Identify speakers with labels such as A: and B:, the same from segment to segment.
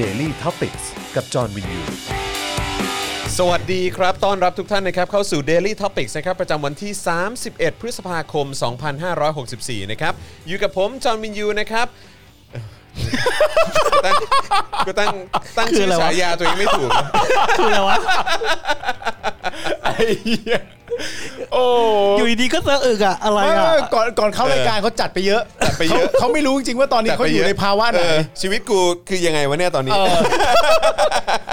A: Daily t o p i c กกับจอห์นวินยู
B: สวัสดีครับ ต้อนรับทุกท่านนะครับ เข้าสู่ Daily Topics นะครับ ประจำวันที่ 31 พฤษภาคม 2564 นะครับ อยู่กับผม จอห์นวินยู นะครับตั้งกูตั้งตั้ง
C: คือ
B: ชื่อ
C: อะไรวะ
B: ฉายาตัวเองไม่ถูก
C: คืออะไรวะ
B: โอ้
C: อยู่ดีๆก็สะอึกอะอะไร
D: ไม่
C: อะ
D: ไม่ก่อนก่อนเข้ารายการเขาจัดไปเยอะ
B: จัดไปเยอะ
D: ขาเขาไม่รู้จริงๆว่าตอนนี้เขาอยู่ในภาวะไหน
B: เออชีวิตกูคือยังไงวะเนี่ยตอนนี้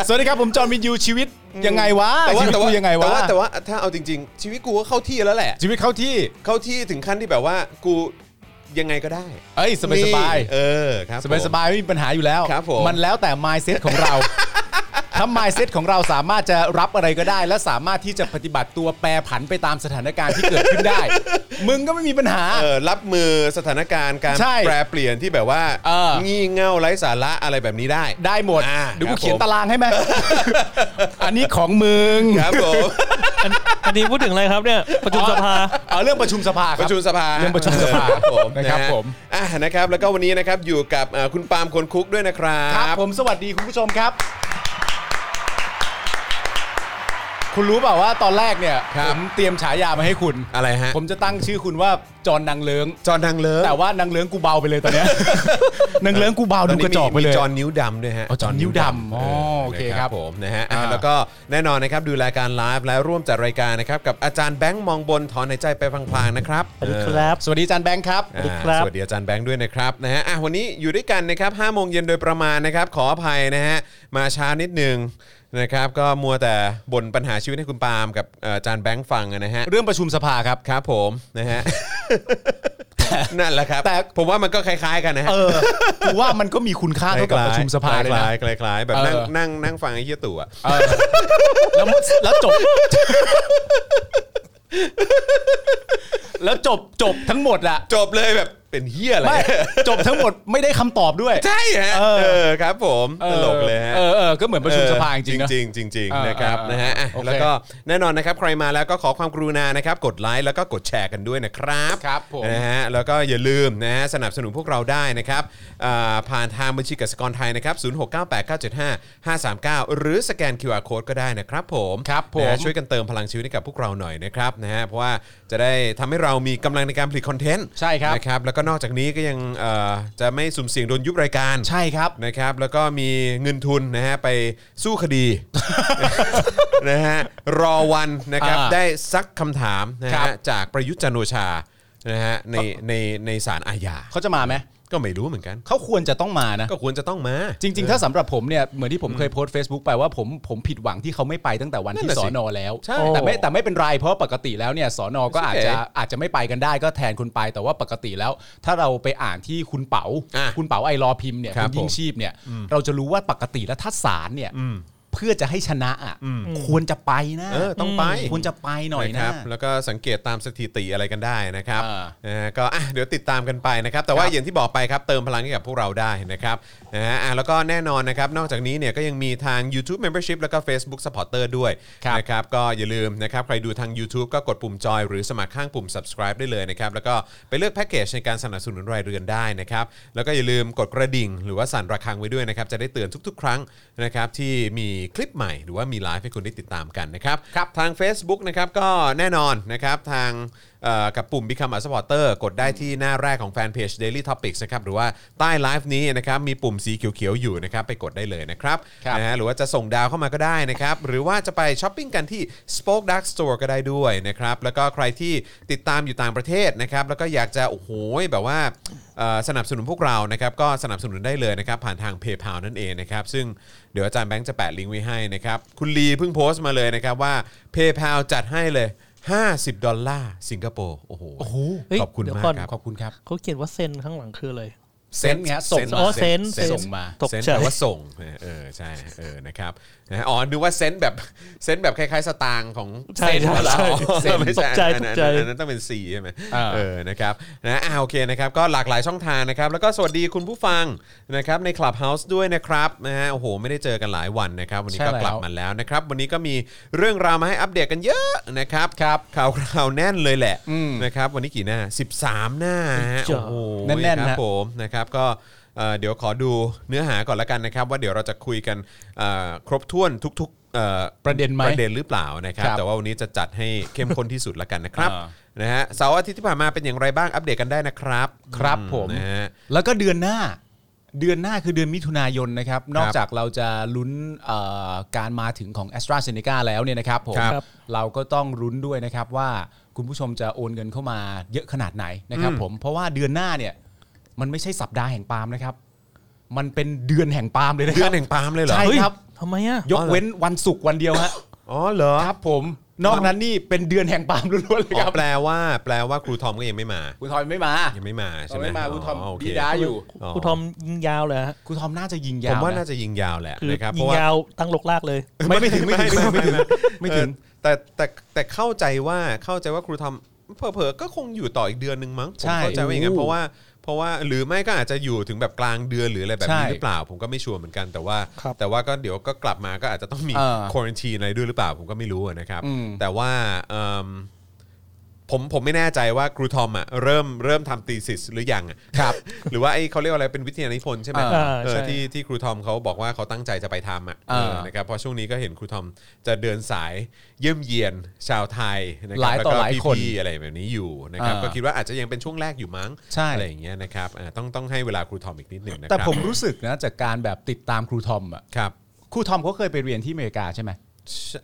D: สวัสดีครับผมจอห์นวินยูชีวิตยังไงวะ
B: แต่ว่า
D: ชีวิต
B: แต่
D: กู
B: ว่า
D: ยังไง
B: แต่
D: วะ
B: ว่าแต่ว่าถ้าเอาจริง ๆ ชีวิตกูก็เข้าที่แล้วแหละ
D: ชีวิตเข้าที่
B: เข้าที่ถึงขั้นที่แบบว่ากูยังไงก็ได้
D: เอ้ยสบายสบาย
B: นี่เออครับ
D: สบาย
B: ผม
D: สบายไม่มีปัญหาอยู่แล้ว
B: ครับผม
D: มันแล้วแต่ mindset ของ เรา ถ้า mindset ของเราสามารถจะรับอะไรก็ได้ และสามารถที่จะปฏิบัติตัวแปรผันไปตามสถานการณ์ที่เกิดขึ้น ได้ มึงก็ไม่มีปัญหา
B: เออรับมือสถานการณ์การ
D: ใช่
B: แปรเปลี่ยนที่แบบว่า
D: เออ
B: งี่เง่าไร้สาระอะไรแบบนี้ได้
D: ได้หมด
B: อ่า
D: เดี๋ยว
B: ค
D: กู
B: รับ
D: เขียน
B: ผม
D: ตารางให้ ไหม อันนี้ของมึง
B: ครับผม
C: อันอันนี้พูดถึงอะไรครับเนี่ย ประชุมสภา
D: เอาเรื่องประชุมสภาค
B: ป
D: รั
B: ระ
D: บ
B: ชุมสภา
D: เรื่องประชุมสภา
B: เออครับผม
D: นะครับ
B: ฮ
D: ผม
B: อ่ะนะครับแล้วก็วันนี้นะครับอยู่กับเอ่อคุณปาล์มคนคุกด้วยนะครั
D: ครับ
B: บ
D: ผมสวัสดีคุณผู้ชมครับ คุณรู้เปล่าว่าตอนแรกเนี่ย
B: ครั
D: ผ
B: บ
D: มเตรียมฉายามาให้คุณ
B: อะไรฮะ
D: ผมจะตั้งชื่อคุณว่าจอนนางเลิง
B: จอนดังเลิฟ
D: แต่ว่านางเลิงกูเบาไปเลยตอนเนี้ย นางเลิงกูเบา
B: ตน
D: ดู
B: นี้
D: กระจอกไป
B: มี
D: เลย
B: จอนนิ้วดำด้วยฮะ
D: อ๋อจอนนิ้วดำอ๋อโอเค
B: นะครับ ผมนะฮะอ่ะ
D: อ่า
B: แล้วก็แน่นอนนะครับดูรายการไลฟ์และร่วมจัดรายการนะครับกับอาจารย์แบงค์มองบนถอนหายใจไปพลางๆนะครับ
C: สวัสดีครับ
D: สวัสดีอาจานแบงค์ครับ
C: สวัสดี
B: อ่า
C: ครับ
B: สวัสดีอาจารย์แบงค์ด้วยนะครับนะฮะอ่ะวันนี้อยู่ด้วยกันนะครับ5โมงเย็นโดยประมาณนะครับ ขออภัยนะฮะมาช้านิดนึงนะครับ ก็มัวแต่บ่นปัญหาชีวิตให้คุณปาล์มกับเอ่ออาจารย์แบงค์ฟังอะนะฮะ
D: เรื่องประชุมสภาครับ
B: ครับผมนะฮะ นั่นแหละครับ
D: แต่
B: ผมว่ามันก็คล้ายๆกันนะฮะ
D: เออกูว่ามันก็มีคุณค่าเท่ากับประชุมสภาเลย
B: ค
D: นะ
B: ล้ายๆคล้ายๆแบบนั่ง
D: เออ
B: นั่งนั่งฟังไอ้เหี้ยตู่อะ
D: เออแล้วมุดแล้วจบ แล้วจบจบทั้งหมดอะ
B: จบเลยแบบเป็นเหี้ยอะไร
D: ไม่ จบทั้งหมดไม่ได้คำตอบด้วย
B: ใช่ฮะ
D: เออ
B: เออครับ ผม
D: อ
B: ต
D: อ
B: ลกเลยฮะ
D: เออเออก็เหมือนประชุมสภาจริงๆนะ
B: จริงๆจริงๆ
D: เออ
B: นะครับ
D: เออ
B: นะฮะอ่ะ
D: โอเค
B: แล้วก็แน่นอนนะครับใครมาแล้วก็ขอความกรุณานะครับกดไลค์แล้วก็กดแชร์กันด้วยนะครับ
D: ครับผม
B: นะฮะแล้วก็อย่าลืมนะฮะสนับสนุนพวกเราได้นะครับอ่าผ่านทางบัญชีกสิกรไทยนะครับ0 6 9 8 9 7 5 5 3 9 หรือสแกน QR Code ก็ได้นะครับผม
D: ครับผม
B: นะฮะช่วยกันเติมพลังชีวิตให้กับพวกเราหน่อยนะครับนะฮะเพราะว่าจะได้ทำให้เรามีกำลังในการผลิตคอนเทนต์
D: ใช่ครับ
B: นะครับแล้วก็นอกจากนี้ก็ยังเอ่อจะไม่สุ่มเสี่ยงโดนยุบรายการ
D: ใช่ครับ
B: นะครับแล้วก็มีเงินทุนนะฮะไปสู้ค ดี นะฮะรอวันนะครับ
D: อ่า
B: ได้ซักคำถามนะ
D: ครั
B: ฮะ
D: บ
B: จากประยุทธ์จันทร์โอชานะฮะในในในศาลอาญา
D: เขาจะมาไหม
B: ก็ไม่รู้เหมือนกัน
D: เขาควรจะต้องมานะ
B: ก็ควรจะต้องมา
D: จริง ๆ ถ้าสำหรับผมเนี่ยเหมือนที่ผมเคยโพสต์ Facebook ไปว่าผมผมผิดหวังที่เขาไม่ไปตั้งแต่วันที่
B: นั่น
D: ส
B: น่ะ
D: อ
B: สิ
D: นอแล้ว
B: ใช่
D: แต่ไม่แต่ไม่เป็นไรเพราะปกติแล้วเนี่ยสอนอก็อาจจะ
B: โอเค
D: อาจจะไม่ไปกันได้ก็แทนคุณไปแต่ว่าปกติแล้ว ถ้าเราไปอ่านที่คุณเป๋า
B: อ่ะ
D: คุณเป๋าไอรอว์พิมพ์เนี่ย
B: ครั
D: คุ
B: บ
D: ณยิ่งชีพเนี่ยเราจะรู้ว่าปกติแล้วถ้าศาลเนี่ยเพื่อจะให้ชนะอ่ะควรจะไปนะ
B: เออต้องไป
D: ควรจะไปหน่อย
B: ค
D: นะ
B: รับแล้วก็สังเกตตามสถิติอะไรกันได้นะครับ
D: อ่า
B: นะฮะก็อ่ะเดี๋ยวติดตามกันไปนะครับ แต่ว่า
D: ครับ
B: อย่างที่บอกไปครับเติมพลังให้กับพวกเราได้นะครับนะฮะอ่ะแล้วก็แน่นอนนะครับ นอกจากนี้เนี่ยก็ยังมีทาง YouTube Membership แล้วก็ Facebook Supporter ด้วย
D: ครับ
B: นะครับก็อย่าลืมนะครับใครดูทาง YouTube ก็กดปุ่มจอยหรือสมัครข้างปุ่ม subscribe ได้เลยนะครับ แล้วก็ไปเลือกแพ็กเกจในการสนับสนุนรายเดือนได้นะครับ แล้วก็อย่าลืมกดกระดิ่ง หรือว่าสั่นระฆังไว้ด้วยนะครับจะได้เตือนทุก ๆ ครั้งนะครับที่มีคลิปใหม่หรือว่ามีไลฟ์ให้คุณได้ติดตามกันนะครับ
D: ครับ
B: ทาง Facebook นะครับก็แน่นอนนะครับทางเอ่อกับปุ่ม Become a supporter กดได้ที่หน้าแรกของแฟนเพจ Daily Topics นะครับหรือว่าใต้ไลฟ์นี้นะครับมีปุ่มสีเขียวๆอยู่นะครับไปกดได้เลยนะครับ
D: ครับ
B: นะฮะหรือว่าจะส่งดาวเข้ามาก็ได้นะครับหรือว่าจะไปช้อปปิ้งกันที่ Spoke Dark Store ก็ได้ด้วยนะครับแล้วก็ใครที่ติดตามอยู่ต่างประเทศนะครับแล้วก็อยากจะโอ้โหแบบว่าเอ่อสนับสนุนพวกเรานะครับก็สนับสนุนได้เลยนะครับผ่านทาง PayPal นั่นเองนะครับซึ่ง เดี๋ยวอาจารย์แบงค์จะแปะลิงก์ไว้ให้นะครับ คุณลีเพิ่งโพสต์มาเลยนะครับว่า PayPal จัดให้เลย 50 ดอลลาร์สิงคโปร์โอ้โห
C: เฮ้ย
B: ขอบคุณ
C: เดี๋ยว
B: มาก
C: ก่อน
B: ครับ
D: ขอบคุณครับ
C: เขาเขียนว่าเซนข้างหลังคืออะไร
D: เซนต์ไงฮะส่ง
B: ต์
D: มา
C: อ๋อเซน
B: ต์
C: ต์
B: เต์
D: ส่งมา
C: ตก
B: เซนต์
C: ใจ
B: แปลว่าส่งเออใช่เออนะครับนะฮะอ๋อนึกว่าเซนต์แบบเซนต์แบบคล้ายๆสตางค์ของ
C: ใช่
B: เซนต์
C: ใช่
B: เหรอ
C: ใช่
B: อ๋อไม่
C: ตกใจ
B: อั
C: ต
B: น
C: ก
B: นั้น
C: ใจ
B: อันนั้นต้องเป็น4ใช่ไหม
D: อ่า
B: เออนะครับนะอ่าโอเคนะครับก็หลากหลายช่องทางนะครับ แล้วก็สวัสดีคุณผู้ฟังนะครับใน Clubhouse ด้วยนะครับนะฮะโอ้โหไม่ได้เจอกันหลายวันนะครับวันนี้ก็
D: ใช่แล้ว
B: กลับมา แล้วนะครับวันนี้ก็มีเรื่องราวมาให้อัปเดตกันเยอะนะครับครับข่าวคราวแน่นเลยแหละนะครับวันนี้กี่หน้า 13 หน้าฮะ
C: จ้ะ
B: โอ้โห
D: แน่นๆ
B: ครับ
D: ฮะ
B: ผมนะครับก็ เอ่อเดี๋ยวขอดูเนื้อหาก่อนละกันนะครับ ว่าเดี๋ยวเราจะคุยกันเอ่อครบถ้วนทุกๆเอ่อ
D: ประเด็นไหม
B: ประเด็นหรือเปล่านะครับ
D: ครับ
B: แต่ว่าวันนี้จะจัดให้เข้มข้นที่สุดละกันนะครับ
D: อ่า
B: นะฮะเสาร์อาทิตย์ที่ผ่านมาเป็นอย่างไรบ้างอัปเดตกันได้นะครับ
D: ครับผม
B: นะฮะ
D: แล้วก็เดือนหน้า เดือนหน้าคือเดือนมิถุนายนนะครับ นอกจากเราจะลุ้นเอ่อการมาถึงของ a s t r a z e ซ e c a แล้วเนี่ยนะครับผม
B: ครับ
C: ครับ
D: เราก็ต้องลุ้นด้วยนะครับว่าคุณผู้ชมจะโอนเงินเข้ามาเยอะขนาดไหนนะครับ
B: อืม
D: ผมเพราะว่าเดือนหน้าเนี่ยมันไม่ใช่สัปดาห์แห่งปาล์มนะครับ มันเป็นเดือนแห่งปาล์มเลยนะ
B: เดื
D: ค
B: อ
D: รั
B: น
D: บ
B: แห่งปาล์มเลยเหรอ
D: ใช่
C: เฮ้ย
D: ครับ
C: ทำไมอ่ะ
D: ยกเว้นวันศุกร์วันเดียวฮะ
B: อ๋อเหรอ
D: ครับผมนอกนั้นนี่เป็นเดือนแห่งปาล์มล้วนๆเลย
B: อ๋
D: ครั
B: อบ แปลว่าแปลว่าครูทอมก็ยังไม่มา
D: คุณทอยไม่มา
B: ยังไม่มาใช่
D: ทอย
B: ไหม
D: ไม่มาคุณทอม
B: โเค
D: ดีด้าอยู่
B: อ๋อ
C: ครูทอมยิงยาวเลยฮะ
D: คุณทอมน่าจะยิง
B: ผ
D: ยาว
B: มว่า
D: นะ
B: น่าจะยิงยาวแหละ
C: คือ
B: นะครับเพ
C: ยิง
B: ราะว่า
C: ยาวตั้งลกลากเลย
D: ไม่ไม่ถึงไม่ถึงไม่ถึงไม่ถึง
B: เออแต่แต่แต่เข้าใจว่าเข้าใจว่าครูทอมเผลอๆก็คงอยู่ต่ออีกเดือนหนึงมั้งผม
D: ใช่
B: เข้าใจว่าอย่างนั้น
D: อู้
B: เพราะว่าเพราะว่าหรือไม่ก็อาจจะอยู่ถึงแบบกลางเดือนหรืออะไรแบบนี้
D: ใช่
B: หรือเปล่า ผมก็ไม่ชัวร์เหมือนกันแต่ว่า
C: ครับ
B: แต่ว่าก็เดี๋ยวก็กลับมาก็อาจจะต้องมี
D: เออ
B: ควอนตีนอะไรด้วยหรือเปล่าผมก็ไม่รู้อะนะครับ
D: อืม
B: แต่ว่าเอิ่มผมผมไม่แน่ใจว่าครูทอมอ่ะเริ่มเริ่มทำตีสิสหรือยังอะ
D: ครับ
B: หรือว่าไอ้เขาเรียกว่าอะไรเป็นวิทยานิพนธ์ใช่ไหม
D: เอ
C: อ่า
B: เออ
C: ใช่
B: ที่ที่ครูทอมเขาบอกว่าเขาตั้งใจจะไปทำอ่ะ
D: อ่า
B: เออนะครับเพราะช่วงนี้ก็เห็นครูทอมจะเดินสายเยี่ยมเยียนชาวไทยนะค
D: ห
B: รั
D: ลาย
B: แล้ว
D: ต่อ
B: ก็
D: หลายคน
B: พี่ๆอะไรแบบนี้อยู่นะครับ
D: อ่า
B: ก็คิดว่าอาจจะยังเป็นช่วงแรกอยู่มั้ง
D: ใช่
B: อะไรอย่างเงี้ยนะครับอ่าต้องต้องให้เวลาครูทอมอีกนิดหนึ่งนะค
D: แต่
B: รับ
D: ผมรู้สึกนะจากการแบบติดตามครูทอมอ่ะ
B: ครับ
D: ครูทอมเขาเคยไปเรียนที่อเมริกาใช่ไหม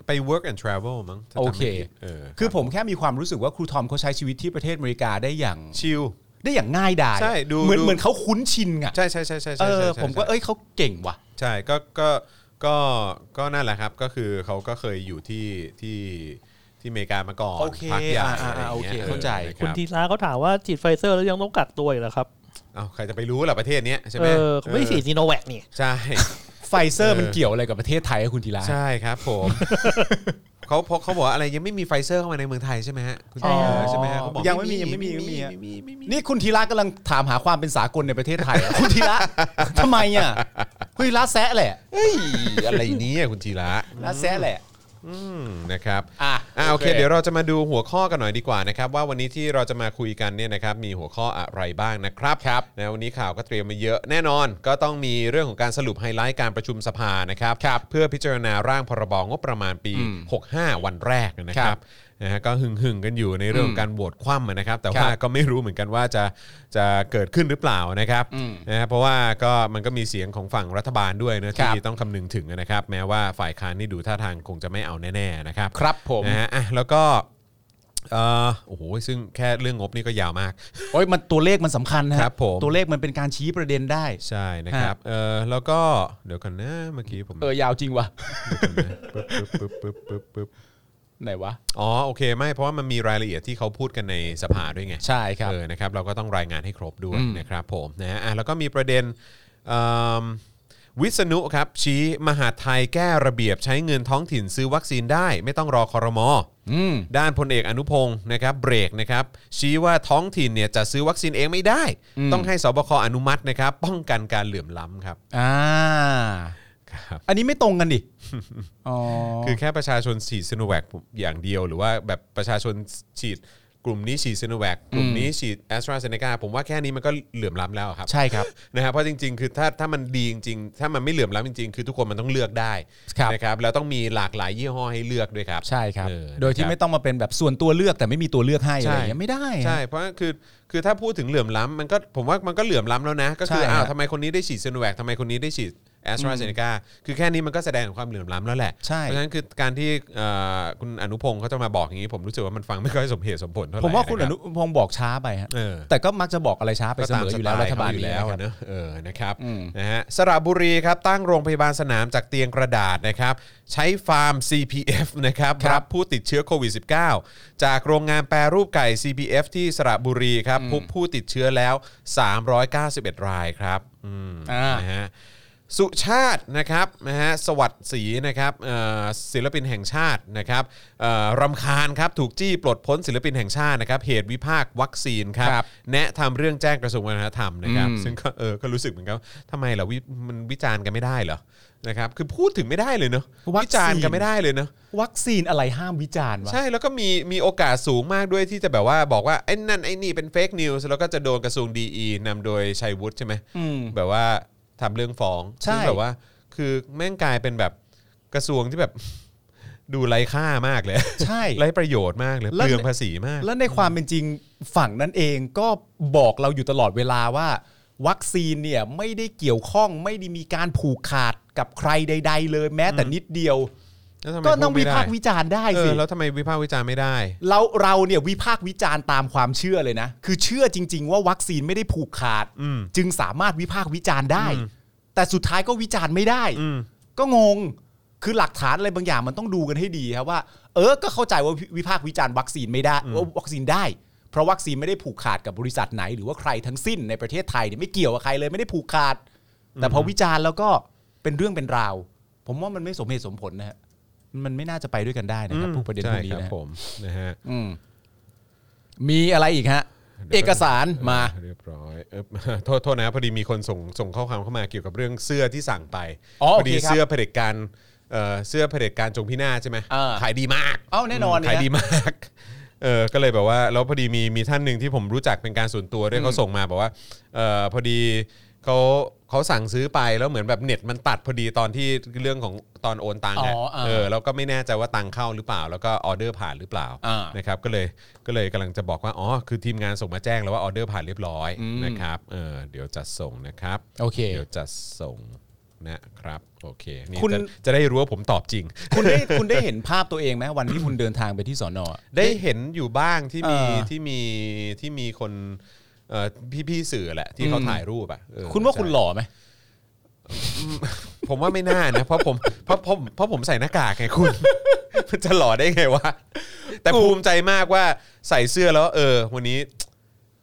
B: ไป work and travel มั้งถ้า
D: โอ
B: จำไม่
D: เค
B: ผิดเออ
D: คือผมแค่มีความรู้สึกว่าครูทอมเขาใช้ชีวิตที่ประเทศอเมริกาได้อย่าง
B: ชิล
D: ได้อย่างง่ายดาย
B: ใช่ดู
D: เหมือน
B: ดู
D: เหมือนเขาคุ้นชินอ่ะ
B: ใช่ใช่ใช่ใช่
D: เอ
B: ใช่ใช่
D: อ
B: ใช่
D: ผมก็
B: ใช่
D: เอ้ยเขาเก่งว่ะ
B: ใช่ก็ก็ก็ก็นั่นแหละครับก็คือเขาก็เคยอยู่ที่ที่ที่อเมริกามาก่อน
D: โอเค
B: พักใหญ่
D: อ่าอ่า
B: ะไรย่งงี้ย
D: โอเคเข้าใจ
B: นะ
C: คุณ
B: รับ
C: ทีลาเขาถามว่าฉีดไฟเซอร์แล้วยังต้องกักตัวอีกเหรอครับ
B: เอาใครจะไปรู้ล่ะประเทศเนี้ยใช่ไห
C: เอ
B: ม
C: อไม่ฉีด
B: เออ
C: ซีโนแวคนี่
B: ใช่
D: ไฟเซอร์มัน
B: เออ
D: เกี่ยวอะไรกับประเทศไทยอะคุณธีระ
B: ใช่ครับผม เขาเพราะเขาบอกว่าอะไรยังไม่มีไฟเซอร์เข้ามาในเมืองไทยใช่ไหมฮะคุณ
C: อ๋อ
B: เออใช่ไหมฮะเขาบอก
D: ยังไม่มียังไม่มียังไม่มี
B: ไ
D: อะ
B: มีไม่มี
D: นี่คุณธีระกำลังถามหาความเป็นสากลในประเทศไทย อะคุณธีระทำไมอ่ะคุณธีระแซะแหละ
B: เฮ้ยอะไรเนี้คุณธีระ
D: ละแซะแหละ
B: อืมนะครับ
D: อ่ะ
B: อ่าโอเค
D: โอเค
B: เดี๋ยวเราจะมาดูหัวข้อกันหน่อยดีกว่านะครับ ว่าวันนี้ที่เราจะมาคุยกันเนี่ยนะครับมีหัวข้ออะไรบ้างนะครับครับนะวันนี้ข่าวก็เตรียมมาเยอะแน่นอน ก็ต้องมีเรื่องของการสรุปไฮไลท์การประชุมสภานะครับรบเพื่อพิจารณาร่างพรบงบประมาณปี 65 วันแรกนะค
D: ครั
B: รับ
D: บ
B: นะฮะก็หึงหึงๆกันอยู่ในเรื่องของการโหวตคว่ำอะนะครับ แต่ว่าก็ไม่รู้เหมือนกันว่าจะจะเกิดขึ้นหรือเปล่านะครับนะฮะเพราะว่าก็มันก็มีเสียงของฝั่งรัฐบาลด้วยนะที่ต้องคำนึงถึงนะครับ แม้ว่าฝ่ายค้านนี่ดูท่าทางคงจะไม่เอาแน่ๆนะครับ
D: ครับผม
B: นะฮะอ่ะแล้วก็เอ่อโอ้โหซึ่งแค่เรื่องงบนี่ก็ยาวมาก
D: โอ้ยมันตัวเลขมันสำคัญนะครับ
B: ผม
D: ตัวเลขมันเป็นการชี้ประเด็นได้
B: ใช่นะครับ
D: ฮะ
B: เออแล้วก็เดี๋ยวกันนะเมื่อกี้ผม
D: เออยาวจริงวะ
B: ปึ๊บปึ๊บปึ๊บปึ๊บปึ๊บ
D: ไหนวะ
B: อ๋อโอเคไม่เพราะว่ามันมีรายละเอียดที่เขาพูดกันในสภาด้วยไง
D: ใช่ครับ
B: เออ นะครับ เราก็ต้องรายงานให้ครบด้วย
D: อืม
B: นะครับผม นะฮะอ่ะแล้วก็มีประเด็นเอิ่มวิษณุครับ ชี้มหาดไทยแก้ระเบียบใช้เงินท้องถิ่นซื้อวัคซีนได้ ไม่ต้องรอคอรมอ
D: อืม
B: ด้านพลเอกอนุพงศ์นะครับเบรกนะครับชี้ว่าท้องถิ่นเนี่ยจะซื้อวัคซีนเองไม่ได้
D: อืม
B: ต้องให้สบคอนุมัตินะครับป้องกันการเหลื่อมล้ำครับ
D: อ่า
B: ครับ
D: อันนี้ไม่ตรงกันดิ อ๋อ
B: คือแค่ประชาชนฉีดซิโนแวคอย่างเดียว หรือว่าแบบประชาชนฉีดกลุ่มนี้ฉีดซิโนแวคกลุ่มนี้ฉีดแอสตราเซเนกาผมว่าแค่นี้มันก็เหลื่อมล้ำแล้วอะครับ
D: ใช่ครับ
B: นะฮะเพราะจริงๆ คือถ้าถ้ามันดีจริงๆ ถ้ามันไม่เหลื่อมล้ำจริงๆ คือทุกคนมันต้องเลือกได้
D: ครับ
B: นะครับแล้วต้องมีหลากหลายยี่ห้อให้เลือกด้วยครับ
D: ใช่ครับ
B: เออ
D: โดยที่
B: นะครับ
D: ไม่ต้องมาเป็นแบบส่วนตัวเลือกแต่ไม่มีตัวเลือกให้
B: ใช่
D: อะไรอย่างเงี้ยไม่ได้อะ
B: ใช่เพราะคือคือถ้าพูดถึงเหลื่อมล้ำมันก็ผมว่ามันก็เหลื่อมล้ำแล้วนะ ก็คือ
D: ใช่ฮะ
B: อ้าวทำไมคนนี้ได้ฉีดซ i โนแวคทำไมคนนี้ได้ฉีดแอสตราเซเนกาคือแค่นี้มันก็แสดงถึงความเหลื่อมล้ำแล้วแหละ
D: ใช่
B: เพราะฉะนั้นคือการที่เอ่อคุณอนุพงศ์เขาจะมาบอกอย่างนี้ ผมรู้สึกว่ามันฟังไม่ค่อยสมเหตุสมผลเท่าไหร่
D: ผมว่าคุณอะ นุ
B: รับ
D: พงศ์บอกช้าไปฮะ
B: เออ
D: แต่ก็มักจะบอกอะไรช้าไปเสมออยู่แล้วรัฐบาล
B: ก็ตมสไตเขอยู่
D: นี้
B: แล้วอะ
D: นะ
B: เนอะเออนะครับ
D: อืม
B: นะฮะสระบุรีครับตั้งโรงพยาบาลสนามจากเตียงกระดาษนะครับ ใช้ฟาร์ม CPF นะครับ
D: ครับ
B: รับผู้ติดเชื้อโควิด -19 จากโรงงานแปรรูปไก่ CPF ที่สระบุรีครับพบผู้ติดเชื้อแล้ว 391 รายครับอืม
D: อ่าน
B: นะฮะ สุชาตินะครับนะฮะสวัสดศรีนะครับเอ่อศิลปินแห่งชาตินะครับเอ่อรำคาญครับถูกจี้ปลดพ้นศิลปินแห่งชาตินะครับเหตุวิพากษ์วัคซีนครับ
D: ครับ
B: แนะทำเรื่องแจ้งกระทรวงวัฒนธรรมนะครับ
D: อืม
B: ซึ่งก็เออก็รู้สึกเหมือนกันว่าทำไมเหรอวิมันวิจารณ์กันไม่ได้เหรอนะครับคือพูดถึงไม่ได้เลยเนอะวิจารณ์กันไม่ได้เลยเนอะ
D: วัคซีนอะไรห้ามวิจารณ์วะ
B: ใช่แล้วก็มีมีโอกาสสูงมากด้วยที่จะแบบว่าบอกว่าไอ้นั่นไอ้นี่เป็นเฟกนิวส์แล้วก็จะโดนกระทรวงดีนำโดยชัยวุฒิใช่ไหม
D: อืม
B: แบบว่าทำเรื่องฟ้อง
D: ใช่
B: ซึ่งแบบว่า คือแม่งกลายเป็นแบบกระทรวงที่แบบ ดูไร้ค่ามากเลย
D: ใช่
B: ไร้ประโยชน์มากเลย
D: แล้ว
B: เปลืองภาษีมาก
D: แล้วในความเป็นจริงฝั่งนั้นเองก็บอกเราอยู่ตลอดเวลาว่า วัคซีนเนี่ยไม่ได้เกี่ยวข้องไม่ได้มีการผูกขาดกับใครใด ๆ เลยแม้แต่นิดเดียว
B: แล้วทำไม
D: ก็ต้อง
B: พูด
D: วิ
B: ไม่ได้
D: พากษ์วิจารณ์ได้
B: เอ
D: สิ
B: อแล้วทำไมวิพากษ์วิจารณ์ไม่ได้
D: เราเราเนี่ยวิพากษ์วิจารณ์ตามความเชื่อเลยนะ คือเชื่อจริง ๆ ว่าวัคซีนไม่ได้ผูกขาด
B: อืม
D: จึงสามารถวิพากษ์วิจารณ์ได้
B: อืม
D: แต่สุดท้ายก็วิจารณ์ไม่ได้
B: อืม
D: ก็งง คือหลักฐานอะไรบางอย่างมันต้องดูกันให้ดีครับว่า เออ ก็เข้าใจว่าวิวิพากษ์วิจารณ์วัคซีนไม่ได้ว่าวัคซีนได้ เพราะวัคซีนไม่ได้ผูกขาดกับบริษัทไหน หรือว่าใครทั้งสิ้นในประเทศไทยเนี่ยไม่เกี่ยวกับใครเลยไม่ได้ผูกขาด แต่พอวิจารณ์แล้วก็เป็นเรื่องเป็นราว ผมว่ามันไม่สมเหตุสมผลนะฮะ มันไม่น่าจะไปด้วยกันได้นะครับพวกประเด็นพวกนี้
B: ใช่ค
D: นะ
B: รั
D: ฮะ
B: บผมนะฮะ
D: อืมมีอะไรอีกฮะ เอกสารมา
B: เรียบร้อยเออ โทษโทษนะพอดีมีคนส่งส่งข้อความเข้ามาเกี่ยวกับเรื่องเสื้อที่สั่งไป
D: อ๋อ
B: พ
D: โอ
B: อ
D: เค
B: ดี
D: ครับ
B: เสื้อเผด็จการเอ่อเสื้อเผด็จการจงพินาศใช่ไหม
D: เออ
B: ขายดีมาก
D: เอ้าแน่นอน
B: มขาย
D: เนี่ย
B: ดีมากเออก็เลยแบบว่าแล้วพอดีมีมีท่านหนึ่งที่ผมรู้จักเป็นการส่วนตัวด้วยเขาส่งมาบอกว่าเออพอดีเขาเขาสั่งซื้อไปแล้วเหมือนแบบเน็ตมันตัดพอดีตอนที่เรื่องของตอนโอนตังค์ะ
D: อ๋อเออ
B: เออแล้วก็ไม่แน่ใจว่าตังค์เข้าหรือเปล่า แล้วก็ออเดอร์ผ่านหรือเปล่า
D: อ่าน
B: นะครับก็เลยก็เลยกำลังจะบอกว่าอ๋อคือทีมงานส่งมาแจ้งแล้วว่าออเดอร์ผ่านเรียบร้อย
D: อืม
B: นะครับเออเดี๋ยวจะส่งนะครับ
D: โอเค
B: เดี๋ยวจะส่งนะครับโอเคนี่
D: คุณ
B: จะจะได้รู้ว่าผมตอบจริง
D: คุณได้คุณได้เห็นภาพตัวเองไหมวันที่คุณเดินทางไปที่สอนอ
B: ได้เห็นอยู่บ้างที่มี
D: เออ
B: ที่มีที่มีคนเอ่อพี่พี่ๆสื่อแหละที่เขา
D: อืม
B: ถ่ายรูปอ่ะเออ
D: คุณว่าคุณหล่อไหม
B: ผมว่าไม่น่านะ เพราะผมเพราะผมเพราะผมใส่หน้ากากไงคุณ มันจะหล่อได้ไงวะแต่ภูมิใจมากว่าใส่เสื้อแล้วเออ วันนี้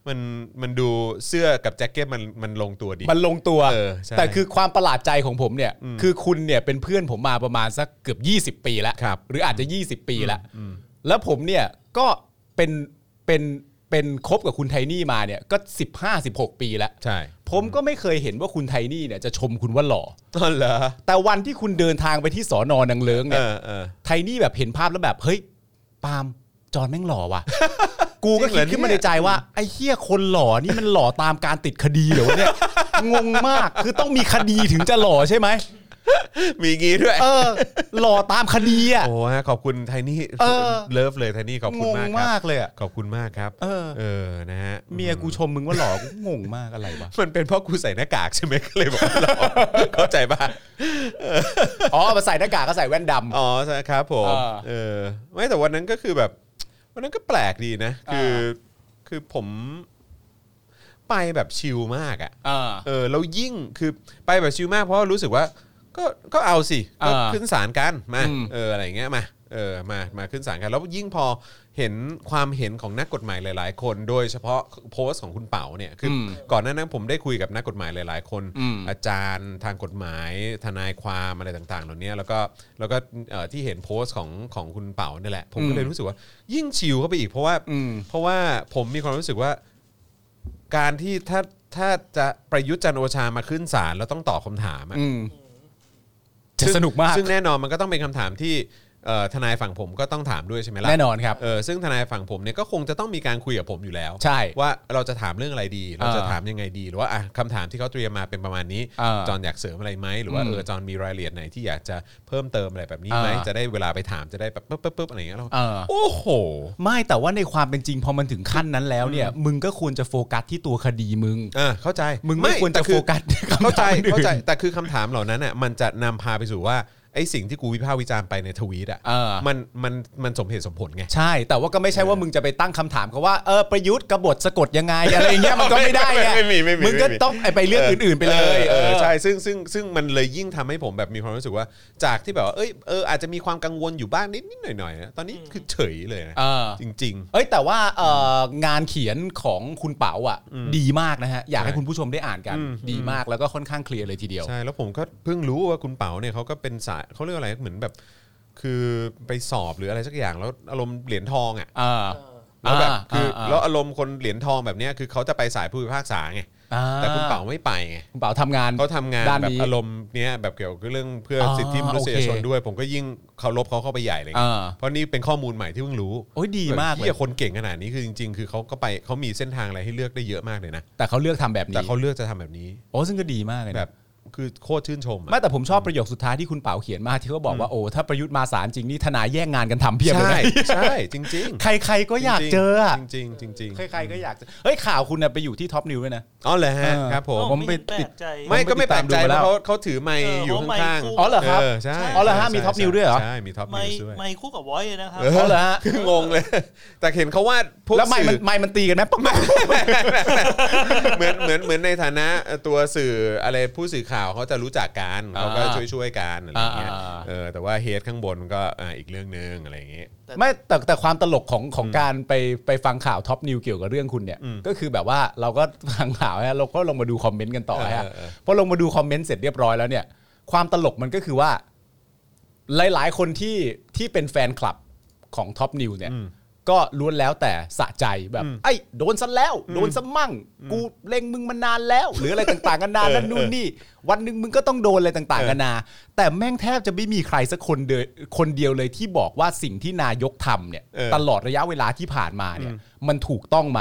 B: มันมันดูเสื้อกับแจ็คเก็ตมันมันลงตัวดี
D: มันลงตัว
B: เออใช่
D: แต่คือความประหลาดใจของผมเนี่ย คือคุณเนี่ยเป็นเพื่อนผมมาประมาณสักเกือบ 20 ปีแล้ว
B: ครับ
D: หรืออาจจะ 20 ปีแล้ว แล้วผมเนี่ยก็เป็นเป็นเป็นคบกับคุณไทนี่มาเนี่ยก็ 15 16 ปีแล้ว
B: ใช่
D: ผมก็ไม่เคยเห็นว่าคุณไทนี่เนี่ยจะชมคุณว่าหล่อ
B: อ๋อเหรอ
D: แต่วันที่คุณเดินทางไปที่สอนอนังเลิง
B: เอ
D: เนี่ย
B: อเออ
D: ไทนี่แบบเห็นภาพแล้วแบบเฮ้ยปาล์มจอนแม่งหล่อ ว่ะ กูก็
B: จริงเหร
D: คิ
B: อ
D: ด
B: เนี่ย
D: ขึ้นมาในใจว่าไอ้เฮียคนหล่อนี่มันหล่อตามการติดคดีเหรอวะเนี่ยงงมากคือต้องมีคดีถึงจะหล่อใช่ไหม
B: มีงี้ด้วย
D: เออ หล่อตามคดีอ่ะ
B: โอ้ฮะขอบคุณไทนี่
D: เออ
B: เลิฟเลยไทนี่ขอบ
D: ง
B: คุณ
D: ง
B: มากค
D: มา
B: รับ
D: กเลยอ่ะ
B: ขอบคุณมากครับ
D: เออ
B: เออนะฮะ
D: เมียกูชมมึงว่าหล่อกูงงมากอะไรวะ
B: มันเป็นเพราะกูใส่หน้ากากใช่ไหมก็เลยบอกว่าหล่อเข้าใจป่ะ
D: อ๋อมาใส่หน้ากากก็ใส่แว่นดำ
B: อ๋อใช่ครับผม
D: เออ
B: เออไม่แต่วันนั้นก็คือแบบ วันนั้นก็แปลกดีนะ คือ
D: เออ
B: คือผมไปแบบชิลมากอ่ะ
D: เออ
B: เออแล้วยิ่งคือไปแบบชิลมากเพราะว่ารู้สึกว่าก็ก็เอาสิก็
D: อ่า
B: ขึ้นศาลกันมา
D: อืม
B: เอออะไรอย่างเงี้ยมาเออมามาขึ้นศาลกันแล้วยิ่งพอเห็นความเห็นของนักกฎหมายหลาย ๆ คน โดยเฉพาะโพสต์ของคุณเป๋าเนี่ยคืออ
D: ม
B: ก่อนหน้านั้นผมได้คุยกับนักกฎหมายหลาย ๆ คน
D: อืม
B: จารย์ทางกฎหมายทนายความอะไรต่าง ๆ เหล่านี้แล้วก็แล้วก็เอ่อที่เห็นโพสต์ของของคุณเป๋าเนี่ยแหละผมก็เลย
D: อืม
B: รู้สึกว่า ยิ่งชิลเข้าไปอีกเพราะว่า
D: อืม
B: เพราะว่าผมมีความรู้สึกว่า การที่ถ้าถ้าจะประยุทธ์จันทร์โอชามาขึ้นศาลแล้วต้องตอบคำถามอะ
D: อืมจะสนุกมาก
B: ซึ่งแน่นอนมันก็ต้องเป็นคำถามที่เอ่อทนายฝั่งผมก็ต้องถามด้วยใช่ไหมล่ะ
D: แน่นอนครับ
B: เออซึ่งทนายฝั่งผมเนี่ยก็คงจะต้องมีการคุยกับผมอยู่แล้ว
D: ใช่
B: ว่าเราจะถามเรื่องอะไรดี เราจะ
D: เออ
B: ถามยังไงดี หรือว่าอ่ะคำถามที่เขาเตรียมมาเป็นประมาณนี้
D: เออ
B: จอนอยากเสริมอะไรไหมหรือว่า
D: อืม
B: เออจอนมีรายละเอียดไหนที่อยากจะเพิ่มเติมอะไรแบบนี้ไหม
D: เออ
B: จะได้เวลาไปถามจะได้แบบปึ๊บปึ๊บปึ๊บอะไรอย่างเงี้ยเรา
D: เออ
B: โอ้โห
D: ไม่แต่ว่าในความเป็นจริงพอมันถึงขั้นนั้นแล้วเนี่ย มึงก็ควรจะโฟกัสที่ตัวคดีมึง
B: อ่าเข้าใจ
D: มึงไม่ควรจะ
B: แต่อ
D: โฟกัส
B: เข้าใจ
D: คำถามอื่น
B: เข้าใจแต่คือคำถามเหล่านั้นน่ะมันจะนำพาไปสู่ว่าไอ ไอ้สิ่งที่กูวิพากษ์วิจารณ์ไปในทวีตอ่ะ
D: เออ
B: มันมันมันสมเหตุสมผลไง
D: ใช่ แต่ว่าก็ไม่ใช่ว่ามึงจะไปตั้งคำถามเขาว่าเออประยุทธ์กบฏสะกดยังไงอะไรเงี้ยมันก็ไม่ได้ไง
B: ไม่มีไม่มี
D: งก็
B: ไม่มี
D: ต้องไปเรื่องอื่น ๆ ไปเลย
B: เออออ
D: เออ
B: ใช่ซึ่งซึ่งซึ่งมันเลยยิ่งทำให้ผมแบบมีความรู้สึกว่า จากที่แบบว่าเอ้ยเอออาจจะมีความกังวลอยู่บ้างนิดนิดหน่อยหน่อยๆนะตอนนี้คือเฉยเลยนะ
D: เออ
B: จริง
D: เอ้ยแต่ว่าเอ่องานเขียนของคุณเป๋าอ่ะ ดีมากนะฮะ อยากให้
B: ใช่
D: คุณผู้ชมได้อ่านกัน
B: อืม
D: ดีมากแล้วก็ค่อนข้างเคลียร์เลยทีเดียว
B: ๆ ใช่แล้วผมก็เพิ่งรู้ว่าคุณเป๋าเนี่ยเขาก็เป็นสายเขาเรียกอะไรเหมือนแบบ คือไปสอบหรืออะไรสักอย่างแล้วอารมณ์เหรียญทองอ่ะ
D: เออ
B: แล้วแบบคืออา แล้วอารมณ์คนเหรียญทองแบบเนี้ยคือเขาจะไปสายผู้พิพากษาไง
D: อ่
B: แต่คุณเป๋าไม่ไปไง
D: คุณเป๋าทำงาน
B: เขาทำงาน
D: ด้าน
B: แบ
D: นี้
B: บอารมณ์เนี้ยแบบเกี่ยวกับเรื่องเพื่อ
D: อ
B: สิทธิมนุษยชน
D: โอเค
B: ด้วย ผมก็ยิ่งเคารพเขาเข้าไปใหญ่เลยไง
D: อ่า
B: เพราะนี่เป็นข้อมูลใหม่ที่เพิ่งรู้
D: โอ้ยดีมาก
B: แบบ
D: เล
B: ที่
D: ย
B: คนเก่งขนาดนี้คือจริง ๆ คือเขาก็ไปเขามีเส้นทางอะไรให้เลือกได้เยอะมากเลยนะ
D: แต่เขาเลือกทำแบบ
B: แต่
D: นี้
B: เขาเลือกจะทำแบบนี้
D: โอ้ซึ่งก็ดีมากเลยนะ
B: แบบคือโคตรชื่นชมอะ
D: ไม่แต่ผมชอบประโยคสุดท้ายที่คุณเป๋าเขียนมาที่เขาบอกว่าโอ้ถ้าประยุทธ์มาศาลจริงนี่ทนายแย่งงานกันทำเพียบเลย
B: ใช่
D: นะ
B: ใช่จริง ๆ
D: ใครๆก็อยากเจออะ
B: จริงๆจริงๆ
D: ใครๆก็อยากเจอเฮ้ยข่าวคุณน่ะไปอยู่ที่ท็อปนิวด้วยนะ
B: อ๋อเหรอฮะ
D: เออ
B: ครับผม
C: อ้าว
D: ผมไป
C: เห็นแปล
D: ติด
C: กใจ
B: ไม่ก็ไม่แปลกใจ
D: ผมไปติดตามดูมาแล้
B: เพ
D: ว
B: ราะเขาเขาถือไมค์อ
C: เอออยู่ไมค์
B: ข้าง
C: คู่
B: ๆ
D: อ๋อเหรอครับ
B: ใช่
D: อ๋อเหรอฮะมีท็อปนิวด้วยเหรอ
B: ใช่มีท็อปนิ
C: ไม่
B: วส์ด้วย
C: ไม่คู่กับวอยนะครับ
D: เขาเหรอฮะ
B: คืองงเลย แต่เห็นเขาว่าพวก
D: แล้วไม่
B: สื่
D: มัน
B: อ
D: ไม่มันตีกันไหมปั๊บปั๊บ
B: เหมือน เหมือนเหมือนในฐานะตัวสื่ออะไรผู้สื่อข่าวเขาจะรู้จักกัน
D: อ่า
B: เขาก็ช่วยช่วยๆกันอะไรอย่างเงี้ย
D: อ่า
B: เออแต่ว่าเฮดข้างบนก็อ่าอีกเรื่องหนึงอะไรอย่างเงี้ย
D: ไม่แต่แต่ความตลกของของการไปไปฟังข่าวท็อปนิวเกี่ยวกับเรื่องคุณเนี่ยก็คือแบบว่าเราก็ฟังข่าวฮะเราก็ลงมาดูคอมเมนต์กันต่อฮะ
B: เออเออ
D: พอลงมาดูคอมเมนต์เสร็จเรียบร้อยแล้วเนี่ย ความตลกมันก็คือว่า หลายๆ คนที่ที่เป็นแฟนคลับของท็อปนิวเนี่ย ก็ล้วนแล้วแต่สะใจแบบไอ้โดนซะแล้ว โดนซะมั่ง กูเล็งมึงมานานแล้ว หรืออะไรต่างๆกันานานั่นนู่นนี่ วันหนึ่งมึงก็ต้องโดนอะไรต่างๆกันานา แต่แม่งแทบจะไม่มีใครสักคนเดยคนเดียวเลยที่บอกว่าสิ่งที่นายกทำเนี่ย
B: เออ
D: ตลอดระยะเวลาที่ผ่านมาเนี่ย มันถูกต้องไหม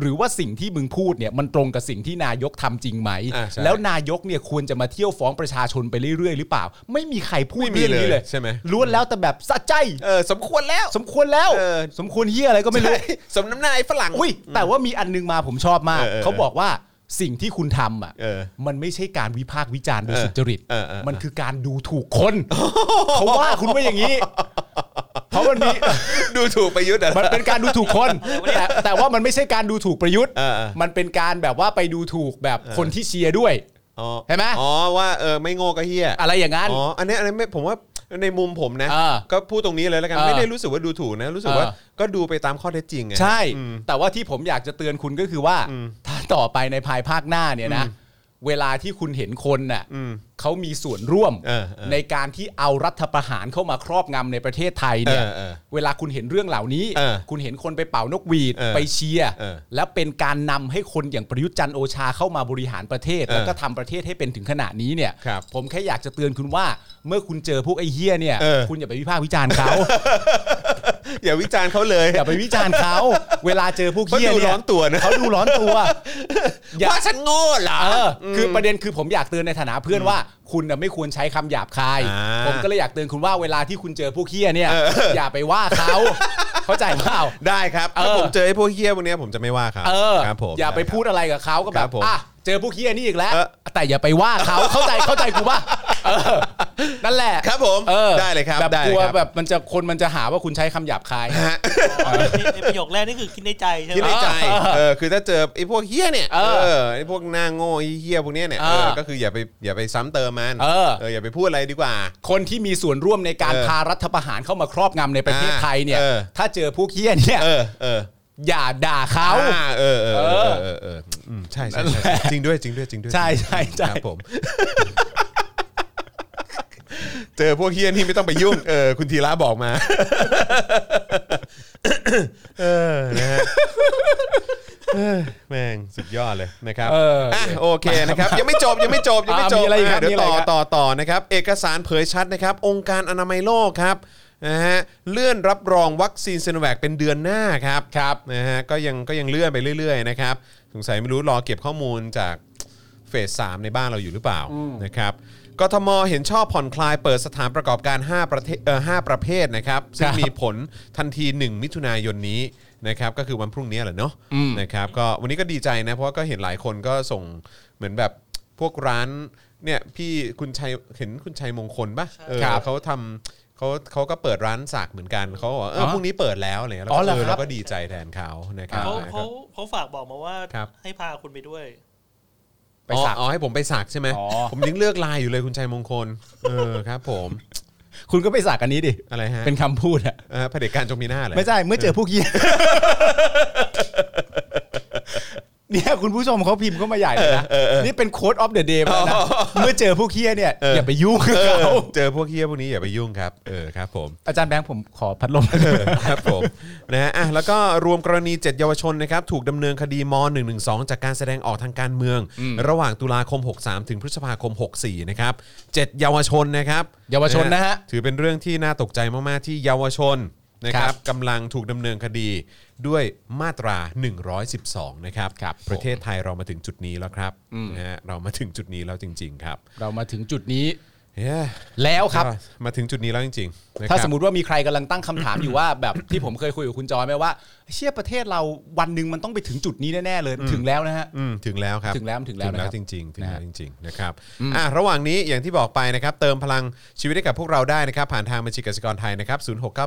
D: หรือว่าสิ่งที่มึงพูดเนี่ยมันตรงกับสิ่งที่นายกทำจริงไหม
B: อ่ะใช่
D: แล้วนายกเนี่ยควรจะมาเที่ยวฟ้องประชาชนไปเรื่อยๆหรือเปล่า ไม่มีใครพูด
B: ไม่มี
D: เรื่องนี้
B: เล
D: เลย ย
B: ใช่ไหม
D: ล้วนแล้วแต่แบบสะใจ
B: เออสมควรแล้ว
D: สมควรแล้ว
B: เออ
D: สมควรเฮียอะไรก็ไม่รู้
B: สมน้ำหน้าไอ้ฝรั่ง
D: อุ้ยแต่ว่ามีอันนึงมาผมชอบมาก
B: เออเออ
D: เขาบอกว่าสิ่งที่คุณทำอ่ะ
B: เออ
D: มันไม่ใช่การวิพากษ์วิจารณ์โดย
B: เออ
D: สุจริต
B: เออเออเออ
D: มันคือการดูถูกคนเขาว่าคุณว่าอย่างนี้ เพราะมันมี
B: ดูถูกประยุทธ์เหรอ
D: มันเป็นการดูถูกคนแต่แต่ว่ามันไม่ใช่การดูถูกประยุทธ์
B: เออเออ
D: มันเป็นการแบบว่าไปดูถูกแบบคนที่เชียร์ด้วย
B: อ๋อ
D: เห็นไหม
B: อ๋อว่าเออไม่โง่ก็เฮีย
D: อะไรอย่างนั้น
B: อ๋ออันเนี้ยอันเนี้ยไม่ผมว่าในมุมผมนะ
D: เออ
B: ก็พูดตรงนี้เลยแล้วกัน
D: เออ
B: ไม่ได้รู้สึกว่าดูถูกนะรู้สึกว่า
D: เออ
B: ก็ดูไปตามข้อเท็จจริงไง
D: ใช่ แต่ว่าที่ผมอยากจะเตือนคุณก็คือว่า ถ้าต่อไปในภายภาคหน้าเนี่ยนะ เวลาที่คุณเห็นคนน่ะเขามีส่วนร่วม
B: เออเออ
D: ในการที่เอารัฐประหารเข้ามาครอบงำในประเทศไทยเนี่ย
B: เออเออ
D: เวลาคุณเห็นเรื่องเหล่านี้
B: เออ
D: คุณเห็นคนไปเป่านกหวีด
B: เออ
D: ไปเชียร์
B: เออ
D: และเป็นการนำให้คนอย่างประยุทธ์จันทร์โอชาเข้ามาบริหารประเทศ
B: เออ
D: แล้วก็ทำประเทศให้เป็นถึงขนาดนี้เนี่ย
B: ครับ
D: ผมแค่อยากจะเตือนคุณว่า เมื่อคุณเจอพวกไอ้เฮี้ยเนี่ย
B: เออ
D: คุณอย่าไปวิพากษ์วิจารณ์เขา
B: อย่าวิจารณ์เขาเลย
D: อย่าไปวิจารณ์เขา เวลาเจอพวก
B: เขา
D: เฮี้ย
B: ดู
D: เนี่
B: ร้
D: ย
B: อนตัวนะ
D: เขาดูร้อนตัว อย่า
B: ว่าฉันโง่เหรอ
D: เอออ คือประเด็นคือผมอยากเตือนในฐานะเพื่อนว่า คุณน่ะไม่ควรใช้คำหยาบคาย
B: อ่า
D: ผมก็เลยอยากเตือนคุณว่าเวลาที่คุณเจอพวกเฮียเนี่ย อย่าไปว่าเขา เข้าใจเปล่า
B: ได้ครับถ้า
D: เออ
B: ผมเจอไอ้พวกเฮี้ยพวกเนี้ยผมจะไม่ว่าครับ
D: เออ
B: ครับผม
D: อย่าไป
B: ด้ครับ
D: พูดอะไรกับเขาก็
B: ค
D: แบ
B: รั
D: บบ
B: ผม
D: อ่ะเจอพวกเฮียนี่อีกแล้ว
B: เออ
D: แต่อย่าไปว่า เขา เข้าใจเข้าใจกูป่ะเออนั่นแหละ
B: ครับผม
D: เออ
B: ได้เลยครับ
D: แบบ
B: ได้
D: ก
B: เล
D: ลั
B: ยว ครับ
D: แบบมันจะคนมันจะหาว่าคุณใช้คำหยาบคาย
C: อ๋อไอ้ไอ้ประโยคแรกนี่คือคิดในใจใช่ไห
B: คิด
C: ม
B: ในใจเออคือถ้าเจอไอ้พวกเฮี้ยเนี่ย
D: เออ
B: ไอ้พวกหน้าโง่ไอ้เฮี้ยพวกเนี้ยเนี่ย
D: เออ
B: เออก็คืออย่าไปอย่าไปซ้ำเติมมัน
D: เออ
B: เอออย่าไปพูดอะไรดีกว่า
D: คนที่มีส่วนร่วมในการ
B: เออ
D: พารัฐประหารเข้ามาครอบงำในประเทศไทยเนี่ย
B: เออ
D: ถ้าเจอพวกเฮี้ยเนี่ย
B: เออเออ
D: อย่าด่าเขา
B: อ่เออเออเออเออเอออืมใช่ใช่ใช่จริงด้วยจริงด้วยจริงด้วย
D: ใช่ใช่ใช่
B: ครับผม เจอพวกเฮี้ยนี่ไม่ต้องไปยุ่งเออคุณธีระบอกมาเออนะฮะเออแม่งสุดยอดเลยนะครับ
D: เออ
B: อ่ะโอเคนะครับยังไม่จบยังไม่จบยังไม่จบ
D: อ่ะมีอะไรอีกครับ
B: เดี๋ยว
D: มีอะไร
B: ต่อ
D: ครับ
B: ต่อต่อนะครับ เอกสารเผยชัดนะครับ องค์การอนามัยโลกครับนะฮะเลื่อนรับรองวัคซีนซีโนแวคเป็นเดือนหน้าครับครับนะฮะก็ยังก็ยังเลื่อนไปเรื่อยๆนะครับสงสัยไม่รู้รอเก็บข้อมูลจากเฟสสามในบ้านเราอยู่หรือเปล่านะครับกทมเห็นชอบผ่อนคลายเปิดสถานประกอบการ 5 ประเทศเอ่อ5ประเภทนะครับซึ่ง
D: ครับ
B: มีผลทันที 1 มิถุนายนนี้นะครับก็คือวันพรุ่งนี้แหละเนาะ นะครับก็วันนี้ก็ดีใจนะ เพราะว่าก็เห็นหลายคนก็ส่งเหมือนแบบพวกร้าน เนี่ยพี่คุณชัยเห็นคุณชัยมงคลปะ
C: ใช่
B: เออ
D: ครับ
B: เขาทำเขาเขาก็เปิดร้านสักเหมือนกันเขาบอกว่าเออ
D: อ
B: พรุ่งนี้เปิดแล้วอะไรเงี้ย
D: อ๋อเหร
B: เรา
D: อ
B: ก็เออ
D: ครับ
B: เราก็ดีใจแทนเขานะครับ
C: เขา
B: นะค
C: เขา
B: รับ
C: เขาฝากบอกมาว่า
B: ครับ
C: ให้พาคุณไปด้วย
D: ไปสัก
B: อ๋ออ๋อให้ผมไปสักใช่ไหม
D: อ๋อ
B: ผมยังเลือกลายอยู่เลยคุณชัยมงคลเออครับ ผม
D: คุณก็ไปสักอันนี้ดิ
B: อะไรฮะ
D: เป็นคำพูดอะ
B: เออเผด็จการจงมีหน้าเลย
D: ไม่ใช่เมื่อเจอผู้เหี้ยเนี่ยคุณผู้ชมเขาพิมพ์เข้ามาใหญ่เลยนะ นี่เป็นโค้ดออฟเดอะเดย์นะเมื่อเจอผู้เหี้ยเนี่ย
B: เอออ
D: อย่าไปยุ่งกับ
B: เออ
D: เขา
B: เจอพวกเฮี้ยพวกนี้อย่าไปยุ่งครับเออครับผม
D: อาจารย์แบงค์ผมขอพัดลม
B: เออครับผมนะฮะอ่ะแล้วก็รวมกรณี 7 เยาวชนนะครับถูกดำเนินคดีม .112 จากการแสดงออกทางการเมือง ระหว่างตุลาคม 63 ถึงพฤษภาคม 64 นะครับ 7 เยาวชนนะครับ
D: เยาวชนนะฮะ
B: ถือเป็นเรื่องที่น่าตกใจมาก ๆ ที่เยาวชนนะค
D: ค
B: รั
D: รั
B: บบ กำลังถูกดำเนินคดีด้วยมาตรา 112 นะครับ
D: ครับผม
B: ประเทศไทยเรามาถึงจุดนี้แล้วครับนะฮะเรามาถึงจุดนี้แล้วจริง ๆ ครับ
D: เรามาถึงจุดนี้
B: เย้
D: แล้วครับ
B: ก็มาถึงจุดนี้แล้วจริงๆนะครับ
D: ถ้าสมมติว่ามีใครกำลังตั้งคำถามอยู่ว่าแบบที่ผมเคยคุยกับคุณจอยไหมว่าเชื่อประเทศเราวันหนึ่งมันต้องไปถึงจุดนี้แน่ๆเลยถึงแล้วนะฮะ
B: อืมถึงแล้วครับ
D: ถึงแล้วถึงแล้วนะครับ
B: จริงๆถึงแล้ว
D: นะฮะ
B: จริงๆนะครับอ่ะระหว่างนี้อย่างที่บอกไปนะครับ เติมพลังชีวิตให้กับพวกเราได้นะครับ ผ่านทางบัญชีกสิกรไทยนะครับศูนย์หกเ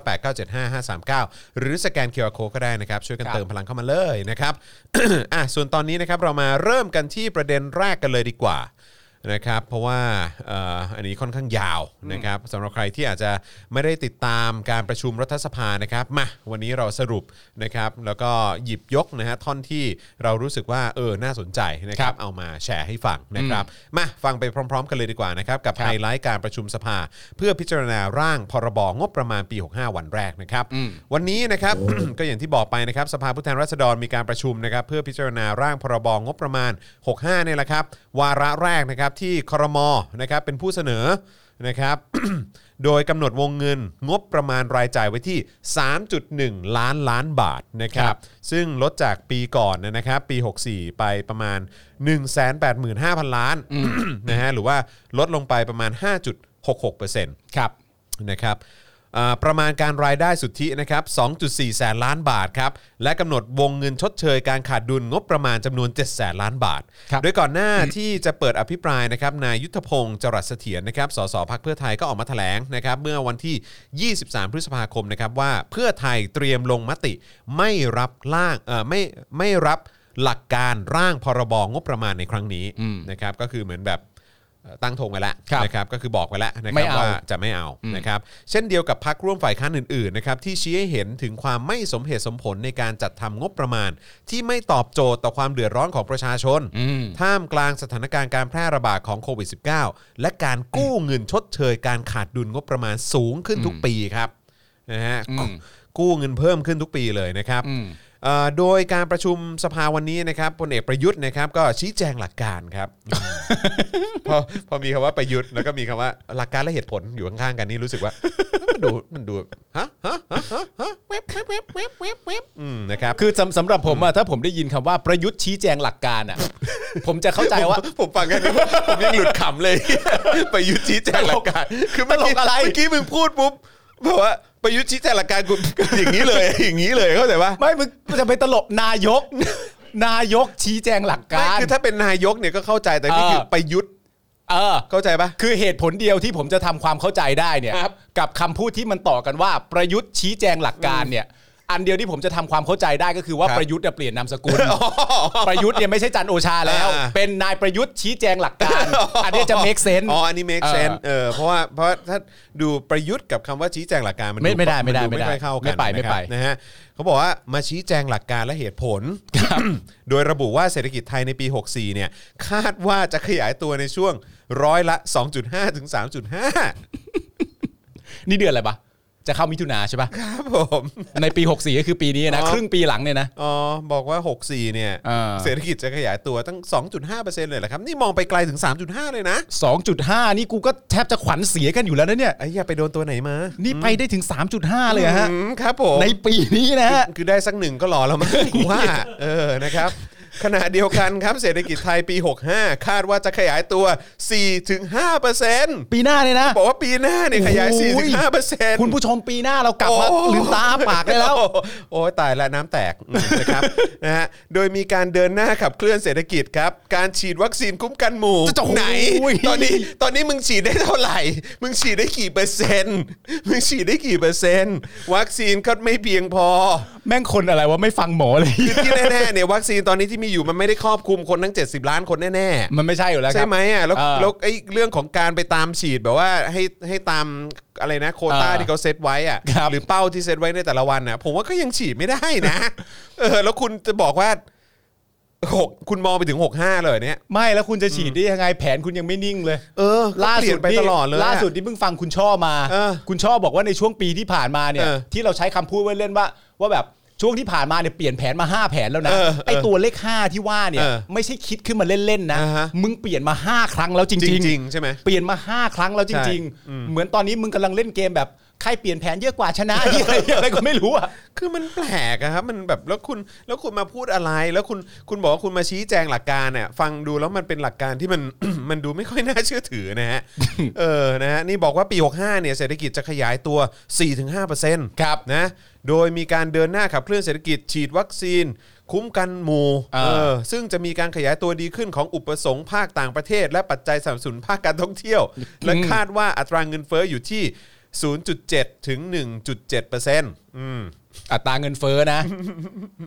B: หรือสแกนเคอร์โคก็ได้นะครับ ช่วยกัน
D: ครับ
B: เติมพลังเข้ามาเลยนะครับ อ่ะส่วนตอนนี้นะครับเรามาเริ่มกันที่ประเด็นแรกกันเลยดีกว่านะครับเพราะว่าเอ่ออันนี้ค่อนข้างยาวนะครับสำหรับใครที่อาจจะไม่ได้ติดตามการประชุมรัฐสภานะครับมาวันนี้เราสรุปนะครับแล้วก็หยิบยกนะฮะท่อนที่เรารู้สึกว่าเออน่าสนใจนะครับเอามาแชร์ให้ฟังนะครับมาฟังไปพร้อม ๆ กันเลยดีกว่านะครับกับ
D: ครับ
B: ไฮไลท์การประชุมสภา เพื่อพิจารณาร่างพรบงบประมาณปี 65 วันแรกนะครับ วันนี้นะครับ ก็อย่างที่บอกไปนะครับสภาผู้แทนราษฎรมีการประชุมนะครับเพื่อพิจารณาร่างพรบงบประมาณ 65เนี่ยแหละครับ วาระแรกนะครับที่ครมนะครับเป็นผู้เสนอนะครับ โดยกำหนดวงเงินงบประมาณรายจ่ายไว้ที่ 3.1 ล้านล้านบาทนะครับ ซึ่งลดจากปีก่อนนะครับปี 64 ไปประมาณ 185,000 ล้าน นะฮะหรือว่าลดลงไปประมาณ 5.66%
D: ครับ
B: นะครับอ่าประมาณการรายได้สุทธินะครับ 2.4 แสนล้านบาทครับ และกำหนดวงเงินชดเชยการขาดดุลงบประมาณจำนวน 7 แสนล้านบาท
D: ครับ
B: โดยก่อนหน้าที่จะเปิดอภิปรายนะครับ นายยุทธพงศ์จรัสเสถียรนะครับ สสพักเพื่อไทยก็ออกมาแถลงนะครับ เมื่อวันที่ 23 พฤษภาคมนะครับว่าเพื่อไทยเตรียมลงมติไม่รับร่างเอ่อไม่ไม่รับหลักการร่างพรบงบประมาณในครั้งนี้นะครับ ก็คือเหมือนแบบเอ่อตั้งธงไว้แล้ว
D: ครับ
B: นะครับ ก็คือบอกไว้แล้วนะค
D: ไม่
B: รับ
D: เอา
B: ว่า จะไม่เอานะครับ เช่นเดียวกับพักร่วมฝ่ายค้านอื่นๆนะครับที่ชี้ให้เห็นถึงความไม่สมเหตุสมผลในการจัดทำงบประมาณ ที่ไม่ตอบโจทย์ต่อความเดือดร้อนของประชาชน ท่ามกลางสถานการณ์การแพร่ระบาดของโควิด -19 และการกู้เงินชดเชยการขาดดุลงบประมาณสูงขึ้นทุกปีครับนะฮะกู้เงินเพิ่มขึ้นทุกปีเลยนะครับ
D: อืม
B: เอ่อโดยการประชุมสภาวันนี้นะครับพลเอกประยุทธ์นะครับก็ชี้แจงหลักการครับ พอพอมีคำว่าประยุทธ์แล้วก็มีคำว่าหลักการและเหตุผลอยู่ข้างๆกันนี่รู้สึกว่า มันดูมันดูฮะฮะฮะฮะฮะเว็บเว็บเว็บเว็บเว็บเว็บอืมนะครับ
D: คือสำสำหรับผมอะถ้าผมได้ยินคำว่าประยุทธ์ชี้แจงหลักการอะ ผมจะเข้าใจว่า
B: ผมผมฟังแค่นี้ผมผมยังหลุดขำเลย ประยุทธ์ชี้แจงหลักการคือเมื่อกี้
D: ตลกอะไร
B: เมื่อกี้มึงพูดปุ๊บแบบว่าประยุทธ์ชี้แจงหลักการกู อย่างนี้เลย อย่างนี้เลยเข้าใจปะ
D: ไม่มึงมึงจะไปตลกนายก นายกชี้แจงหลักการ
B: ไม่คือถ้าเป็นนายกเนี่ยก็เข้าใจแต่นี่คือ
D: เออ
B: ประยุทธ์
D: เออ
B: เข้าใจปะ
D: คือเหตุผลเดียวที่ผมจะทำความเข้าใจได้เนี่ย
B: ครับ
D: กับคำพูดที่มันต่อกันว่าประยุทธ์ชี้แจงหลักการเนี่ย อันเดียวที่ผมจะทำความเข้าใจได้ก็คือว่า
B: ครับ
D: ประยุทธ์เนี่ยเปลี่ยนนามสกุล ประยุทธ์เนี่ยไม่ใช่จันทร์โอชาแล้ว
B: อ่า
D: เป็นนายประยุทธ์ชี้แจงหลัก การ อันเนี้ยจะ make sense
B: อ๋ออันนี้ make
D: เออ
B: sense เออเพราะว่าเพราะว่าถ้าดูประยุทธ์กับคำว่าชี้แจงหลักการมัน
D: ไม่ไม่ได้ไม่ได้
B: น
D: ไม่ได้
B: ค่อยเข้ากัน
D: ไม่ไปไม่ไป
B: นะครับนะฮะเขาบอกว่ามาชี้แจงหลักการและเหตุผล โดยระบุว่าเศรษฐกิจไทยในปี 64 เนี่ย คาดว่าจะขยายตัวในช่วงร้อยละ 2.5 ถึง 3.5
D: นี่เดือนอะไรปะจะเข้ามิถุนาใช่ปะ
B: ครับผม
D: ในปี 64 ก็คือปีนี้นะครึ่งปีหลังเนี่ยนะ
B: อ๋อบอกว่า 64 เนี่ย
D: เออ
B: เศรษฐกิจจะขยายตัวตั้ง 2.5%เลยเหรอครับ นี่มองไปไกลถึง 3.5 เลยนะ
D: 2.5 นี่กูก็แทบจะขวัญเสียกันอยู่แล้วนะเนี่ย
B: ไอ้อย่าไปโดนตัวไหนมา
D: นี่ไปได้ถึง 3.5 เลยฮะ
B: อืมครับผม
D: ในปีนี้นะฮะ
B: คือได้สักหนึ่งก็หล่อแล้วมั้ง ว่า เออนะครับ ขณะเดียวกันครับเศรษฐกิจไทยปี 65 คาดว่าจะขยายตัว 4-5%
D: ปีหน้าเนี่ยนะ
B: บอกว่าปีหน้าเนี่ยขยาย
D: โอ้โห
B: 4-5%
D: คุณผู้ชมปีหน้าเรากลับมา
B: โอ้
D: ลืมตาอ้าปากได้แล้ว
B: โอ้โหโอ้ยตายละน้ำแตกอืมนะครับ นะฮะโดยมีการเดินหน้าขับเคลื่อนเศรษฐกิจครับ การฉีดวัคซีนคุ้มกันหมู่
D: จะจะโอ้โห
B: ไหน ตอนนี้ตอนนี้มึงฉีดได้เท่าไหร่ มึงฉีดได้กี่เปอร์เซ็นต์มึงฉีดได้กี่เปอร์เซ็นต์ วัคซีนก็ไม่เพียงพอ
D: แม่งคนอะไรวะไม่ฟังหมอเลย
B: คือที่แน่ๆเนี่ยวัคซีนตอนนี้ที่มีอยู่มันไม่ได้ครอบคลุมคนทั้ง 70 ล้านคนแน่
D: มันไม่ใช่อยู่แล้ว
B: ๆ
D: ครั
B: ใช่
D: บ
B: ไหมอ่ะแล้ว
D: เออ
B: แล้วไอ้เรื่องของการไปตามฉีดแบบว่าให้ให้ตามอะไรนะโควต้า
D: เออ
B: ที่เขาเซตไว้อ่ะ
D: ครับ
B: หรือเป้าที่เซตไว้ในแต่ละวันน่ะ ผมว่าก็ยังฉีดไม่ได้นะ เออ แล้วคุณจะบอกว่าหกคุณมองไปถึง 65 เลยเนี่ย
D: ไม่แล้วคุณจะฉีดได้ยังไงแผนคุณยังไม่นิ่งเลย
B: เออ
D: ล่าสุ
B: เปย
D: ด
B: นไปตลอดเลย
D: ล่าสุดที่เพิ่งฟังคุณช่อมา
B: เออ
D: คุณช่อบอกว่าในช่วงปีที่ผ่านมาเนี่ย
B: เออ
D: ที่เราใช้คำพูดไว้เล่นว่า ว่าแบบช่วงที่ผ่านมาเนี่ยเปลี่ยนแผนมา 5 แผนแล้วนะ
B: เออเออ
D: ไอตัวเลข 5 ที่ว่าเนี่ย
B: เออ
D: ไม่ใช่คิดขึ้นมาเล่นๆนะ
B: อ่าฮะ
D: มึงเปลี่ยนมา 5 ครั้งแล้วจ
B: จ
D: ริง
B: ริง ๆ ใช่ไหม
D: ๆ เปลี่ยนมา 5 ครั้งแล้วจ
B: ใช่
D: ริง ๆ เหมือนตอนนี้มึงกำลังเล่นเกมแบบใครเปลี่ยนแผนเยอะกว่าชนะ ที่อะไรอะไรก็ไม่รู้อะ
B: คือมันแปลกอะครับมันแบบแล้วคุณแล้วคุณมาพูดอะไร แล้วคุณคุณบอกว่าคุณมาชี้แจงหลักการเนี่ยฟังดูแล้วมันเป็นหลักการที่มัน มันดูไม่ค่อยน่าเชื่อถือนะ ฮะ เออนะฮะนี่บอกว่าปี 65เนี่ยเศรษฐกิจจะขยายตัว 4-5%
D: ครับ
B: นะโดยมีการเดินหน้าขับเคลื่อนเศรษฐกิจฉีดวัคซีน คุ้มกันหมู่
D: อ่า
B: เออซึ่งจะมีการขยายตัวดีขึ้นของอุปสงค์ภาคต่างประเทศ และปัจจัยสนับสนุนภาคการท่องเที่ยว และคาดว่าอัตราเงินเฟ้ออยู่ที่ 0.7 ถึง 1.7%อืม
D: อัตราเงินเฟ้อนะ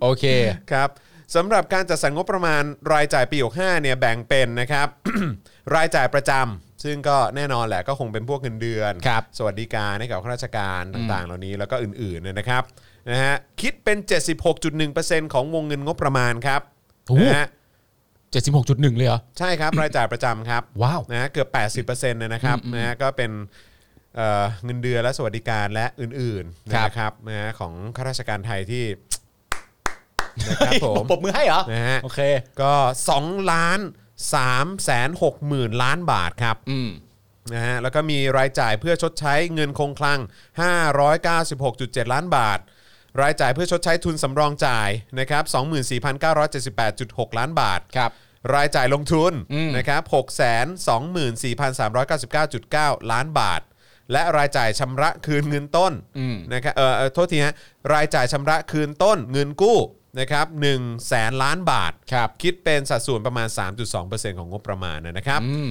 D: โอเค
B: ครับสำหรับการจัดสรรงบประมาณรายจ่ายปี65เนี่ยแบ่งเป็นนะครับ รายจ่ายประจำซึ่งก็แน่นอนแหละก็คงเป็นพวกเงินเดือน
D: ครับ
B: สวัสดิการให้กับข้าราชการต่างๆ เหล่านี้แล้วก็อื่นๆเนยนะครับนะฮะคิดเป็น 76.1%ของวงเงินงบประมาณครับ
D: โอ้โห
B: นะฮะ
D: 76.1 เลยเหรอ
B: ใช่ครับ รายจ่ายประจำครับ
D: ว้าว
B: นะฮะเกือบ 80%เนี่ยนะครับนะฮะก็เป็นเอ่อเงินเดือนและสวัสดิการและอื่นๆนะครับนะฮะของข้าราชการไทยที่ นะครับผม
D: ปรบมือให้เหรอ
B: นะฮะ
D: โอเค
B: ก็2ล้าน3แสน6หมื่นล้านบาทครับ
D: อืม
B: นะฮะแล้วก็มีรายจ่ายเพื่อชดใช้เงินคงคลัง 596.7 ล้านบาท รายจ่ายเพื่อชดใช้ทุนสำรองจ่ายนะครับ24,978.6 ล้านบาท
D: ครับ
B: รายจ่ายลงทุน
D: อืม
B: นะครับ624,399.9 ล้านบาท และรายจ่ายชำระคืนเงินต้นนะครับเอ่อเอ่อโทษทีฮะรายจ่ายชำระคืนต้นเงินกู้นะครับ1แสนล้านบาท
D: ครับ
B: คิดเป็นสัดส่วนประมาณ 3.2%ของงบประมาณนะครับ
D: อืม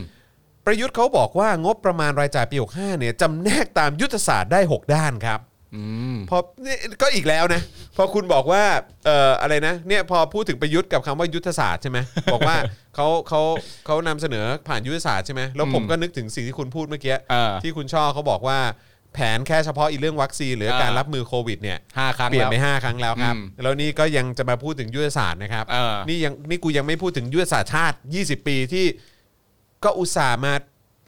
B: ประยุทธ์เขาบอกว่างบประมาณรายจ่ายปี 65 เนี่ยจำแนกตามยุทธศาสตร์ได้ 6 ด้านครับ
D: อืม
B: พอนี่ก็อีกแล้วนะ พอคุณบอกว่าเอ่ออะไรนะเนี่ยพอพูดถึงประยุทธ์กับคำว่ายุทธศาสตร์ใช่ไหม บอกว่าเขาเขาเขานำเสนอผ่านยุทธศาสตร์ใช่ไหมแล้วผมก็นึกถึงสิ่งที่คุณพูดเมื่อกี้
D: เออ
B: ที่คุณช่อเขาบอกว่าแผนแค่เฉพาะอีเรื่องวัคซีนหรือ
D: เออ
B: การรับมือโควิดเนี่ย
D: ห้าครั้ง
B: เปลี่ยน
D: แล้ว
B: ไปห้าครั้งแล้วครับ
D: อืม
B: แล้วนี่ก็ยังจะมาพูดถึงยุทธศาสตร์นะครับ
D: เออ
B: นี่ยังนี่กูยังไม่พูดถึงยุทธศาสตร์ชาติ 20 ปีที่ก็อุตส่าห์มา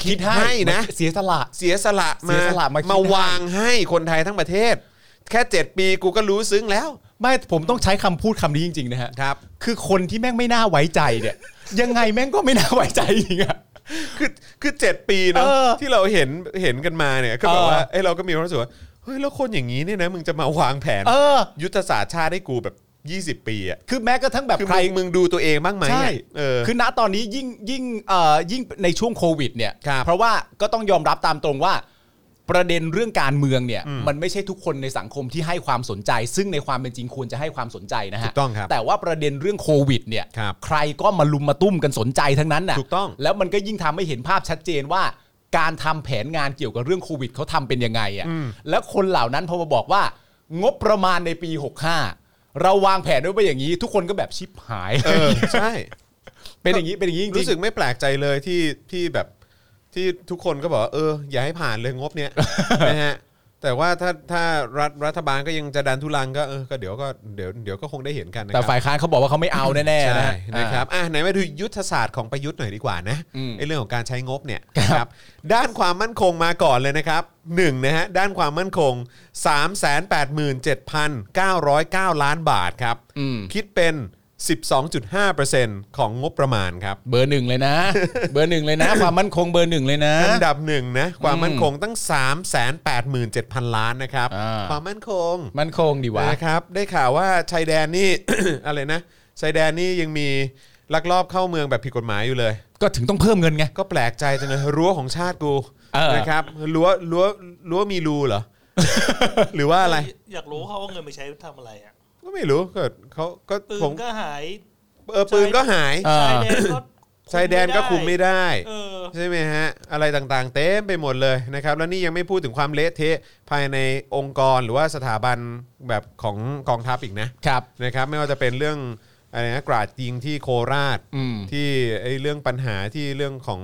B: คิดให้นะ
D: เสียสละ
B: เสียสละ
D: เสี
B: มาย
D: สละมาคิดให้
B: วางให้คนไทยทั้งประเทศ แค่ 7 ปีกูก็รู้ซึ้งแล้ว
D: ไม่ผมต้องใช้คำพูดคำนี้จริงๆนะฮะ
B: ครับ
D: คือคนที่แม่งไม่น่าไว้ใจเนี่ย ยังไงแม่งก็ไม่น่าไว้ใจจริงอะ
B: คือคือเจ็ดปีเนาะ
D: เออ
B: ที่เราเห็นเห็นกันมาเนี่ยก็แบบว่า
D: เออ
B: เอ้ยเราก็มีความรู้สึกว่าเฮ้ยแล้วคนอย่างนี้เนี่ยนะมึงจะมาวางแผน
D: เออ
B: ยุทธศาสตร์ชาติให้กูแบบ 20 ปีอ่ะ
D: คือแม้กระทั่งแบบ
B: คือ
D: ใคร
B: มึงมึงดูตัวเองบ้างไหมอะ
D: ใช่
B: เออ
D: คือณตอนนี้ยิ่งยิ่งเอ่อยิ่งในช่วงโควิดเนี่ย
B: ครับ
D: เพราะว่าก็ต้องยอมรับตามตรงว่า ประเด็นเรื่องการเมืองเนี่ย มันไม่ใช่ทุกคนในสังคมที่ให้ความสนใจ ซึ่งในความเป็นจริงควรจะให้ความสนใจนะฮะ
B: ถูกต้องครับ
D: แต่ว่าประเด็นเรื่องโควิดเนี่ย
B: ครับ
D: ใครก็มาลุมมาตุ้มกันสนใจทั้งนั้นน่ะ
B: ถูกต้อง
D: แล้วมันก็ยิ่งทำให้เห็นภาพชัดเจนว่า การทำแผนงานเกี่ยวกับเรื่องโควิดเขาทำเป็นยังไงอ่ะแล้วคนเหล่านั้นพอมาบอกว่า งบประมาณในปี 65 เราวางแผนไว้เป็นอย่างนี้ ทุกคนก็แบบชิบหาย
B: เออใช่
D: เป็นอย่างนี้เป็นอย่างนี้จริงๆ
B: รู้สึกไม่แปลกใจเลยที่ที่แบบที่ทุกคนก็บอกว่าเออ อย่าให้ผ่านเลยงบเนี้ย นะฮะแต่ว่าถ้าถ้ารัฐรัฐบาลก็ยังจะดันทุลังก็เออก็เดี๋ยวก็เดี๋ยวเดี๋ยวก็คงได้เห็นกันนะค
D: แต่
B: รับ
D: ฝ่ายค้านเขาบอกว่าเขาไม่เอาแน่ๆ
B: ใช่
D: นะ
B: นะครับ
D: อ่
B: อ่ะไหนมาดูยุทธศาสตร์ของประยุทธ์หน่อยดีกว่านะ
D: อืม
B: ไอเรื่องของการใช้งบเนี่ย
D: ครับ
B: นะครับด้านความมั่นคงมาก่อนเลยนะครับหนึ่งนะฮะด้านความมั่นคง 387,909 ล้านบาทครับ
D: อืม
B: คิดเป็น 12.5%ของงบประมาณครับ
D: เบอร์หนึ่งเลย นะ เบอร์หนึ่งเลยนะ ความมั่นคงเบอร์หนึ่งเลยนะ
B: อันดับหนึ่งนะความมั่นคงตั้ง 3 8 7 0 0 0 ล้านนะครับ
D: อ่า
B: ความมั่นคง
D: มั่นคงดีวะ
B: นะครับได้ข่าวว่าชายแดนนี่ อะไรนะ ชายแดนนี่ยังมีลักลอบเข้าเมืองแบบผิดกฎหมายอยู่เลย
D: ก็ถึงต้องเพิ่มเงินไง
B: ก็แปลกใจจังเลยรั้วของชาติกู
D: เออ
B: นะครับรั้วรั้วรั้วมีรูเหรอ หรือว่าอะไร
C: อยากรู้เขาเอาเงินไปใช้ทำอะไรอ่ะ
B: ก็ไม่รู้เกิดเขาก็
C: ปื
B: ผ
C: น
B: ม
C: ก็หาย
B: เออปืนก็หาย
D: เออ
C: ชายแดนก็
B: ชายแดนก็คุมไม่ได้
C: เออ
B: ใช่ไหมฮะ อะไรต่างๆ เต็มไปหมดเลยนะครับ แล้วนี่ยังไม่พูดถึงความเละเทะภายในองค์กรหรือว่าสถาบันแบบของกองทัพอีกนะครับ นะครับ ไม่ว่าจะเป็นเรื่องอะไรนะกราดยิงที่โคราช
D: อืม
B: ที่ไอ้เรื่องปัญหาที่เรื่องของ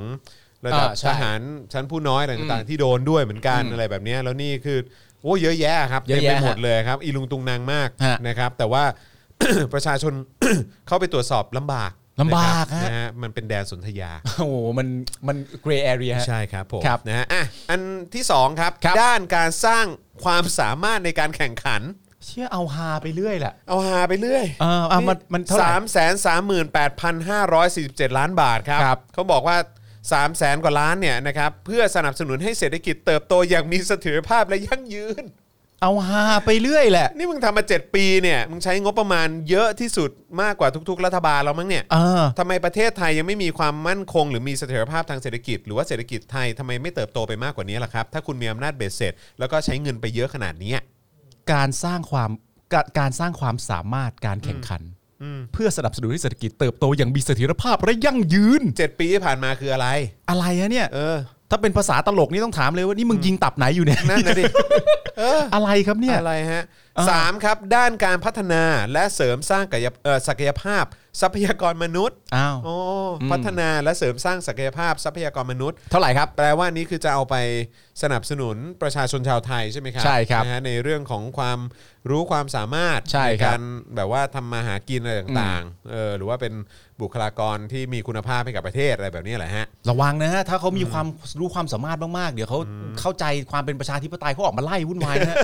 B: ระดับ
D: อ่าใช่
B: ทหารชั้นผู้น้อยอะไรต่างๆ ที่โดนด้วยเหมือนกันอะไรแบบเนี้ยแล้วนี่คือโอ้เยอะแยะครับ
D: เย
B: เต็ม
D: อะแยะ
B: ไปหมดเลยครับอีลุงตุงนางมาก
D: ฮะ
B: นะครับ แต่ว่า ประชาชน เข้าไปตรวจสอบลำบาก
D: ลำบาก
B: นะครับ
D: ฮะ
B: นะฮะมันเป็นแดนสนธยา
D: โอ้โหมันมันเกรย์แอเรีย
B: ใช่ครับผม
D: ครับ
B: นะฮะอ่ะอันที่สองครับ
D: ครับ
B: ด้านการสร้างความสามารถในการแข่งขัน
D: เชื่อเอาฮาไปเรื่อยแหละ
B: เอาหาไปเรื่อย
D: เอออ่ะมันมันเท่าไหร่
B: สามแสนสามหมื่นแปดพันห้าร้อยสี่สิบเจ็ดล้านบาทครับ
D: ครับ
B: เขาบอกว่า 3 0 0แสนกว่าล้านเนี่ยนะครับเพื่อสนับสนุนให้เศรษฐกิจเติบโตอย่างมีเสถียรภาพและยั่งยืน
D: เอาฮาไปเรื่อยแหละ
B: นี่มึงทำมา 7 ปีเนี่ยมึงใช้งบประมาณเยอะที่สุดมากกว่าทุก ๆ รัฐบาลแล้วมั้งเนี่ย
D: เออ
B: ทำไมประเทศไทยยังไม่มีความมั่นคง หรือมีเสถียรภาพทางเศรษฐกิจ หรือว่าเศรษฐกิจไทยทำไมไม่เติบโตไปมากกว่านี้ล่ะครับ ถ้าคุณมีอำนาจเบ็ดเสร็จ แล้วก็ใช้เงินไปเยอะขนาดเนี้ย
D: การสร้างความกาการสร้างความสามารถการแข่งขัน เพื่อสนับสนุนให้เศรษฐกิจเติบโตอย่างมีเสถียรภาพและยั่งยืน
B: เจ็ดปีที่ผ่านมาคืออะไร
D: อะไรอะเนี่ย
B: เออ
D: ถ้าเป็นภาษาตลกนี่ต้องถามเลยว่านี่มึงยิงตับไหนอยู่เนี่ย
B: นั่นนะดิ เออ
D: อะไรครับเนี่ย
B: อะไรฮะ
D: เออ
B: สามครับ ด้านการพัฒนาและเสริมสร้างกายภเอ่อศักยภาพ ทรัพยากรมนุษย์
D: อ้าว
B: โอ้พัฒนาและเสริมสร้างศักยภาพทรัพยากรมนุษย์
D: เท่าไหร่ครับ
B: แปลว่านี้คือจะเอาไปสนับสนุนประชาชนชาวไทยใช่ไหมครั
D: ใช่ครับ
B: นะฮะในเรื่องของความรู้ความสามารถ
D: ใช่ครับ
B: การแบบว่าทำมาหากินอะไรต่างๆเออหรือว่าเป็นบุคลากรที่มีคุณภาพให้กับประเทศอะไรแบบนี้แหละฮะ
D: ระวังนะฮะถ้าเขามีความรู้ความสามารถมากๆ เดี๋ยวเขาเข้าใจความเป็นประชาธิปไตยเขาออกมาไล่วุ่นวาย นะฮะ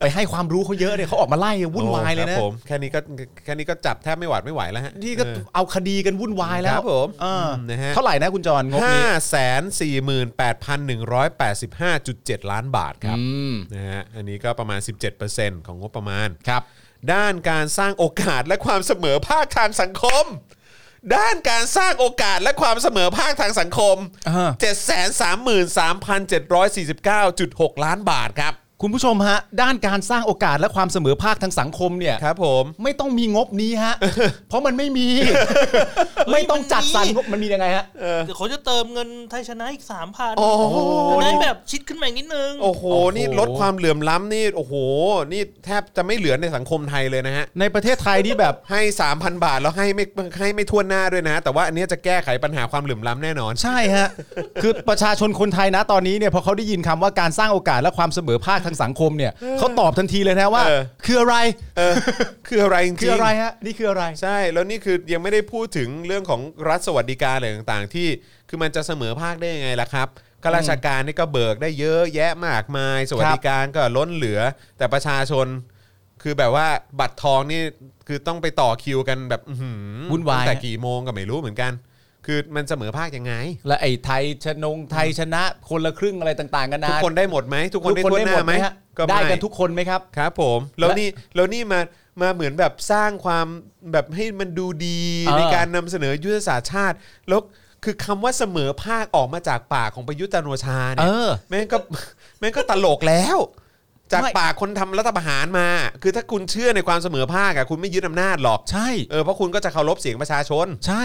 D: ไปให้ความรู้เขาเยอะเนี่ยเขาออกมาไล่วุ่นวายเลยนะ
B: โอ้ครับผมแค่นี้ก็แค่นี้ก็จับแทบไม่หวาดไม่ไหวแล้วฮะ
D: นี่ก็
B: เออ
D: เอาคดีกันวุ่นวายแล้
B: คว รับผม
D: เอออ
B: มนะฮะ
D: เท่าไหร่นะคุณจร งบนี้
B: ห้าแสนสี่หมื่นแปดพันหนึ่งร้อยแปดสิบห้าจุดเจ็ดล้านบาทครับ
D: อืม
B: นะฮะอันนี้ก็ประมาณ 17%ของงบประมาณ
D: ครับ
B: ด้านการสร้างโอกาสและความเสมอภาคทางสังคม ด้านการสร้างโอกาสและความเสมอภาคทางสังคม
D: อ่า
B: 733,749.6 ล้านบาทครับ
D: คุณผู้ชมฮะ ด้านการสร้างโอกาสและความเสมอภาคทางสังคมเนี่ย
B: ครับผม
D: ไม่ต้องมีงบนี้ฮะ เพราะมันไม่มี ไม่ต้องจัดสรรงบมันมียังไงฮะ
C: เดี๋ยวเขาจะเติมเงินไทยชนะอีกสามพัน
B: โอ้โห
C: ได้แบบชิดขึ้นมาอีกนิดนึง
B: โอ้โห
D: โอ้โห
B: นี่ลดความเหลื่อมล้ำนี่ โอ้โห นี่แทบจะไม่เหลือในสังคมไทยเลยนะฮะ
D: ในประเทศไทยนี่แบบ
B: ให้ 3,000 บาท แล้วให้ไม่ให้ไม่ทั่วหน้าด้วยนะ แต่ว่าอันเนี้ยจะแก้ไขปัญหาความเหลื่อมล้ำแน่นอน
D: ใช่ฮะ คือประชาชนคนไทยนะตอนนี้เนี่ยพอเขาได้ยินคำว่าการสร้างโอกาสและความเสมอภาคทางสังคมเนี่ยเขาตอบทันทีเลยนะว่า
B: เออ
D: คืออะไร
B: เออคืออะไรจริงๆ
D: คืออะไรฮะ นี่คืออะไร
B: ใช่ แล้วนี่คือยังไม่ได้พูดถึงเรื่องของรัฐสวัสดิการอะไรต่างๆ ที่คือมันจะเสมอภาคได้ยังไงล่ะครับข้าราชการนี่ก็เบิกได้เยอะแยะมากมาย สวัสดิการก็ล้นเหลือ แต่ประชาชน คือแบบว่าบัตรทองนี่คือต้องไปต่อคิวกันแบบอื้อหือ
D: วุ่นวาย
B: ตั้งแต่กี่โมงก็ไม่รู้เหมือนกัน คือมันเสมอภาคยังไง
D: และไอ้ไทยชนงไทยชนะคนละครึ่งอะไรต่างๆกันนะ
B: ทุกคนได้หมดไหมทุกคนได้ทั่วหน้าไหม
D: ฮะ
B: ก็
D: ได้
B: ม่
D: กันทุกคนไหมครับ
B: ครับผมแล้ว
D: และ
B: นี่แล้วนี่มามาเหมือนแบบสร้างความแบบให้มันดูดี
D: เออ
B: ในการนำเสนอยุทธศาสตร์ชาติ แล้วคือคำว่าเสมอภาคออกมาจากปากของประยุทธ์จันทร์โอชา
D: เอ
B: เนี่ย
D: อ
B: แม่งก็ แม่งก็ตลกแล้ว จาก
D: ไม่
B: ปากคนทำรัฐประหารมา คือถ้าคุณเชื่อในความเสมอภาคอะคุณไม่ยึดอำนาจหรอก
D: ใช่
B: เออเพราะคุณก็จะเคารพเสียงประชาชน
D: ใช่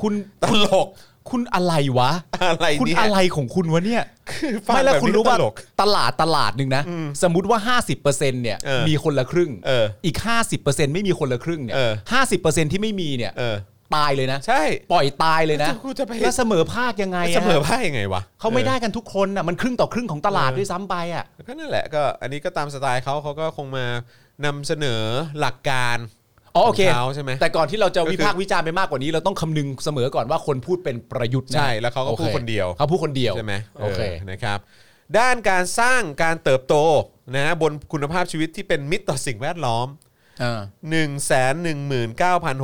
D: คุณ
B: ตลก
D: คุณอะไรวะ
B: อะไร
D: คุณ
B: เนี่ย
D: อะไรของคุณวะเนี่ย
B: คือฟัง
D: ไม่แล้ว
B: บบนี้
D: คุณรู้
B: ต
D: ว่า
B: ลก
D: ตลาดตลาดหนึ่งนะ สมมุติว่า 50%เนี่ย
B: เออ
D: มีคนละครึ่ง
B: เออ
D: อีก 50%ไม่มีคนละครึ่งเนี่ย
B: เออ
D: ห้าสิบเปอร์เซ็นต์ที่ไม่มีเนี่ย
B: เออ
D: ตายเลยนะ
B: ใช่
D: ปล่อยตายเลยนะ
B: กูจะไป
D: แล้วเสมอภาคยังไงอะ
B: เสมอภาคยังไงวะ
D: เขาไม่
B: ออ
D: ได้กันทุกคนอ่ะมันครึ่งต่อครึ่งของตลาด
B: เออ
D: ด้วยซ้ำไปอ่ะ
B: ก็นั่นแหละก็อันนี้ก็ตามสไตล์เขาเขาก็คงมานำเสนอหลักการ
D: อ๋อโอเค
B: ขงขาใช่ไหม
D: แต่ก่อนที่เราจะ
B: ก็คือ
D: วิพากษ์วิจารณ์ไปมากกว่านี้ เราต้องคำนึงเสมอก่อนว่าคนพูดเป็นประยุทธ์นะ
B: ใช่แล้วเขาก็
D: โอ
B: พูดคนเดียว
D: เขาพูดคนเดียว
B: ใช่ไหม
D: โอเค
B: นะครับ ด้านการสร้างการเติบโตนะบนคุณภาพชีวิตที่เป็นมิตรต่อสิ่งแวดล้อม
D: เออ
B: 1 1 9 6 0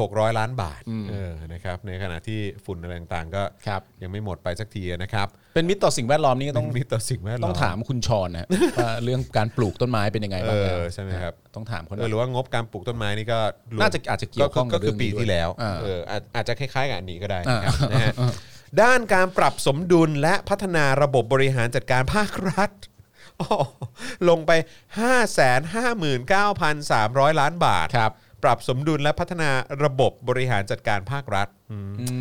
B: 0 ล้านบาท
D: อืม
B: เออนะครับในขณะที่ฝุ่นอะไรต่างๆก็
D: ครับ
B: ยังไม่หมดไปสักทีนะครับ
D: เป็นมิตรต่อสิ่งแวดล้อมนี่ก็
B: ต้
D: ต้
B: อ
D: อง ง
B: มีต่อสิ่งแวดล้อม
D: ต้องถามคุณชอนนะ ว่าเรื่องการปลูกต้นไม้เป็นยังไงบ้าง
B: เออ
D: แล้ว
B: ใช่ไหมครับ
D: ต้องถามคน
B: เออหรือว่างบการปลูกต้นไม้นี่ก็รวม
D: น่าจะอาจจะเกี่ยวข้อง
B: ก็
D: บ
B: คือ
D: เรื่ง
B: ปี
D: นี้
B: ที่
D: ด้วย
B: แล้ว
D: อ่า
B: เอออาจอาจจะคล้ายๆกับอันนี้ก็ได้
D: อ่าน
B: ครับนะฮะด้านการปรับสมดุลและพัฒนาระบบบริหารจัดการภาครัฐอ๋อลงไป 559,300 ล้านบาท
D: ครับ
B: ปรับสมดุลและพัฒนาระบบบริหารจัดการภาครัฐอื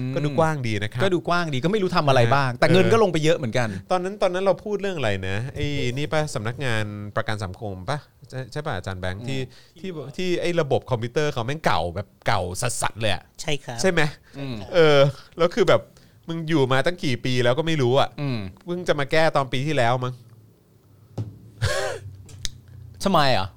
B: มก็ดูกว้างดีนะครับ
D: ก็ดูกว้างดีก็ไม่รู้ทำอะไรบ้าง แต่
B: เออ
D: เงินก็ลงไปเยอะเหมือนกัน
B: ตอนนั้นตอนนั้นเราพูดเรื่องอะไรนะไอ้นี่ปะสำนักงานประกันสังคมปะใช่ใช่ปะอาจารย์แบงค์ที่ที่ที่ไอ้ระบบคอมพิวเตอร์เขาแม่งเก่าแบบเก่าสัสๆเลยอะ
C: ใช่ครับ
B: ใช่ไหมเออแล้วคือแบบมึงอยู่มาตั้งกี่ปีแล้วก็ไม่รู้อ่ะ
D: อืม
B: เพิ่งจะมาแก้ตอนปีที่แล้วมั้ง
D: ทำไม อ่ะ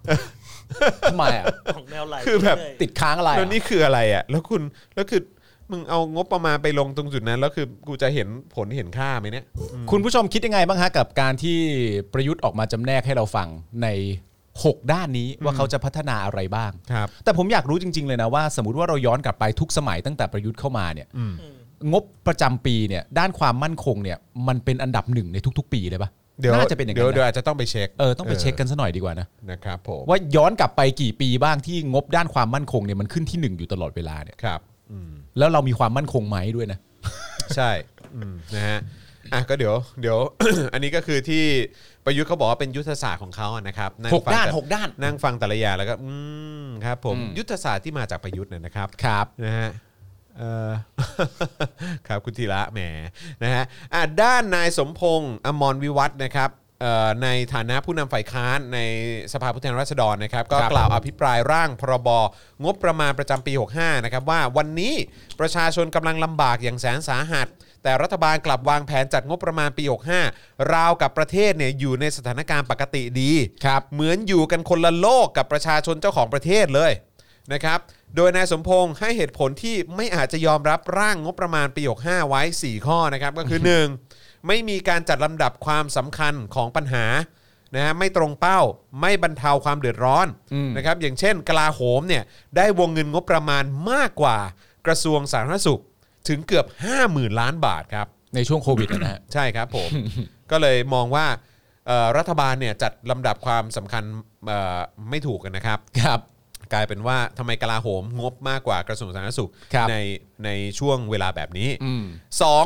D: ทำไมอ่ะ
C: ของแนวไหลเรื่ยๆ
D: ติดค้างอะไร
B: แล้ว
D: อ่ะ
B: นี่คืออะไรอ่ะแล้วคุณแล้วคือมึงเอางบประมาณไปลงตรงจุดนั้นแล้วคือกูจะเห็นผลเห็นค่าไหมเนี่ย
D: คุณผู้ชมคิดยังไงบ้างฮะกับการที่ประยุทธ์ออกมาจำแนกให้เราฟังใน 6 ด้านนี้ว่าเขาจะพัฒนาอะไรบ้าง
B: ครับ
D: แต่ผมอยากรู้จริง ๆ เลยนะว่า สมมติว่าเราย้อนกลับไปทุกสมัยตั้งแต่ประยุทธ์เข้ามาเนี่ย
C: อืม
D: งบประจำปีเนี่ยด้านความมั่นคงเนี่ยมันเป็นอันดับหนึ่งในทุก ๆ ปีเลยปะ
B: เดี๋ยว
D: น่าจะเป็นอย่าง
B: เดี๋ย
D: นั้
B: วนเดี๋ยว
D: นะ
B: อาจจะต้องไปเช็ค
D: เออต้องไปเช็คกันซะหน่อยดีกว่านะ
B: นะครับผม
D: ว่าย้อนกลับไปกี่ปีบ้างที่งบด้านความมั่นคงเนี่ยมันขึ้นที่หนึ่งอยู่ตลอดเวลาเนี่ย
B: ครับอืม
D: แล้วเรามีความมั่นคงไหมด้วยนะ
B: ใช่อืมนะฮะ อ่ะก็เดี๋ยว เดี๋ยว อันนี้ก็คือที่ประยุทธ์เขาบอกว่าเป็นยุทธศาสตร์ของเขาอะนะครับง
D: หก
B: ฟัง
D: ด้าน
B: แต่
D: หกด้าน
B: นั่งฟังแต่ละอย่างแล้วก็ อืมครับ ผม
D: อืม
B: ยุทธศาสตร์ที่มาจากประยุทธ์เนี่ยนะครับ
D: ครับ
B: นะฮะเอ่ อ ครับคุณธีระแหมนะฮะอ่ะด้านนายสมพงษ์อมรวิวัฒน์นะครับเอ่อในฐานะผู้นำฝ่ายค้านในสภาผู้แทนราษฎรนะครับ ก็
D: ครับ
B: กล่าวอภิปรายร่างพรบงบประมาณประจำปี 65 นะครับ ว่าวันนี้ประชาชนกำลังลำบากอย่างแสนสาหัส แต่รัฐบาลกลับวางแผนจัดงบประมาณปี 65 ราวกับประเทศเนี่ยอยู่ในสถานการณ์ปกติดี
D: ครับ
B: เหมือนอยู่กันคนละโลกกับประชาชนเจ้าของประเทศเลยนะครับ โดยนายสมพงษ์ให้เหตุผลที่ไม่อาจจะยอมรับร่างงบประมาณปี 65 ไว้ 4 ข้อนะครับก็คือ 1. ไม่มีการจัดลำดับความสำคัญของปัญหานะฮะไม่ตรงเป้าไม่บรรเทาความเดือดร้อนนะครับอย่างเช่น กลาโหมเนี่ยได้วงเงินงบประมาณมากกว่ากระทรวงสาธารณสุขถึงเกือบ 50,000 ล้านบาทครับ
D: ในช่วงโควิดนะฮ ะ
B: ใช่ครับผม ก็เลยมองว่าเอ่อรัฐบาลเนี่ยจัดลำดับความสำคัญเอ่อไม่ถูกกันนะครับ
D: ครับ
B: กลายเป็นว่าทำไมกลาโหมงบมากกว่ากระทรวงสาธารณสุข
D: ครับ
B: ในในช่วงเวลาแบบนี้
D: อืม
B: สอง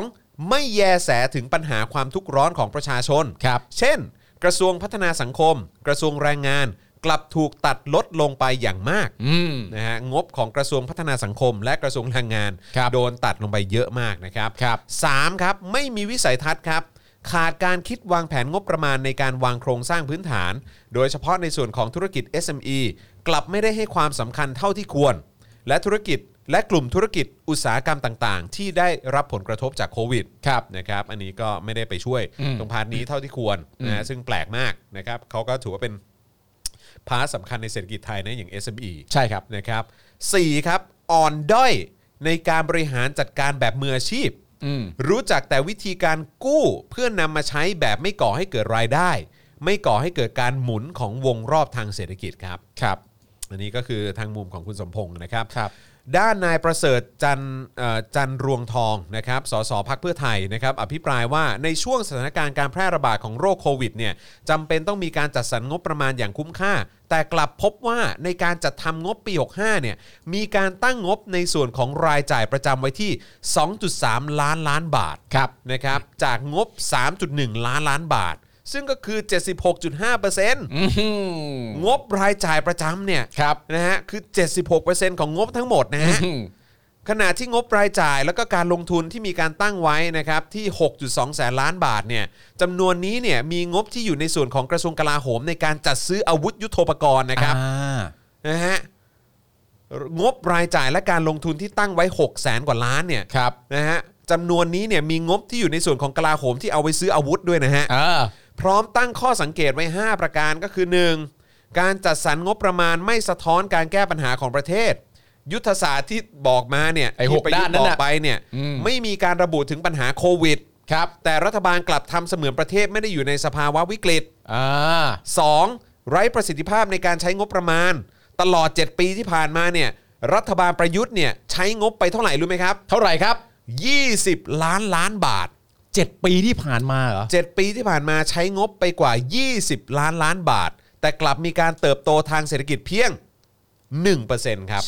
B: ไม่แยแสถึงปัญหาความทุกข์ร้อนของประชาชน
D: ครับ
B: เช่น กระทรวงพัฒนาสังคม กระทรวงแรงงาน กลับถูกตัดลดลงไปอย่างมาก
D: อืม
B: นะฮะงบของกระทรวงพัฒนาสังคม และกระทรวงแรงงาน
D: ครับ
B: โดนตัดลงไปเยอะมากนะครับ
D: ครับ
B: สามครับไม่มีวิสัยทัศน์ครับ ขาดการคิดวางแผนงบประมาณในการวางโครงสร้างพื้นฐาน โดยเฉพาะในส่วนของธุรกิจ SME กลับไม่ได้ให้ความสำคัญเท่าที่ควร และธุรกิจและกลุ่มธุรกิจอุตสาหกรรมต่างๆ ที่ได้รับผลกระทบจากโควิด
D: ครับ
B: นะครับ อันนี้ก็ไม่ได้ไปช่วย
D: อืม
B: ตรงพาร์ทนี้เท่าที่ควรนะฮะซึ่งแปลกมากนะครับเขาก็ถือว่าเป็นพาร์ทสำคัญในเศรษฐกิจไทยนะอย่าง SME
D: ใช่ครับ
B: นะครับสี่ครับอ่อนด้อยในการบริหารจัดการแบบมืออาชีพ
D: อืม
B: รู้จักแต่วิธีการกู้เพื่อนำมาใช้แบบไม่ก่อให้เกิดรายได้ ไม่ก่อให้เกิดการหมุนของวงรอบทางเศรษฐกิจครับ
D: ครับ
B: อันนี้ก็คือทางมุมของคุณสมพงศ์นะครับ
D: ครับ
B: ด้านนายประเสริฐจันทร์เอ่อจันทร์รวงทองนะครับ สสพักเพื่อไทยนะครับ อภิปรายว่าในช่วงสถานการณ์การแพร่ระบาดของโรคโควิดเนี่ยจำเป็นต้องมีการจัดสรรงบประมาณอย่างคุ้มค่า แต่กลับพบว่าในการจัดทำงบปี 65เนี่ยมีการตั้งงบในส่วนของรายจ่ายประจำไว้ที่ 2.3 ล้านล้านบาท
D: ครับ
B: นะครับจากงบ 3.1 ล้านล้านบาท ซึ่งก็คือ 76.5%งบรายจ่ายประจำเนี่ย
D: ครับ
B: นะฮะคือ 76%ของงบทั้งหมดนะฮะ
D: อื้อหือ
B: ขณะที่งบรายจ่ายแล้วก็การลงทุนที่มีการตั้งไว้นะครับที่ 6.2 แสนล้านบาทเนี่ยจำนวนนี้เนี่ยมีงบที่อยู่ในส่วนของกระทรวงกลาโหม ในการจัดซื้ออาวุธยุโทโธปกรณ์นะครับ
D: อ่า
B: นะฮะงบรายจ่ายและการลงทุนที่ตั้งไว้ 6 0แสนกว่าล้านเนี่ย
D: ครับ
B: นะฮะจำนวนนี้เนี่ยมีงบที่อยู่ในส่วนของกลาโหมที่เอาไปซื้ออาวุธด้วยนะฮะ
D: เออ
B: พร้อมตั้งข้อสังเกตไว้ 5 ประการก็คือ 1. การจัดสรรงบประมาณไม่สะท้อนการแก้ปัญหาของประเทศ ยุทธศาสตร์ที่บอกมาเนี่ย
D: ไอ้หก
B: ที่ประยุทธ์
D: ด้านนั้น
B: บอ
D: น่ะ
B: กไปเนี่ย
D: อืม
B: ไม่มีการระบุถึงปัญหาโควิด
D: ครับ
B: แต่รัฐบาลกลับทำเสมือนประเทศไม่ได้อยู่ในสภาวะวิกฤต
D: อ่า
B: 2. ไร้ประสิทธิภาพในการใช้งบประมาณ ตลอด 7 ปีที่ผ่านมาเนี่ยรัฐบาลประยุทธ์เนี่ยใช้งบไปเท่าไหร่รู้ไหมครับ
D: เท่าไหร่ครับ
B: 20 ล้านล้านบาท
D: 7 ปีที่ผ่านมาเหรอ
B: 7 ปีที่ผ่านมาใช้งบไปกว่า 20 ล้านล้านบาท แต่กลับมีการเติบโตทางเศรษฐกิจเพียง 1%ครับ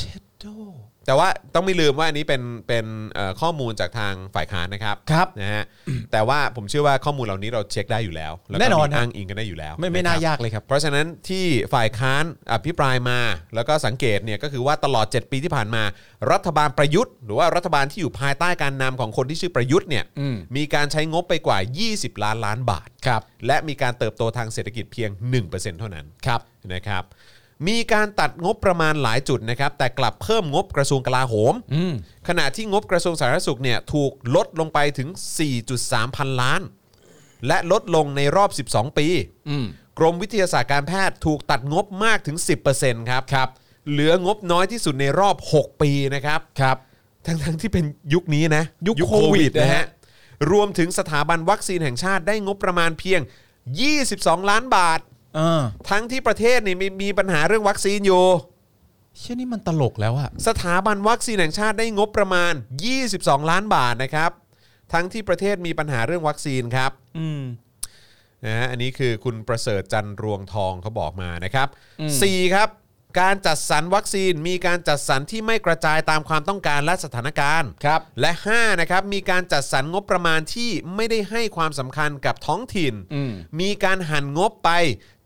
B: แต่ว่าต้องไม่ลืมว่าอันนี้เป็นเป็นเอ่อข้อมูลจากทางฝ่ายค้านนะครับ
D: ครับ
B: นะฮะ แต่ว่าผมเชื่อว่าข้อมูลเหล่านี้เราเช็คได้อยู่แล้วล้วก็
D: แน่นอน
B: มี
D: ฮะ
B: อ้างอิงกันได้อยู่แล้ว
D: ไม่ไม่น่า
B: ะครับ
D: ยากเลยครับ
B: เพราะฉะนั้นที่ฝ่ายค้านอภิปรายมาแล้วก็สังเกตเนี่ยก็คือว่าตลอด 7 ปีที่ผ่านมา รัฐบาลประยุทธ์ หรือว่ารัฐบาลที่อยู่ภายใต้การนำของคนที่ชื่อประยุทธ์เนี่ย
D: อืม
B: มีการใช้งบไปกว่า 20 ล้านล้านบาท
D: ครับ
B: และมีการเติบโตทางเศรษฐกิจเพียง 1%เท่านั้น
D: ครับ
B: นะครับ มีการตัดงบประมาณหลายจุดนะครับ แต่กลับเพิ่มงบกระทรวงกลาโหม
D: อืม
B: ขณะที่งบกระทรวงสาธารณสุขเนี่ยถูกลดลงไปถึง 4.3 พันล้าน และลดลงในรอบ 12 ปี
D: อืม
B: กรมวิทยาศาสตร์การแพทย์ถูกตัดงบมากถึง 10%ครับครับ เหลืองบน้อยที่สุดในรอบ 6 ปีนะครับ
D: ครับ
B: ทั้งๆที่เป็นยุคนี้นะ
D: ยุคโควิดนะฮะ
B: รวมถึงสถาบันวัคซีนแห่งชาติได้งบประมาณเพียง 22 ล้านบาท
D: เออ
B: ทั้งที่ประเทศนี่มีมีปัญหาเรื่องวัคซีนอยู่
D: เช่นนี้มันตลกแล้วอะ
B: สถาบันวัคซีนแห่งชาติได้งบประมาณ 22 ล้านบาทนะครับ ทั้งที่ประเทศมีปัญหาเรื่องวัคซีนครับ
D: อืม
B: นะฮะอันนี้คือคุณประเสริฐจันทร์รวงทองเขาบอกมานะครับ
D: อืม
B: สี่ครับ การจัดสรรวัคซีนมีการจัดสรรที่ไม่กระจายตามความต้องการและสถานการณ์
D: ครับ
B: และ5นะครับมีการจัดสรรงบประมาณที่ไม่ได้ให้ความสำคัญกับท้องถิ่น
D: อืม
B: มีการหั่นงบไป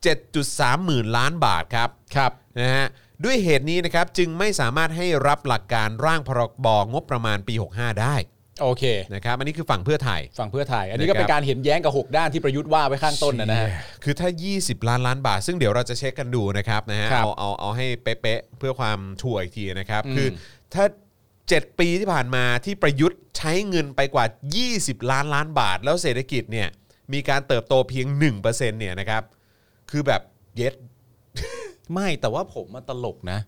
B: 7.3 หมื่นล้านบาทครับ
D: ครับ
B: นะฮะด้วยเหตุนี้นะครับจึงไม่สามารถให้รับหลักการร่างพรบงบประมาณปี 65 ได้
D: โอเค
B: นะครับอันนี้คือฝั่งเพื่อไทย
D: ฝั่งเพื่อไทย อันนี้ก็
B: นะครับ
D: เป็นการเห็นแย้งกับ 6 ด้านที่ประยุทธ์ว่าไว้ข้างต้นนะนะฮะ
B: คือถ้า 20 ล้านล้านบาท ซึ่งเดี๋ยวเราจะเช็คกันดูนะครับนะฮะ
D: ครับ
B: เอาเอาเอาให้เป๊ะๆเพื่อความชัวร์อีกทีนะครับ
D: อืม
B: คือถ้า 7 ปีที่ผ่านมาที่ประยุทธ์ใช้เงินไปกว่า 20 ล้านล้านบาท แล้วเศรษฐกิจเนี่ยมีการเติบโตเพียง 1%เนี่ยนะครับ คือแบบเย็ด
D: ไม่แต่ว่าผมมาตลกนะ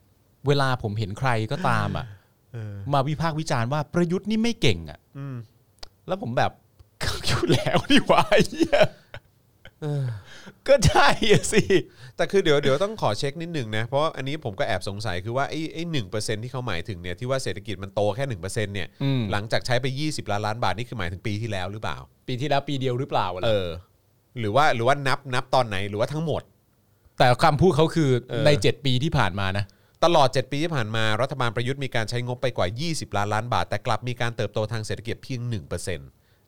D: เวลาผมเห็นใครก็ตามอ่ะมาวิพากษ์วิจารณ์ว่าประยุทธ์นี่ไม่เก่งอ่ะแล้วผมแบบ ก็อยู่แล้วนี่หว่าไอ้เหี้ยก็ใช่อะสิ
B: แต่คือเดี๋ยวเดี๋ยวต้องขอเช็คนิดหนึ่งนะ เพราะอันนี้ผมก็แอบสงสัยคือว่าไอ้ไอ้หนึ่งเปอร์เซ็นที่เขาหมายถึงเนี่ยที่ว่าเศรษฐกิจมันโตแค่หนึ่งเปอร์เซ็นเนี่ย
D: อืม
B: หลังจากใช้ไป 20 ล้านล้านบาทนี่คือหมายถึงปีที่แล้วหรือเปล่า
D: ปีที่แล้วปีเดียวหรือเปล่าอะไร
B: เออหรือว่าหรือว่านับนับตอนไหนหรือว่าทั้งหมด
D: แต่คำพูดเขาคือ
B: เออ
D: ใน 7 ปีที่ผ่านมานะ
B: ตลอด 7 ปีที่ผ่านมารัฐบาลประยุทธ์มีการใช้งบไปกว่า 20 ล้านล้านบาท แต่กลับมีการเติบโตทางเศรษฐกิจเพียง1%น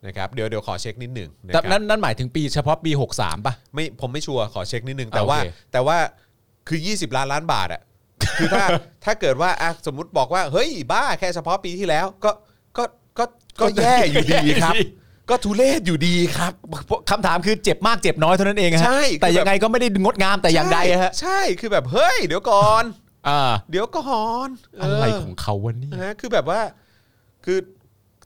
B: ะครับเดี๋ยวเดี๋ยวขอเช็คนิดหนึ่งนะค
D: แต่
B: รับ
D: นั้นนั่นหมายถึงปีเฉพาะปี 63ป่ะ
B: ไม่ผมไม่ชัวร์ขอเช็คนิดหนึ่งแต่ว่า
D: โอเค
B: แต่ว่าคือ 20 ล้านล้านบาทอะคือถ้า ถ้าเกิดว่าอ่ะสมมุติบอกว่า เฮ้ยบ้าแค่เฉพาะปีที่แล้วก็ก็ก็ก็แย่อยู่ดีครับ ก็ทุเรศอยู่ดีครับ
D: คำถามคือเจ็บมากเจ็บน้อยเท่านั้นเองฮะ
B: ใช่
D: แต่ยังไงก็ไม่ได้งดงามแต่อย่างใดอะฮะ
B: ใช่คือแบบเฮ้ยเดี๋ยวก่อน
D: อ่า
B: เดี๋ยวก่อนเ
D: อะไรของเขาวะเนี่ย
B: นะฮะคือแบบว่าคือ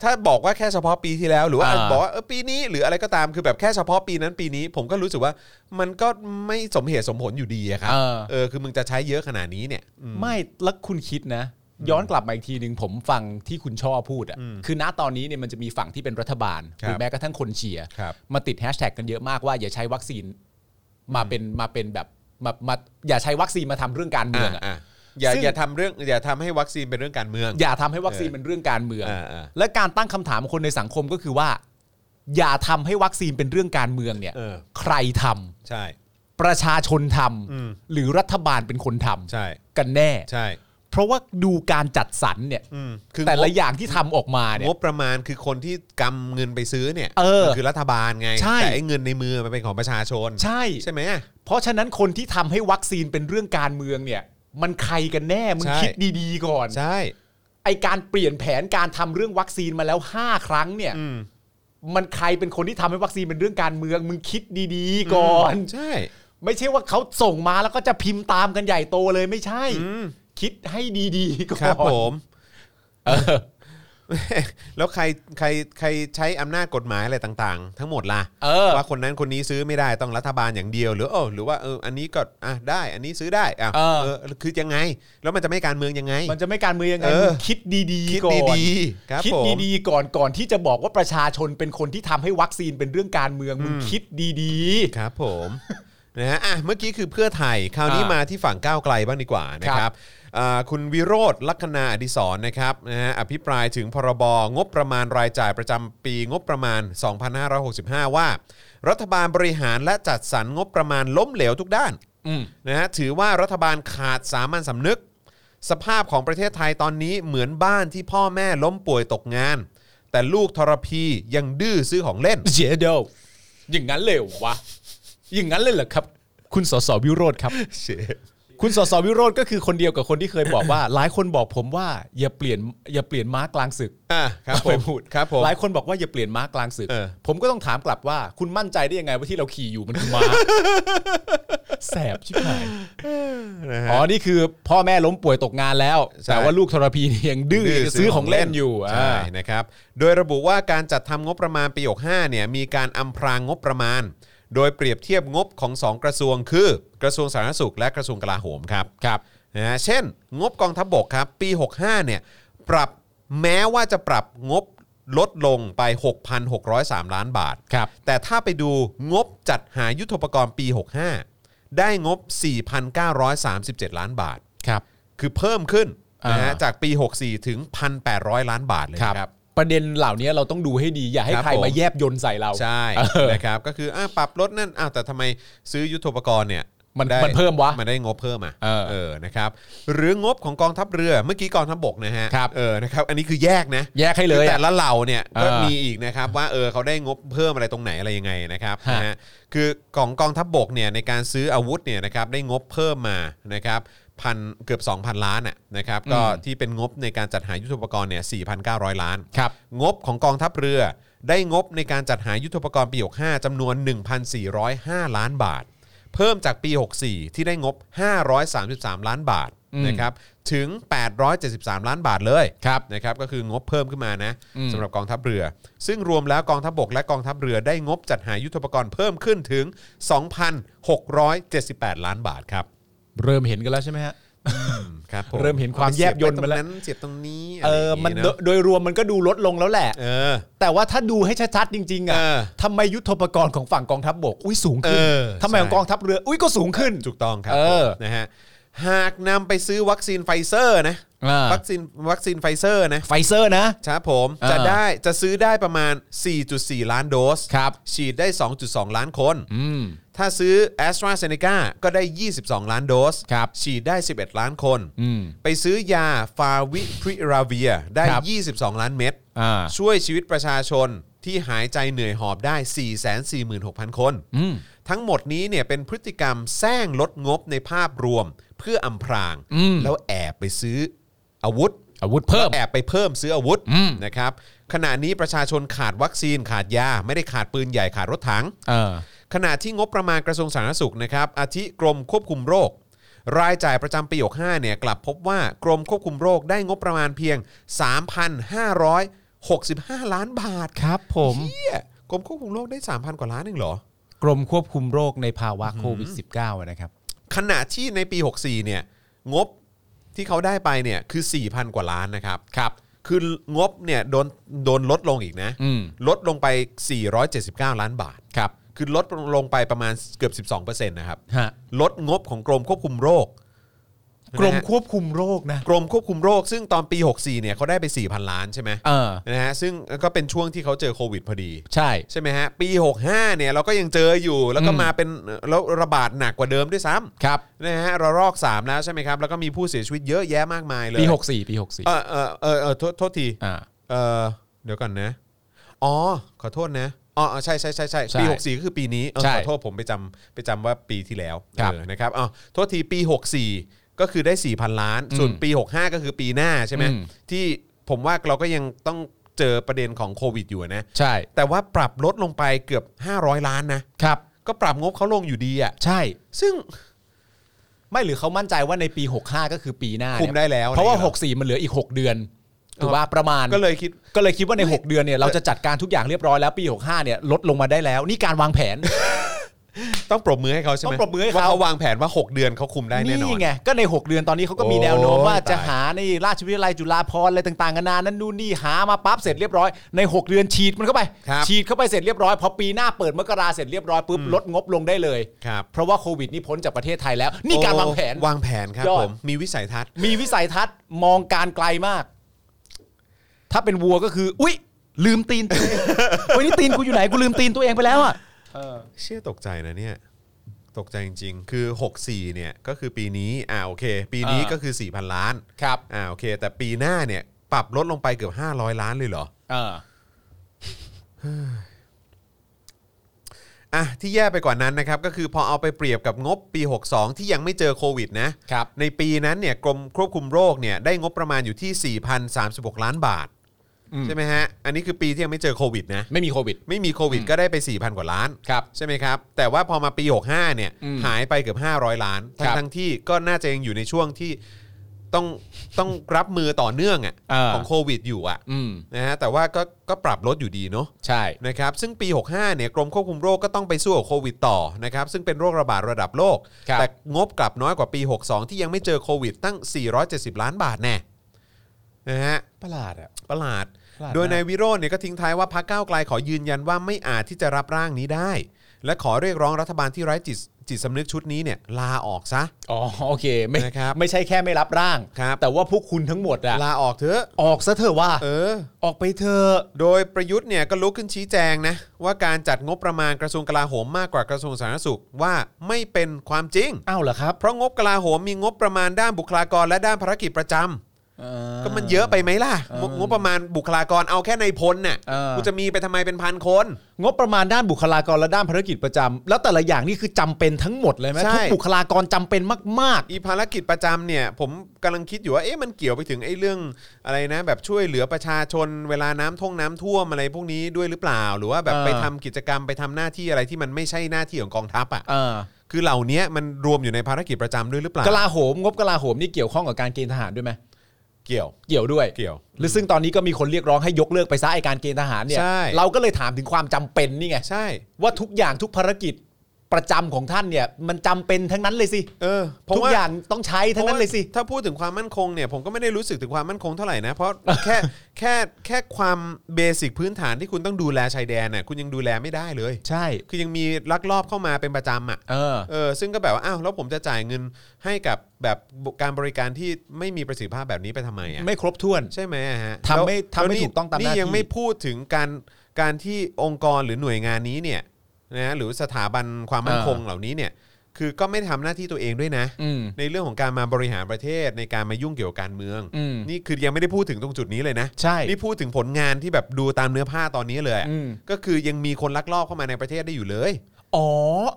B: ถ้าบอกว่าแค่เฉพาะปีที่แล้ว หรือว่า
D: อ่า
B: บอกว่าเออปีนี้หรืออะไรก็ตามคือแบบแค่เฉพาะปีนั้นปีนี้ ผมก็รู้สึกว่ามันก็ไม่สมเหตุสมผลอยู่ดีอะครั
D: เอบ อ
B: เออคือมึงจะใช้เยอะขนาดนี้เนี่ยอืม
D: ไม่แล้วคุณคิดนะ ย้อนกลับมาอีกทีหนึ่งผมฟังที่คุณช่อพูดอ่ะคือณตอนนี้เนี่ยมันจะมีฝั่งที่เป็นรัฐบาล
B: ค
D: ห
B: รับ
D: รือแม้กระทั่งคนเชียร์
B: ครับ
D: มาติดแฮชแท็กกันเยอะมากว่าอย่าใช้วัคซีนมาเป็นมาเป็นแบบมามาอย่าใช้วัคซีนมาทำเรื่องการเมือง
B: อ่ะ
D: อะ
B: อ่ะอย่า
D: ซึ่ง
B: อย่าทำเรื่องอย่าทำให้วัคซีนเป็นเรื่องการเมือง
D: อย่าทำให้วัคซีน
B: เออ
D: เป็นเรื่องการเมือง
B: อ่าอ่า
D: และการตั้งคำถามของคนในสังคมก็คือว่า อย่าทำให้วัคซีนเป็นเรื่องการเมืองเนี่ย
B: เออ
D: ใครทำ
B: ใช่
D: ประชาชนทำ
B: อืม
D: หรือรัฐบาลเป็นคนทำ
B: ใช่
D: กันแน่
B: ใช่
D: เพราะว่าดูการจัดสรรเนี่ย
B: อืมคืองบ
D: แต่ละอย่างที่ทำออกมาเนี่ย
B: งบประมาณคือคนที่กำเงินไปซื้อเนี่ย
D: เออ
B: มันคือรัฐบาลไง
D: ใช่
B: แต่ไอ้เงินในมือมันเป็นของประชาชน
D: ใช่
B: ใช่ไหมอะ
D: เพราะฉะนั้นคนที่ทำให้วัคซีนเป็นเรื่องการเมืองเนี่ย มันใครกันแน่ มึง
B: ใช่
D: คิดดีๆก่อน
B: ใช่
D: ไอการเปลี่ยนแผนการทำเรื่องวัคซีนมาแล้ว 5 ครั้งเนี่ย
B: อืม
D: มันใครเป็นคนที่ทำให้วัคซีนเป็นเรื่องการเมือง มึงคิดดีๆก่อน
B: ใช่
D: ไม่ใช่ว่าเขาส่งมาแล้วก็จะพิมพ์ตามกันใหญ่โตเลยไม่ใช่
B: อืม
D: คิดให้ดีๆก่อน
B: ครับผม
D: เออ
B: แล้วใครใครใครใช้อำนาจกฎหมายอะไรต่างๆ ทั้งหมดล่ะ
D: เออ
B: ว่าคนนั้นคนนี้ซื้อไม่ได้ต้องรัฐบาลอย่างเดียว หรือเออหรือว่าเอออันนี้ก็อ่ะได้อันนี้ซื้อได้อ่ะ
D: เออ
B: คือยังไง แล้วมันจะไม่การเมืองยังไง
D: มันจะไม่การเมืองยังไง
B: เออ
D: มึงคิดดี
B: คิด
D: ๆก่อน
B: ดีๆครับ
D: คิด
B: ผม
D: ดีๆก่อนก่อนที่จะบอกว่าประชาชนเป็นคนที่ทำให้วัคซีนเป็นเรื่องการเมืองมึงคิดดี
B: ครับผม นะฮะอ่ะเมื่อกี้คือเพื่อไทยคราวนี้
D: อ่าม
B: มาที่ฝั่งก้าวไกลบ้างดีกว่านะค
D: ครั
B: รับบ อ่าคุณวิโรธลักษณาอดิศรนะครับนะฮะอภิปรายถึงพรบงบประมาณรายจ่ายประจำปีงบประมาณ 2565 ว่า รัฐบาลบริหารและจัดสรรงบประมาณล้มเหลวทุกด้าน
D: อืม
B: นะฮะถือว่ารัฐบาลขาดสามัญสำนึก สภาพของประเทศไทยตอนนี้เหมือนบ้านที่พ่อแม่ล้มป่วยตกงาน แต่ลูกทรพียังดื้อซื้อของเล่น
D: เจเดลอย่างนั้นเลยเหรอวะ อย่างนั้นเลยเหรอครับ คุณสสวิโรธครับ คุณสสวิโรธก็คือคนเดียวกับคนที่เคยบอกว่า หลายคนบอกผมว่าอย่าเปลี่ยนอย่าเปลี่ยนม้ากลางศึก
B: อ่ะครับ
D: เอา
B: ผ
D: ไป
B: ม
D: พูด
B: ครับผม
D: หลายคนบอกว่าอย่าเปลี่ยนม้ากลางศึก
B: เออ
D: ผมก็ต้องถามกลับว่า คุณมั่นใจได้ยังไงว่าที่เราขี่อยู่มันคือม้า แสบชิบหาย
B: นะฮะ
D: อ๋อนี่คือพ่อแม่ล้มป่วยตกงานแล้ว
B: ใช่
D: แต่ว่าลูกทรพีเนี่ยยังดื้อจะซื้อของเล่นอยู่
B: ใช่
D: อ่า
B: นะครับ โดยระบุว่าการจัดทำงบประมาณปี65เนี่ยมีการอำพรางงบประมาณ โดยเปรียบเทียบงบของสองกระทรวงคือกระทรวงสาธารณสุขและกระทรวงกลาโหมครับ
D: ครับ
B: นะฮะเช่น งบกองทัพบกครับปี 65เนี่ยปรับแม้ว่าจะปรับงบลดลงไป 6,603 ล้านบาท
D: ครับ
B: แต่ถ้าไปดูงบจัดหายุทโธปกรณ์ปี 65 ได้งบ 4,937 ล้านบาท
D: ครับ
B: คือเพิ่มขึ้นนะฮะ
D: อ่า
B: จากปี 64 ถึง 1,800 ล้านบาทเลย
D: ครับ
B: นะครับ
D: ประเด็นเหล่านี้เราต้องดูให้ดี อย่าให้
B: ครับ
D: ใคร
B: ผม
D: มาแยบยนใส่เรา
B: ใช่
D: เออ
B: นะครับก็คืออ่ะปรับลดนั่นอ้าวแต่ทำไมซื้อยุทโธปกรณ์เนี่ย
D: มัน
B: ได้
D: มันเพิ่มวะ
B: มันได้งบเพิ่มอ่ะ
D: เออ
B: นะครับหรืองบของกองทัพเรือเมื่อกี้กองทัพบกนะฮะ
D: ครับ
B: เออนะครับอันนี้คือแยกนะ
D: แยกให้เล
B: คื
D: ย
B: อแต่
D: อะ
B: ละเหล่าเนี่ยก็
D: เออ
B: มีอีกนะครับว่าเออเขาได้งบเพิ่มอะไรตรงไหนอะไรยังไงนะครับ
D: ฮะ
B: นะฮะคือของกองทัพบกเนี่ยในการซื้ออาวุธเนี่ยนะครับได้งบเพิ่มมานะครับพันเกือบ 2,000 ล้านอ่ะนะครับก็ที่เป็นงบในการจัดหายุทโธปกรณ์เนี่ย4,900 ล้าน
D: ครับ
B: งบของกองทัพเรือ ได้งบในการจัดหายุทโธปกรณ์ปี 65จำนวน 1,405 ล้านบาท เพิ่มจากปี 64 ที่ได้งบ 533 ล้านบาท
D: อืม
B: นะครับถึง 873 ล้านบาทเลย
D: ครับ
B: นะครับก็คืองบเพิ่มขึ้นมานะ
D: อืม
B: สำหรับกองทัพเรือ ซึ่งรวมแล้วกองทัพบกและกองทัพเรือได้งบจัดหายุทโธปกรณ์เพิ่มขึ้นถึง 2,678 ล้านบาทครับ
D: เริ่มเห็นกันแล้วใช่ไหมฮะ
B: ครับผ
D: เริ่มเห็นความแยบยลมาแล้ว
B: เสียบไปตรงนั้นเสียบตรงนี้
D: เออ
B: ะไรย่างงี้
D: มัน
B: เน
D: โด
B: อะ
D: โดยรวมมันก็ดูลดลงแล้วแหละ
B: เออ
D: แต่ว่าถ้าดูให้ชัดๆจริงๆอ่ะ
B: เออ
D: ทำไมยุทธปกรณ์ของฝั่งกองทัพบก อุ้ยสูงขึ้น
B: เออ
D: ทำไมของ
B: ใช่
D: กองทัพเรือ อุ้ยก็สูงขึ้น
B: ถูกต้องครับ
D: เออ
B: ผมนะฮะหากนำไปซื้อวัคซีนไฟเซอร์นะ
D: อ่า
B: วัคซีนวัคซีนไฟเซอร์นะ
D: ไฟเซอร์นะ
B: ครับผม
D: อ่า
B: จะได้จะซื้อได้ประมาณ 4.4 ล้านโดส
D: ครับ
B: ฉีดได้ 2.2 ล้านคน
D: อืม
B: ถ้าซื้อ a s t r a z เซ e c a ก็ได้ 22 ล้านโดส
D: ครับ
B: ฉีดได้ 11 ล้านคน
D: อืม
B: ไปซื้อยาฟาวิพริราเวียได้
D: ครับ
B: 22 ล้านเม็ด
D: อ่า
B: ช่วยชีวิตประชาชนที่หายใจเหนื่อยหอบได้ 446,000 คน
D: อืม
B: ทั้งหมดนี้เนี่ยเป็นพฤติกรรมแซงลดงบในภาพรวมเพื่ออำพราง
D: อืม
B: แล้วแอบไปซื้ออาวุธ
D: อาวุธเพิ่ม
B: แอบไปเพิ่มซื้ออาวุธ
D: อืม
B: นะครับขณะนี้ประชาชนขาดวัคซีนขาดยา ไม่ได้ขาดปืนใหญ่ขาดรถถัง
D: เออ
B: ขณะที่งบประมาณกระทรวงสาธารณสุขนะครับอาทิกรมควบคุมโรค รายจ่ายประจำปี65เนี่ยกลับพบว่ากรมควบคุมโรคได้งบประมาณเพียง 3,565 ล้านบาท
D: ครับผม
B: เฮียกรมควบคุมโรคได้ 3,000 กว่าล้านเองเหรอ
D: กรมควบคุมโรคในภาวะโควิด -19 นะครับ
B: ขณะที่ในปี 64 เนี่ย งบที่เขาได้ไปเนี่ยคือ 4,000 กว่าล้านนะครับ ครับ คืองบเนี่ยโดนโดนลดลงอีกนะ
D: อืม
B: ลดลงไป 479 ล้านบาท
D: ครับ
B: คือลดลงไปประมาณเกือบ 12%นะครับ
D: ฮะ
B: ลดงบของกรมควบคุมโรค
D: กรมควบคุมโรคนะ
B: กรมควบคุมโรค ซึ่งตอนปี 64 เนี่ยเขาได้ไป 4,000 ล้านใช่ไหม
D: เออ
B: นะฮะ ซึ่งก็เป็นช่วงที่เขาเจอโควิดพอดี
D: ใช่
B: ใช่ไหมฮะ ปี 65 เนี่ยเราก็ยังเจออยู่ แล้วก็
D: อืม
B: มาเป็นแล้วระบาดหนักกว่าเดิมด้วยซ้ำ
D: ครับ
B: นะฮะระลอก 3 แล้วใช่ไหมครับ แล้วก็มีผู้เสียชีวิตเยอะแยะมากมายเลย
D: ปี 64 ปี 64
B: เออเออเออเออโทษโทษที
D: อ่า
B: เออเดี๋ยวก่อนนะ อ๋อ ขอโทษนะอ๋ออ๋อใช่ใช่ใช่ใช่
D: ใช่
B: ปี 64 ก็คือปีนี้เออ
D: ใช่
B: ขอโทษผมไปจำไปจำว่าปีที่แล้ว
D: ครับ
B: เออนะครับอ๋อโทษทีปี 64 ก็คือได้ 4,000 ล้าน ส่วน
D: อืม
B: ปี 65 ก็คือปีหน้าใช่ไหม
D: อืม
B: ที่ผมว่าเราก็ยังต้องเจอประเด็นของโควิดอยู่นะ
D: ใช่
B: แต่ว่าปรับลดลงไปเกือบ 500 ล้านนะครับ ก็ปรับงบเขาลงอยู่ดีอ่ะ
D: ใช่
B: ซึ่ง
D: ไม่หรือเขามั่นใจว่าในปี 65 ก็คือปีหน้าเนี่ย
B: คุมได้แล้ว
D: เพราะว่า
B: อะไรอย่างเงี้ย
D: 64 มันเหลืออีก 6 เดือนถูกป่ะประมาณ
B: ก็เลยคิด
D: ก็เลยคิดว่าใน 6 เดือนเนี่ยเราจะจัดการทุกอย่างเรียบร้อยแล้วปี 65 เนี่ยลดลงมาได้แล้ว นี่การวางแผน
B: ต้องปรบมือให้เขาใช่ไหม
D: ต้องปรบมือให้เขา
B: ว่าเขาวางแผนว่า 6 เดือนเขาคุมได้แน่นอน
D: นี่ไงก็ใน 6 เดือนตอนนี้เขาก็มี
B: โอ้ย
D: แนวโน้มว่า
B: ตาย
D: จะหาในราชวิทยาลัยจุฬาภรณ์อะไรต่างๆกันานานั่นนู่นนี่หามาปั๊บเสร็จเรียบร้อยใน 6 เดือนฉีดมันเข้าไป
B: ครับ
D: ฉีดเข้าไปเสร็จเรียบร้อยพอปีหน้าเปิดมกราเสร็จเรียบร้อยปุ๊บลดงบลงได้เลย
B: ครับ
D: เพราะว่าโควิดนี่พ้นจากประเทศไทยแล้ว นี่การวางแผน
B: วางแผนครับ
D: ยอด
B: ผมมีวิสัยทัศน์
D: มีวิสัยทัศน์มองการไกลมาก ถ้าเป็นวัวก็คือ อุ๊ย ลืมตีนตัวเอง โอ้ยนี่ตีนกูอยู่ไหนกูลืมตีนตัวเองไปแล้วอ่ะ
B: เชื่อตกใจนะเนี่ย ตกใจจริง ๆ คือ 64 เนี่ยก็คือปีนี้อ่าโอเค ปีนี้
D: อ่า
B: ก็คือ 4,000 ล้าน
D: ครับ
B: อ่าโอเค แต่ปีหน้าเนี่ยปรับลดลงไปเกือบ 500 ล้านเลยเหรอ
D: เออ
B: อ่ะที่แย่ไปกว่านั้นนะครับ ก็คือพอเอาไปเปรียบกับงบปี 62 ที่ยังไม่เจอโควิดนะครับ ในปีนั้นเนี่ยกรมควบคุมโรคเนี่ยได้งบประมาณอยู่ที่ 4,036 ล้านบาท ใช่ไหมฮะ อันนี้คือปีที่ยังไม่เจอโควิดนะ
D: ไม่มีโควิด
B: ไม่มีโควิดก็ได้ไป 4,000 กว่าล้าน
D: ครับ
B: ใช่ไหมครับ แต่ว่าพอมาปี 65เนี่ย
D: อืม
B: หายไปเกือบ 500 ล้าน
D: ครั
B: ทั้ง
D: บ
B: ทั้งที่ก็น่าจะยังอยู่ในช่วงที่ต้องต้องรับมือต่อเนื่องอะ
D: เออ
B: ของโควิดอยู่อ่ะ
D: อืม
B: นะฮะแต่ว่าก็ก็ปรับลดอยู่ดีเนาะ
D: ใช่
B: นะครับซึ่งปี 65เนี่ยกรมควบคุมโรคก็ต้องไปสู้กับโควิดต่อนะครับซึ่งเป็นโรคระบาดระดับโลก
D: ครับ
B: แต่งบกลับน้อยกว่าปี 62 ที่ยังไม่เจอโควิดตั้ง 470 ล้านบาทแน่นะฮะ
D: ประหลาดอ่ะ
B: ประหลาด
D: ประหลาด
B: โดย
D: มาก
B: นายวิโรจน์เนี่ยก็ทิ้งท้ายว่าพรรคก้าวไกลขอยืนยันว่าไม่อาจที่จะรับร่างนี้ได้ และขอเรียกร้องรัฐบาลที่ไร้จิตจิตสำนึกชุดนี้เนี่ยลาออกซะ
D: อ๋อโอเค ไม่
B: นะครับ
D: ไม่ใช่แค่ไม่รับร่าง
B: ครับ
D: แต่ว่าพวกคุณทั้งหมดอะ
B: ลาออกเถอะ
D: ออกซะเถอะว่า
B: เออ
D: ออกไปเถอะ
B: โดยประยุทธ์เนี่ยก็ลุกขึ้นชี้แจงนะว่าการจัดงบประมาณกระทรวงกลาโหมมากกว่ากระทรวงสาธารณสุขว่าไม่เป็นความจริง
D: อ้าวเหรอครับ
B: เพราะงบกลาโหมมีงบประมาณด้านบุคลากรและด้านภารกิจประจำ
D: เออ
B: ก็มันเยอะไปไหมล่ะ
D: เออง
B: บงบประมาณบุคลากรเอาแค่ในพลเนี่ย
D: เออ
B: กูจะมีไปทำไมเป็นพันคน
D: งบประมาณด้านบุคลากรและด้านภารกิจประจำแล้วแต่ละอย่างนี่คือจำเป็นทั้งหมดเลยไหม
B: ใช่
D: ทุกบุคลากรจำเป็นมาก
B: อีภารกิจประจำเนี่ยผมกำลังคิดอยู่ว่าเอ๊ะมันเกี่ยวไปถึงไอ้เรื่องอะไรนะแบบช่วยเหลือประชาชนเวลาน้ำท่วงน้ำท่วมอะไรพวกนี้ด้วยหรือเปล่า หรือว่าแบบ
D: เออ
B: ไปทำกิจกรรมไปทำหน้าที่อะไรที่มันไม่ใช่หน้าที่ของกองทัพอ่ะ
D: ๆเออ
B: คือเหล่านี้มันรวมอยู่ในภารกิจประจำด้วยหรือเปล่าก
D: ลาโหม งบกลาโหมนี่เกี่ยวข้องกับการเกณฑ์ทหารด้วยไหม
B: เกี่ยว
D: เกี่ยวด้วย
B: เกี่ยว
D: หรือซึ่งตอนนี้ก็มีคนเรียกร้องให้ยกเลิกไปซะไอการเกณฑ์ทหารเนี่ย
B: ใช่
D: เราก็เลยถามถึงความจำเป็นนี่ไง
B: ใช่
D: ว่าทุกอย่างทุกภารกิจประจำของท่านเนี่ย มันจำเป็นทั้งนั้นเลยสิ
B: เออเพราะ
D: ทุก
B: ว่า
D: อย่างต้องใช้ทั้งนั้นเลยสิ
B: ถ้าพูดถึงความมั่นคงเนี่ยผมก็ไม่ได้รู้สึกถึงความมั่นคงเท่าไหร่นะ เพราะ แค่แค่แค่ความเบสิกพื้นฐานที่คุณต้องดูแลชายแดนน่ะคุณยังดูแลไม่ได้เลย
D: ใช่
B: คือยังมีลักลอบเข้ามาเป็นประจำอ่ะ
D: เออ
B: เออซึ่งก็แบบว่าอ้าวแล้วผมจะจ่ายเงินให้กับแบบการบริการที่ไม่มีประสิทธิภาพแบบนี้ไปทำไมอ่ะ
D: ไม่ครบถ้วน
B: ใช่ไหมฮะ
D: ทำไม่
B: แล้ว
D: ทำ
B: แล้ว
D: ไม่
B: นี่
D: ถูกต้องตามหน้าที่
B: นี่ยังไม่พูดถึงการการที่องค์กรหรือหน่วยงานนี้เนี่ยนะหรือสถาบันความมั่นคงเหล่านี้เนี่ยคือก็ไม่ทำหน้าที่ตัวเองด้วยนะ
D: อืม
B: ในเรื่องของการมาบริหารประเทศในการมายุ่งเกี่ยวกับการเมือง
D: อืม
B: นี่คือยังไม่ได้พูดถึงตรงจุดนี้เลยนะ
D: ใช่
B: นี่พูดถึงผลงานที่แบบดูตามเนื้อผ้าตอนนี้เลยอะ
D: อืม
B: ก็คือยังมีคนลักลอบเข้ามาในประเทศได้อยู่เลย
D: อ๋อ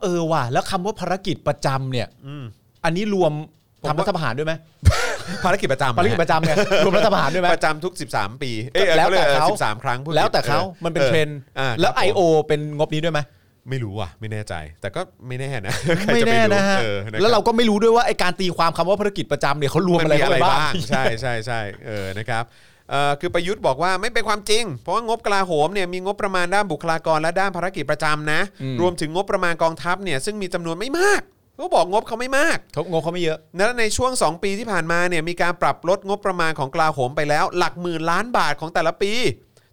D: เออว่ะแล้วคำว่าภารกิจประจำเนี่ย
B: อืม
D: อันนี้รวม
B: ผมว่า
D: ทำรัฐประหารด้วยไหม
B: ภารกิจประจำ
D: ภารกิจประจำเนี่ยรวมรัฐประหารด้วยไหม
B: ประจำทุก 13 ปีเอ้ย
D: แล้วแต่
B: ขรียก
D: เขา
B: สิบสามครั้งพูดผิด
D: แล้วแต่เขา
B: ออ
D: มันเป็นเทรนด์
B: อ่าครับ
D: แล้ว
B: ผม
D: I.O. เป็นงบนี้ด้วยไหม
B: ไม่รู้ว่ะไม่แน่ใจ แต่ก็ไม่แน่นะ ใคร
D: ไม่
B: จะป
D: แน่นะฮะ
B: เออคบ
D: แล้วเราก็ไม่รู้ด้วยว่าไอการตีความคำว่าภารกิจประจำเนี่ยเขารวม
B: มัน
D: อะไร
B: มี
D: เข้า
B: อะไร
D: ไปบ้าง
B: บ้าง ใช่ใช่ใช่เออนะครับเอ่อคือประยุทธ์บอกว่าไม่เป็นความจริง เพราะว่างบกลาโหมเนี่ยมีงบประมาณด้านบุคลากรและด้านภารกิจประจำนะ
D: อืม
B: รวมถึงงบประมาณกองทัพเนี่ยซึ่งมีจำนวนไม่มากเขาบอกงบเขาไม่มาก
D: เขางบเขาไม่เยอะ
B: และในช่วง 2 ปีที่ผ่านมาเนี่ยมีการปรับลดงบประมาณของกลาโหมไปแล้ว หลักหมื่นล้านบาทของแต่ละปี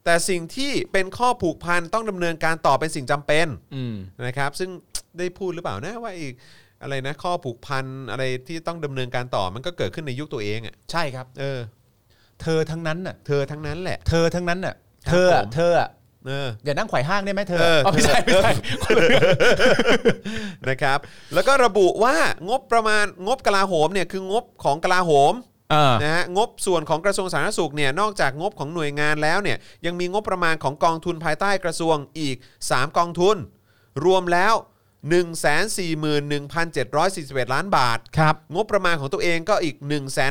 B: แต่สิ่งที่เป็นข้อผูกพันต้องดำเนินการต่อเป็นสิ่งจำเป็น
D: อืม
B: นะครับซึ่งได้พูดหรือเปล่านะว่าอีกอะไรนะข้อผูกพันอะไรที่ต้องดำเนินการต่อมันก็เกิดขึ้นในยุคตัวเองอะ่ะ
D: ใช่ครับ
B: เออ
D: เธอทั้งนั้นน่ะ
B: เธอทั้งนั้นแหละ
D: เธอทั้งนั้นน่ะ
B: ครับ
D: เธออะ
B: ผม
D: เธออะ
B: เออ
D: อย่านั่งไขว่ห้างได้ไหมเธอ
B: เออ
D: เอาไม่ใช่ไม่ใช่คนละเรื่อง
B: นะครับ แล้วก็ระบุว่างบประมาณงบกลาโหมเนี่ยคืองบของกลาโหม
D: อ่า
B: นะฮะงบส่วนของกระทรวงสาธารณสุขเนี่ยนอกจากงบของหน่วยงานแล้วเนี่ยยังมีงบประมาณของกองทุนภายใต้กระทรวงอีก 3 กองทุน รวมแล้ว 141,741 ล้านบาท
D: ครับ
B: งบประมาณของตัวเองก็อีก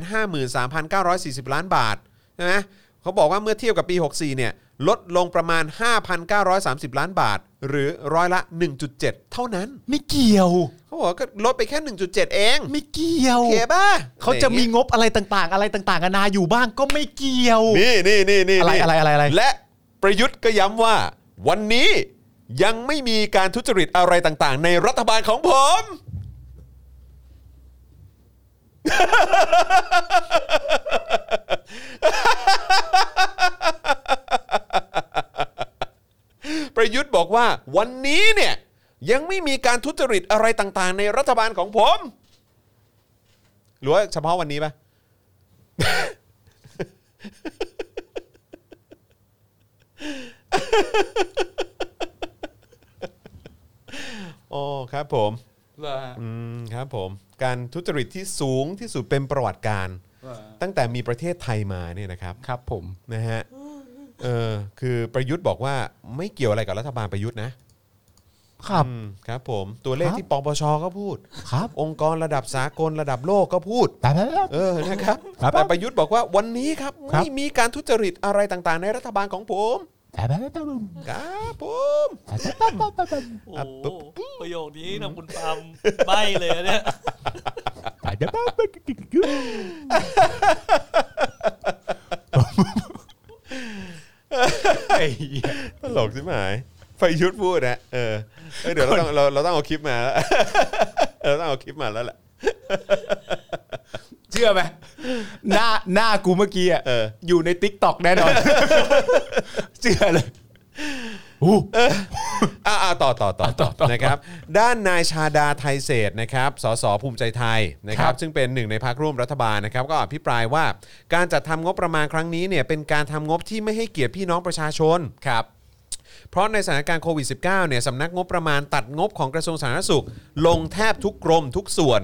B: 153,940 ล้านบาทใช่ไหมเขาบอกว่าเมื่อเทียบกับปี 64 เนี่ย ลดลงประมาณ 5,930 ล้านบาท หรือร้อยละ 1.7 เท่านั้น
D: ไม่เกี่ยว
B: เขาบอกว่าก็ลดไปแค่ 1.7 เอง
D: ไม่เกี่ยว
B: โอเคป่ะ
D: เขาจะมีงบอะไรต่างๆ อะไรต่างๆนานาอยู่บ้างก็ไม่เกี่ยว
B: นี่นี่นี่นี่
D: อะไรอะไรอะไรอะไร
B: และประยุทธ์ก็ย้ำว่า วันนี้ ยังไม่มีการทุจริตอะไรต่างๆ ในรัฐบาลของผม ประยุทธ์บอกว่าวันนี้เนี่ย ยังไม่มีการทุจริตอะไรต่างๆ ในรัฐบาลของผม หรือว่าเฉพาะวันนี้ปะ โอ้ครับผม อืมครับผมการทุจริตที่สูงที่สุดเป็นประวัติการณ์ตั้งแต่มีประเทศไทยมาเนี่ยนะครับ
D: ครับผม
B: นะฮะเออคือประยุทธ์บอกว่าไม่เกี่ยวอะไรกับรัฐบาลประยุทธ์นะครับ อืมครับผมตัวเลข
D: ครับ
B: ที่ปปชก็พูด
D: ครับ
B: องค์กรระดับสากลระดับโลกก็พูด
D: แต่
B: เออนะครับ
D: ครับ
B: แต่ประยุทธ์บอกว่าวันนี้ครับ
D: ครับ
B: ไม่มีการทุจริตอะไรต่างๆ ในรัฐบาลของผม
D: แต่
B: ครับผม
C: โอ้โหประโยคนี้นะคุณปาล์มใบเลยอะเนี่ย
B: ตลกสิหมายประยุทธ์พูดนะเออเอ้ยเดี๋ยวเราต้องเราเราต้องเอาคลิปมาแล้ว เราต้องเอาคลิปมาแล้วแหละ
D: เชื่อไหมหน้าหน้ากูเมื่อกี้อะ
B: เออ
D: อยู่ในติ๊กต็อกแน่น อนเชื่อเลยอู้
B: อ่าต่อต่อต่อ
D: อ่ะต่อต่อ
B: นะครับด้านนายชาดาไทยเศรษฐ์นะครับสสภูมิใจไทยนะครับ
D: ครับ
B: ซึ่งเป็นหนึ่งในพรรคร่วมรัฐบาลนะครับก็อภิปรายว่าการจัดทำงบประมาณครั้งนี้เนี่ยเป็นการทำงบที่ไม่ให้เกียรติพี่น้องประชาชนครับเพราะในสถานการณ์โควิด -19 เนี่ยสำนักงบประมาณตัดงบของกระทรวงสาธารณสุข ลงแทบทุกกรมทุกส่วน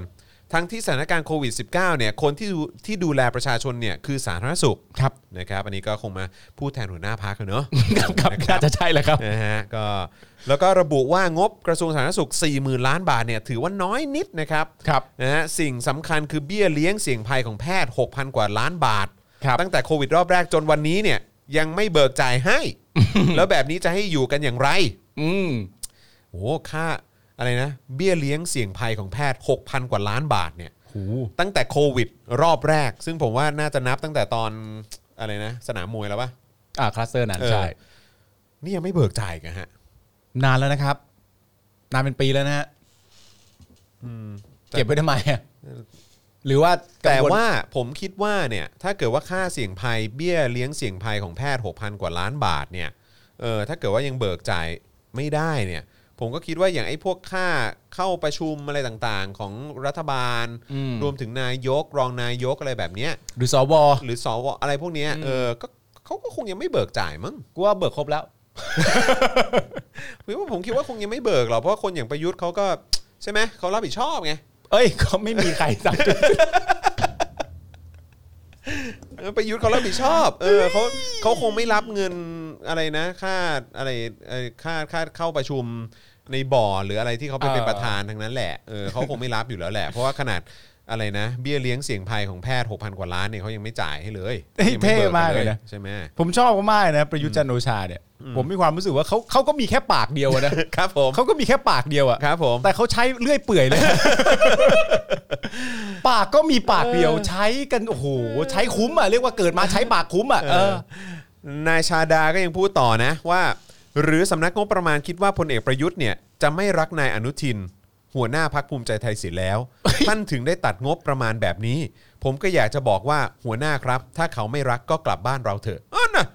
B: ทั้งที่สถานการณ์โควิด -19 เนี่ยคนที่ดูที่ดูแลประชาชนเนี่ยคือสาธารณสุข
D: ครับ
B: นะครับอันนี้ก็คงมาพูดแทนหัวหน้าพักเนอะ
D: ครับครับ น่าจะใช่แหละครับ
B: นะฮะก็แล้วก็ระบุว่างบกระทรวงสาธารณสุข 40,000 ล้านบาทเนี่ยถือว่าน้อยนิดนะครับ
D: ครับ
B: นะฮะสิ่งสำคัญคือเบี้ยเลี้ยงเสี่ยงภัยของแพทย์ 6,000 กว่าล้านบาท
D: ครับ
B: ตั้งแต่โควิดรอบแรกจนวันนี้เนี่ยยังไม่เบิกจ่ายให้ แล้วแบบนี้จะให้อยู่กันอย่างไร
D: อืม
B: โอ้โหค่าอะไรนะเบี้ยเลี้ยงเสี่ยงภัยของแพทย์ 6,000 กว่าล้านบาทเนี่ย
D: หู
B: ตั้งแต่โควิดรอบแรก ซึ่งผมว่าน่าจะนับตั้งแต่ตอนอะไรนะสนามมวยแล้วปะ
D: อ่าคลัสเตอร์นั้น
B: เออ
D: ใช่
B: นี่ยังไม่เบิกจ่ายอีกันฮะ
D: นานแล้วนะครับ นานเป็นปีแล้วนะฮะเก็บไว้ทำไมอะหรือว่า
B: แต่
D: กังล
B: ว่าผมคิดว่าเนี่ยถ้าเกิดว่าค่าเสี่ยงภัยเบี้ยเลี้ยงเสี่ยงภัยของแพทย์ 6,000 กว่าล้านบาทเนี่ยเออถ้าเกิดว่ายังเบิกจ่ายไม่ได้เนี่ยผมก็คิดว่าอย่างไอ้พวกค่าเข้าประชุมอะไรต่างๆ ของรัฐบาล
D: อืม
B: รวมถึงนายกรองนายกอะไรแบบเนี้ย
D: หรือสว
B: หรือสวอะไรพวกเนี้ยเออก็เขาก็คงยังไม่เบิกจ่ายมั้ง
D: กูว่าเบิกครบแล้ว
B: หรือว่าผมคิดว่าคงยังไม่เบิกหรอกเพราะว่าคนอย่างประยุทธ์เขาก็ใช่ไหมเขารับผิดชอบไง
D: เอ้ยก็ไม่มีใครสั่งจุด
B: เออประยุทธ์เขารับผิดชอบเออเขาเขาคงไม่รับเงินอะไรนะค่าอะไรเอ่อค่าค่าเข้าประชุมในบ่อหรืออะไรที่เขาไปเป็นประธานทั้งนั้นแหละเออเขาคงไม่รับอยู่แล้วแหละ เพราะว่าขนาดอะไรนะเบี้ยเลี้ยงเสี่ยงภัยของแพทย์6,000 กว่าล้านเนี่ยเขายังไม่จ่ายให้เลย
D: เฮ้ย
B: ยัง
D: เท่
B: ไบิ
D: มากเลยนะ
B: ใช่ไหม
D: ผมชอบเขามากนะ ประยุทธ์จันทร์โอชาเนี่ย ผมมีความรู้สึกว่าเขาเขาก็มีแค่ปากเดียวอะนะ
B: ครับผม
D: เขาก็มีแค่ปากเดียวอะ
B: ครับผม
D: แต่เขาใช้เลื่อยเปื่อย เลย ปากก็มีปากเดียวใช้กันโอ้โหใช้คุ้มอะเรียกว่าเกิดมาใช้ปากคุ้มอะเออ
B: นายชาดาก็ยังพูดต่อนะว่า หรือสำนักงบประมาณคิดว่าพลเอกประยุทธ์เนี่ยจะไม่รักนายอนุทิน หัวหน้าพักภูมิใจไทยเสียแล้ว ท่านถึงได้ตัดงบประมาณแบบนี้ ผมก็อยากจะบอกว่าหัวหน้าครับ ถ้าเขาไม่รักก็กลับบ้านเราเถอะอ๋อน่ะ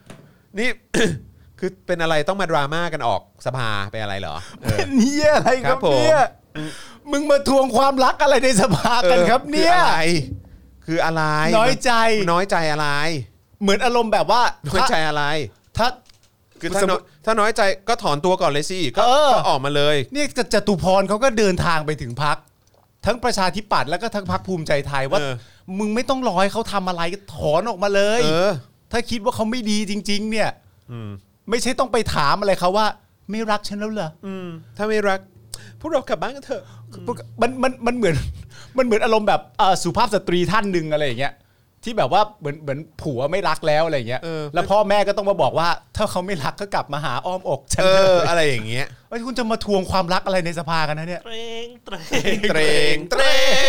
B: นี่ คือเป็นอะไรต้องมาดราม่ากันออกสภาเป็นอะไรเหรอเออ
D: เป็นเฮียอะไรค
B: ครั
D: รับบ
B: ผม
D: เนี่ยมึงมาทวงความรักอะไรในสภากันครับเนี่ย
B: ออคืออะไรคืออะไร
D: น้อยใจ
B: น้อยใจอะไร
D: เหมือนอารมณ์แบบว่า
B: น้อยใจอะไร
D: ถ้า
B: คือถ้าน้อยถ้าน้อยใจก็ถอนตัวก่อนเลยสิก็
D: เออ
B: ก็ออกมาเลย
D: เนี่ยจจตุพรเขาก็เดินทางไปถึงพัก ทั้งประชาธิปัตย์แล้วก็ทั้งพักภูมิใจไทยว่า
B: เออ
D: มึงไม่ต้องรอให้เขาทำอะไรก็ถอนออกมาเลย
B: เออ
D: ถ้าคิดว่าเขาไม่ดีจริง ๆ เนี่ย
B: อืม
D: ไม่ใช่ต้องไปถามอะไรเขาว่า ไม่รักฉันแล้วเหรอ
B: อืม ถ้าไม่รัก พวกเรากลับบ้านกันเถอะ
D: อมันมันมันเหมือน มันเหมือนอารมณ์แบบเอ่อสุภาพสตรีท่านหนึ่งอะไรอย่างเงี้ยที่แบบว่าเหมือนเหมือนผัวไม่รักแล้วอะไรอย่างเงี้ย
B: เออ
D: แล้วพ่อแม่ก็ต้องมาบอกว่า ถ้าเขาไม่รักก็กลับมาหาอ้อมอกฉัน
B: เอ
D: เถ
B: อ
D: อะ
B: อะไรอย่างเงี้ย
D: เอ้ยคุณจะมาทวงความรักอะไรในสภากันนะเนี่ย
C: เตรงเตรง
B: เตรง เตรง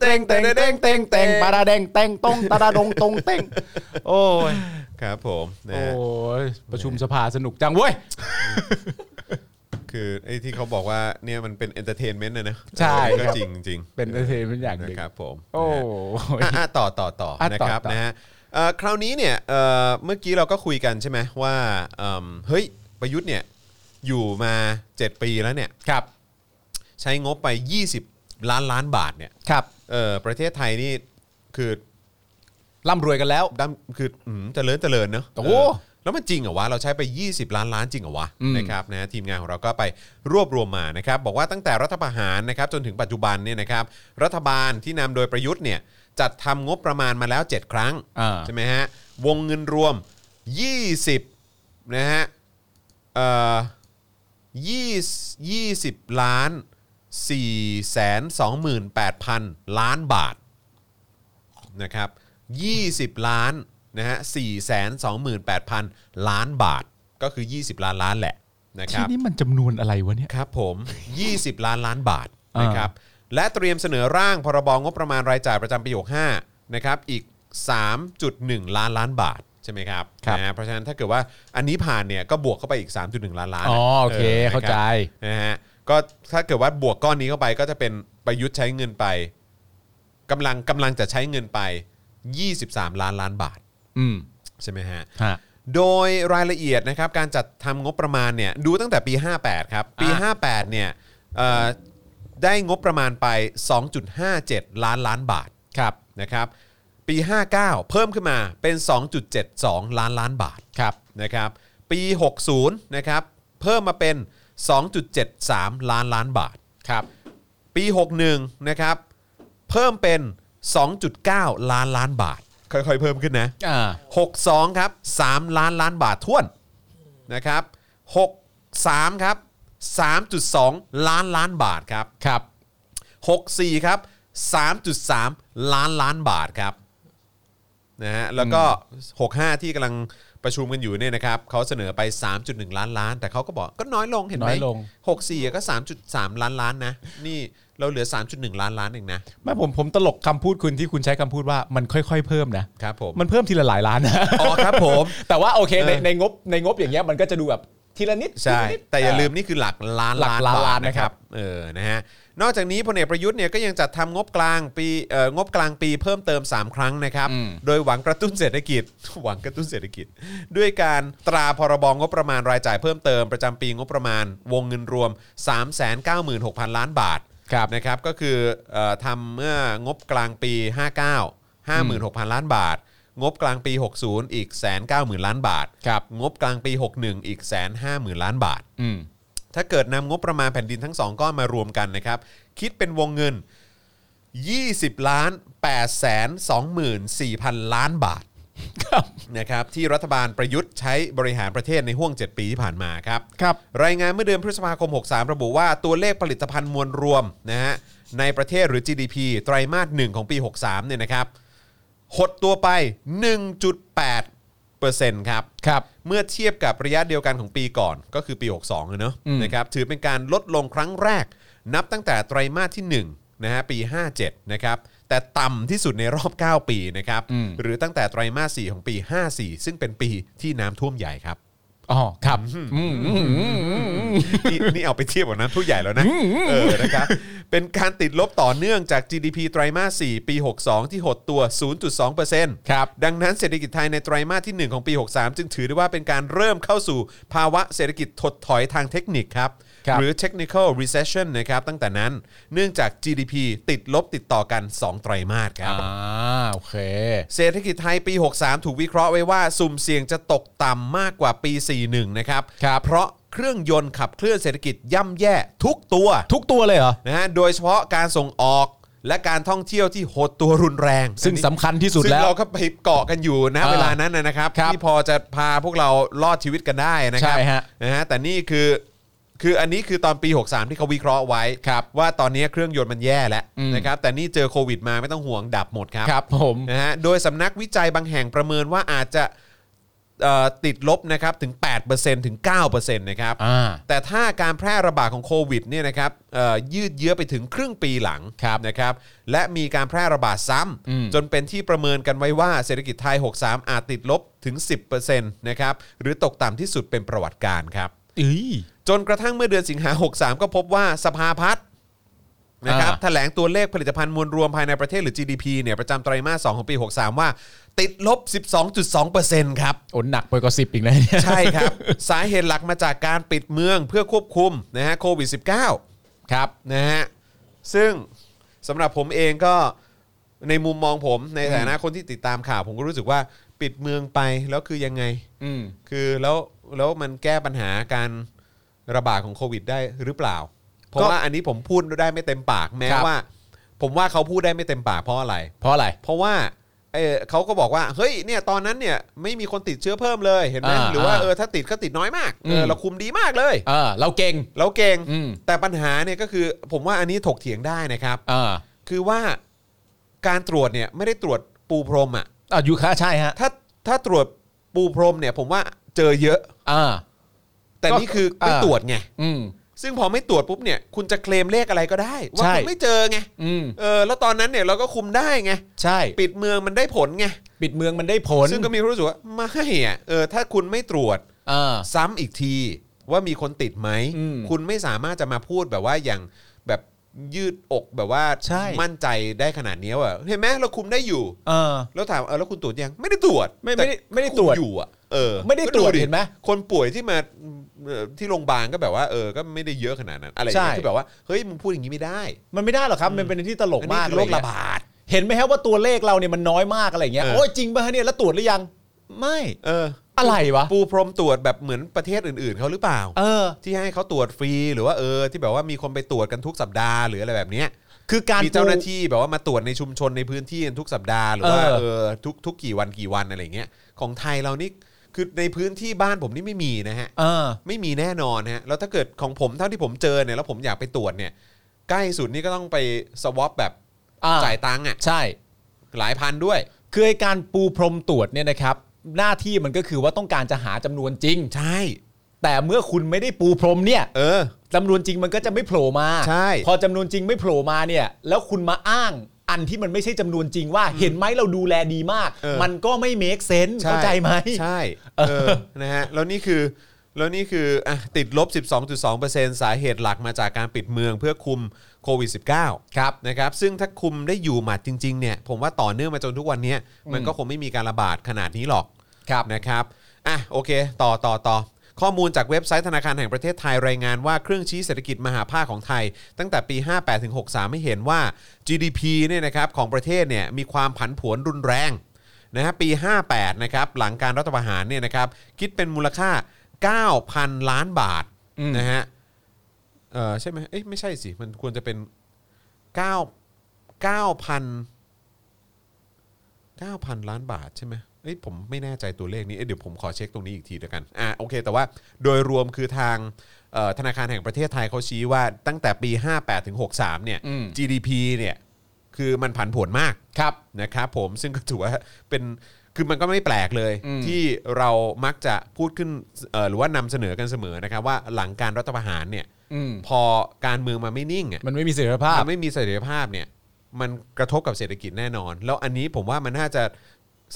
D: เต้งเต้งเต้งเต้งเต้งปาราแดงเต้งตงตาดาดงตงเต้งโอ้ย
B: ครับผมนะ
D: โอ้
B: ฮะ
D: ยประชุมสภาสนุกจังเว้ย
B: คือไอ้ที่เขาบอกว่าเนี่ยมันเป็นเอนเตอร์เทนเมนต์นะนะ
D: ใช่
B: ก็
D: ครับ
B: จริงจริงๆ
D: เป็นเอนเตอร์เทนเป็นอย่างห
B: นะ
D: นึ่ง
B: ครับผม
D: โอ้
B: นะฮะ
D: ย
B: อ่ะอ่ะต่อต่อต่อ
D: อ่ะต่อ
B: นะครับ
D: ต่อ
B: นะฮะเอ่อคราวนี้เนี่ยเอ่อเมื่อกี้เราก็คุยกันใช่ไหมว่าเอิ่มเฮ้ยประยุทธ์เนี่ยอยู่มา 7 ปีแล้วเนี่ย
D: ครับ
B: ใช้งบไป 20 ล้านล้านบาทเนี่ย
D: ครับ
B: เอ่อประเทศไทยนี่คือ
D: ร่ำรวยกันแล้ว
B: ดํคืออืมเจริญเจริญเนอะ
D: โอ้
B: เแล้วมันจริงเหรอวะ เราใช้ไป 20 ล้านล้านจริงเหรอวะ
D: อืม
B: นะครับนะฮะทีมงานของเราก็ไปรวบรวมมานะครับบอกว่าตั้งแต่รัฐประหารนะครับจนถึงปัจจุบันเนี่ยนะครับรัฐบาลที่นำโดยประยุทธ์เนี่ยจัดทำงบประมาณมาแล้ว 7 ครั้ง
D: อ่า
B: ใช่ไหมฮะ วงเงินรวม 20 นะฮะเอ่อยี่สิบล้าน4 2 8 0 0 0 ล้านบาทนะครับ20 ล้านนะฮะ4 2 8 0 0 0 ล้านบาทก็คือ 20 ล้านล้านแหละนะค
D: ที่
B: รับ
D: นี่มันจำนวนอะไรวะเนี่ย
B: ครับผม 20 ล้านล้านบาท
D: อ่าน
B: นะครับและเตรียมเสนอร่างพรบงบประมาณรายจ่ายประจำปี65นะครับอีก 3.1 ล้านล้านบาทใช่ไหมครับนะฮะเพราะฉะนั้นถ้าเกิดว่าอันนี้ผ่านเนี่ยก็บวกเข้าไปอีก 3.1 ล้านล้านนะ
D: อ๋อโอเค
B: นะครับ
D: เข้าใจ
B: นะฮะก็ถ้าเกิดว่าบวกก้อนนี้เข้าไปก็จะเป็นประยุทธ์ใช้เงินไปกำลังกำลังจะใช้เงินไป 23 ล้านล้านบาท
D: อืม
B: ใช่ไหมฮะ
D: ฮะ
B: โดยรายละเอียดนะครับการจัดทำงบประมาณเนี่ยดูตั้งแต่ปี 58 ครับ ปี
D: อ่ะ
B: 58 เนี่ยเอ่อได้งบประมาณไป 2.57 ล้านล้านบาท
D: ครับ
B: นะครับปี 59 เพิ่มขึ้นมาเป็น 2.72 ล้านล้านบาท
D: ครับ
B: นะครับปี 60 นะครับเพิ่มมาเป็น 2.73 ล้านล้านบาท
D: ครับ
B: ปี 61 นะครับเพิ่มเป็น 2.9 ล้านล้านบาท ค่อยๆ เพิ่มขึ้นนะ
D: อ่า
B: 62 ครับ 3 ล้านล้านบาทท้วนนะครับ63 ครับ 3.2 ล้านล้านบาทครับ
D: ครับ
B: 64 ครับ 3.3 ล้านล้านบาทครับนะฮะแล้วก็ 65 ที่กำลังประชุมกันอยู่เนี่ยนะครับเขาเสนอไป 3.1 ล้านล้าน แต่เขาก็บอกก็น้อยลงเห็นไหม
D: น้อยลง
B: 64อะก็ 3.3 ล้านล้านนะ นี่เราเหลือ 3.1 ล้านล้านเองนะ
D: ไม่ผมผมตลกคำพูดคุณที่คุณใช้คำพูดว่ามันค่อย ๆ เพิ่มนะ
B: ครับผม
D: มันเพิ่มทีละหลายล้านนะ
B: อ๋อครับผม
D: แต่ว่าโอเคใน
B: เออ
D: ในงบในงบอย่างเงี้ยมันก็จะดูแบบทีละนิด
B: ใช่
D: ทีละนิด
B: แต่อย่าลืมนี่คือหลักล้าน
D: หลักล้าน
B: บท
D: ล้านนะครับ
B: เออนะฮะนอกจากนี้พลเอกประยุทธ์เนี่ยก็ยังจัดทำงบกลางปีเอ่องบกลางปีเพิ่มเติม 3 ครั้งนะครับ โดยหวังกระตุ้นเศรษฐกิจ หวังกระตุ้นเศรษฐกิจ ด้วยการตราพรบงบประมาณรายจ่ายเพิ่มเติมประจำปีงบประมาณ วงเงินรวม 396,000 ล้านบาท
D: ครับ
B: นะครับก็คือเอ่อทำเมื่องบกลางปี 59 56,000 ล้านบาท งบกลางปี 60 อีกแสนเก้าหมื่นล้านบาท
D: ครับ
B: งบกลางปี 61 อีกแสนห้าหมื่นล้านบาท
D: อืม
B: ถ้าเกิดนำงบประมาณแผ่นดินทั้งสองก้อนมารวมกันนะครับ คิดเป็นวงเงิน 20ล้าน8แสน24พันล้านบาท
D: ครับ
B: นะครับที่รัฐบาลประยุทธ์ใช้บริหารประเทศในห่วง 7 ปีที่ผ่านมาครับ
D: ครับ
B: รายงานเมื่อเดือนพฤษภาคม 63 ระบุว่าตัวเลขผลิตภัณฑ์มวลรวมนะฮะในประเทศหรือ GDP ไตรมาส 1 ของปี 63 เนี่ยนะครับ หดตัวไป 1.8%ครับ
D: ครับ
B: เมื่อเทียบกับระยะเดียวกันของปีก่อนก็คือปี 62เลยเนอะ
D: อืม
B: นะครับถือเป็นการลดลงครั้งแรก นับตั้งแต่ไตรมาสที่1นะฮะปี 57 นะครับ แต่ต่ำที่สุดในรอบ 9 ปีนะครับ หรือตั้งแต่ไตรมาส 4 ของปี 54 ซึ่งเป็นปีที่น้ำท่วมใหญ่ครับ
D: อ๋อครับอืมอืมอืม
B: นี่นี่เอาไปเทียบกับน้ำท่วมใหญ่แล้วนะ เออนะครับ เป็นการติดลบต่อเนื่องจาก GDP ไตรมาส 4 ปี 62 ที่หดตัว 0.2%
D: ครับ
B: ดังนั้นเศรษฐกิจไทยในไตรมาสที่ 1 ของปี 63 จึงถือได้ว่าเป็นการเริ่มเข้าสู่ภาวะเศรษฐกิจถดถอยทางเทคนิคครับ
D: ครับ
B: หรือ technical recession นะครับ ตั้งแต่นั้น เนื่องจาก GDP ติดลบติดต่อกัน 2 ไตรมาสครับ
D: อ่าโอเค
B: เศรษฐกิจไทยปี 63 ถูกวิเคราะห์ไว้ว่า สุ่มเสี่ยงจะตกต่ำมากกว่าปี 41 นะครับ
D: ครับ
B: เพราะเครื่องยนต์ขับเคลื่อนเศรษฐกิจย่ำแย่ทุกตัว
D: ทุกตัวเลยเหรอ
B: นะฮะโดยเฉพาะการส่งออกและการท่องเที่ยวที่หดตัวรุนแรง
D: ซึ่ง
B: อัน
D: สำ
B: นี้
D: คัญที่สุด
B: ซึ่ง
D: แล้ว
B: เราก็ไปเกาะกันอยู่นะ
D: อ่า
B: เวลานั้นนะนะครับ
D: ครับ
B: ที่พอจะพาพวกเรารอดชีวิตกันได้นะครั
D: ใช่ฮะ
B: นะฮะแต่นี่คือคืออันนี้คือตอนปี 63 ที่เขาวิเคราะห์ไว้
D: ครับ
B: ว่าตอนนี้เครื่องยนต์มันแย่แล้ว
D: อืม
B: นะครับแต่นี่เจอโควิดมาไม่ต้องห่วงดับหมดครับ
D: ครับผม
B: นะฮะ โดยสำนักวิจัยบางแห่งประเมินว่าอาจจะเอ่อติดลบนะครับถึง 8%ถึง 9%นะครับ
D: อ่า
B: แต่ถ้าการแพร่ระบาดของโควิดเนี่ยนะครับเอ่อยืดเยื้อไปถึงครึ่งปีหลัง
D: ครับ
B: นะครับ และมีการแพร่ระบาดซ้
D: อืม
B: ำจนเป็นที่ประเมินกันไว้ว่าเศรษฐกิจไทย 63 อาจติดลบถึง 10%นะครับ หรือตกต่ำที่สุดเป็นประวัติการณ์ครับ
D: เอ้ย
B: จนกระทั่งเมื่อเดือนสิงหา 63 ก็พบว่าสภาพัฒน์นะครับ
D: อ่า
B: แถลงตัวเลขผลิตภัณฑ์มวลรวมภายในประเทศหรือ GDP เนี่ยประจำไตรมาส 2 ของปี 63 ว่า ติดลบ 12.2%ครับ
D: โอนหนักไปกว่าสิบอีกนะเนี่ย
B: ใช่ครับ สาเหตุหลักมาจากการปิดเมืองเพื่อควบคุมนะฮะโควิด -19 ครับนะฮะซึ่งสำหรับผมเองก็ในมุมมองผมในฐานะคนที่ติดตามข่าว ผมก็รู้สึกว่าปิดเมืองไปแล้วคือยังไง
D: อืม
B: คือแล้วแล้วมันแก้ปัญหาการระบาดของโควิดได้หรือเปล่า เพราะว่าอันนี้ผมพูดได้ไม่เต็มปากแม้
D: ครับ
B: ว่า ผมว่าเขาพูดได้ไม่เต็มปากเพราะอะไร
D: เพราะอะไร
B: เพราะว่าเออเขาก็บอกว่าเฮ้ยเนี่ยตอนนั้นเนี่ยไม่มีคนติดเชื้อเพิ่มเลยเห็นไหม
D: อ่า
B: หรือว่า
D: อ่า
B: เออถ้าติดก็ติดน้อยมากเอออ
D: ม
B: เราคุมดีมากเลย
D: เออ เราเก่ง
B: เราเก่ง
D: อืม
B: แต่ปัญหาเนี่ยก็คือผมว่าอันนี้ถกเถียงได้นะครับ
D: เออ
B: คือว่าการตรวจเนี่ยไม่ได้ตรวจปูพรมอ่ะ
D: อ่ะอยู่ค่ะใช่ฮะ
B: ถ้าถ้าตรวจปูพรมเนี่ยผมว่าเจอเยอะ
D: อ่า
B: แต่
D: ก็
B: นี่คือไม่
D: อ่า
B: ตรวจไง
D: อืม
B: ซึ่งพอไม่ตรวจปุ๊บเนี่ยคุณจะเคลมเลขอะไรก็ได้ ว่า
D: ใช่
B: คุณไม่เจอไง
D: อืม
B: เออแล้วตอนนั้นเนี่ยเราก็คุมได้ไง
D: ใช่
B: ปิดเมืองมันได้ผลไง
D: ปิดเมืองมันได้ผล
B: ซึ่งก็มีรู้สึกว่าไม่อะเออถ้าคุณไม่ตรวจ
D: อ่า
B: ซ้ำอีกทีว่ามีคนติดไหม
D: อืม
B: คุณไม่สามารถจะมาพูดแบบว่าอย่างแบบยืดอกแบบว่า
D: ใช่
B: มั่นใจได้ขนาดนี้ว่าเห็นไหมเราคุมได้อยู่
D: เออ
B: แล้วถามเออแล้วคุณตรวจยังไม่ได้ตรวจ
D: ไม่ไม่ได้
B: แ
D: ไม่ได้ตรวจ
B: คุอยู่อ่ะเออ
D: ไม่ได้ตรวจ
B: ก็
D: เห็นไหม
B: คนป่วยที่มาเอ่อที่โรงพยาบาลก็แบบว่าเออก็ไม่ได้เยอะขนาดนั้นอะไรอย่างเงี้
D: ใช่
B: ยคือแบบว่าเฮ้ยมึงพูดอย่างนี้ไม่ได้
D: มันไม่ได้หรอกครับ มันเป็นที่ตลก
B: อันนี้
D: มาก
B: คือโรค
D: อไเงี้
B: ระ
D: ย
B: บาด
D: เห็นไหมครับว่าตัวเลขเราเนี่ยมันน้อยมากอะไรเงี้ย
B: เออ
D: โอ้ยจริงป่ะฮะเนี่ยแล้วตรวจหรือยัง ไม่
B: เออ
D: อะไรวะ
B: ปูพรมตรวจแบบเหมือนประเทศอื่น ๆเขาหรือเปล่า
D: เออ
B: ที่ให้เขาตรวจฟรีหรือว่าเออ ที่แบบว่ามีคนไปตรวจกันทุกสัปดาห์หรืออะไรแบบเนี้ย
D: คือการ
B: มีเจ้าหน้า
D: ปู
B: ที่แบบว่ามาตรวจในชุมชนในพื้นที่กันทุกสัปดาห์หรือว่า
D: เออ
B: เออทุกทุกกี่วันกี่วันอะไรอย่างเงี้ยของไทยเรานี่คือในพื้นที่บ้านผมนี่ไม่มีนะฮะ
D: เออ
B: ไม่มีแน่นอนฮะ แล้วถ้าเกิดของผมเท่าที่ผมเจอเนี่ยแล้วผมอยากไปตรวจเนี่ย ใกล้สุดนี่ก็ต้องไปสวอปแบบ
D: อ่า
B: จ่ายตังค์อ่ะ
D: ใช่
B: หลายพันด้วย
D: คือไอการปูพรมตรวจเนี่ยนะครับ หน้าที่มันก็คือว่าต้องการจะหาจำนวนจริง
B: ใช่
D: แต่เมื่อคุณไม่ได้ปูพรมเนี่ย
B: เออ
D: จำนวนจริงมันก็จะไม่โผล่มา
B: ใช่
D: พอจำนวนจริงไม่โผล่มาเนี่ย แล้วคุณมาอ้างอันที่มันไม่ใช่จำนวนจริงว่า เห็นไหมเราดูแลดีมาก
B: เออ
D: มันก็ไม่เมคเซนส์เข้าใจไหม
B: ใช่เออนะฮะแล้วนี่คือแล้วนี่คืออ่ะติดลบ 12.2%สาเหตุหลักมาจากการปิดเมืองเพื่อคุมโควิด -19 ครับนะครับซึ่งถ้าคุมได้อยู่หมัดจริงๆเนี่ยผมว่าต่อเนื่องมาจนทุกวันเนี้ยมันก็คงไม่มีการระบาดขนาดนี้หรอก
D: ครับ
B: นะครับอ่ะโอเค ต่อต่อต่อข้อมูลจากเว็บไซต์ธนาคารแห่งประเทศไทยรายงานว่าเครื่องชี้เศรษฐกิจมหาภาคของไทย ตั้งแต่ปี 58ถึง63 ไม่เห็นว่า GDP เนี่ยนะครับของประเทศเนี่ยมีความผันผวนรุนแรง นะฮะปี 58 นะครับ หลังการรัฐประหารเนี่ยนะครับ คิดเป็นมูลค่า 9,000 ล้านบาท
D: อืม
B: นะฮะเออใช่ไหมเอ้ยไม่ใช่สิ มันควรจะเป็น 9 9,000 9,000 ล้านบาทใช่ไหมเอ้ยผมไม่แน่ใจตัวเลขนี้เอ้ยเดี๋ยวผมขอเช็คตรงนี้อีกทีเดียวกันอ่ะโอเค แต่ว่าโดยรวมคือทางเอ่อธนาคารแห่งประเทศไทยเขาชี้ว่าตั้งแต่ปี 58ถึง63 เนี่ย
D: อืม
B: GDP เนี่ยคือมันผันผวนมาก
D: ครับ
B: นะครับผมซึ่งก็ถือว่าเป็นคือมันก็ไม่แปลกเลย
D: อืม
B: ที่เรามักจะพูดขึ้นเอ่อหรือว่านำเสนอกันเสมอนะครับ ว่าหลังการรัฐประหารเนี่ย
D: อืม
B: พอการเมืองมันไม่นิ่งอะ
D: มันไม่มีเสถียรภาพ
B: มันไม่มีเสถียรภาพเนี่ยมันกระทบกับเศรษฐกิจแน่นอน แล้วอันนี้ผมว่ามันน่าจะ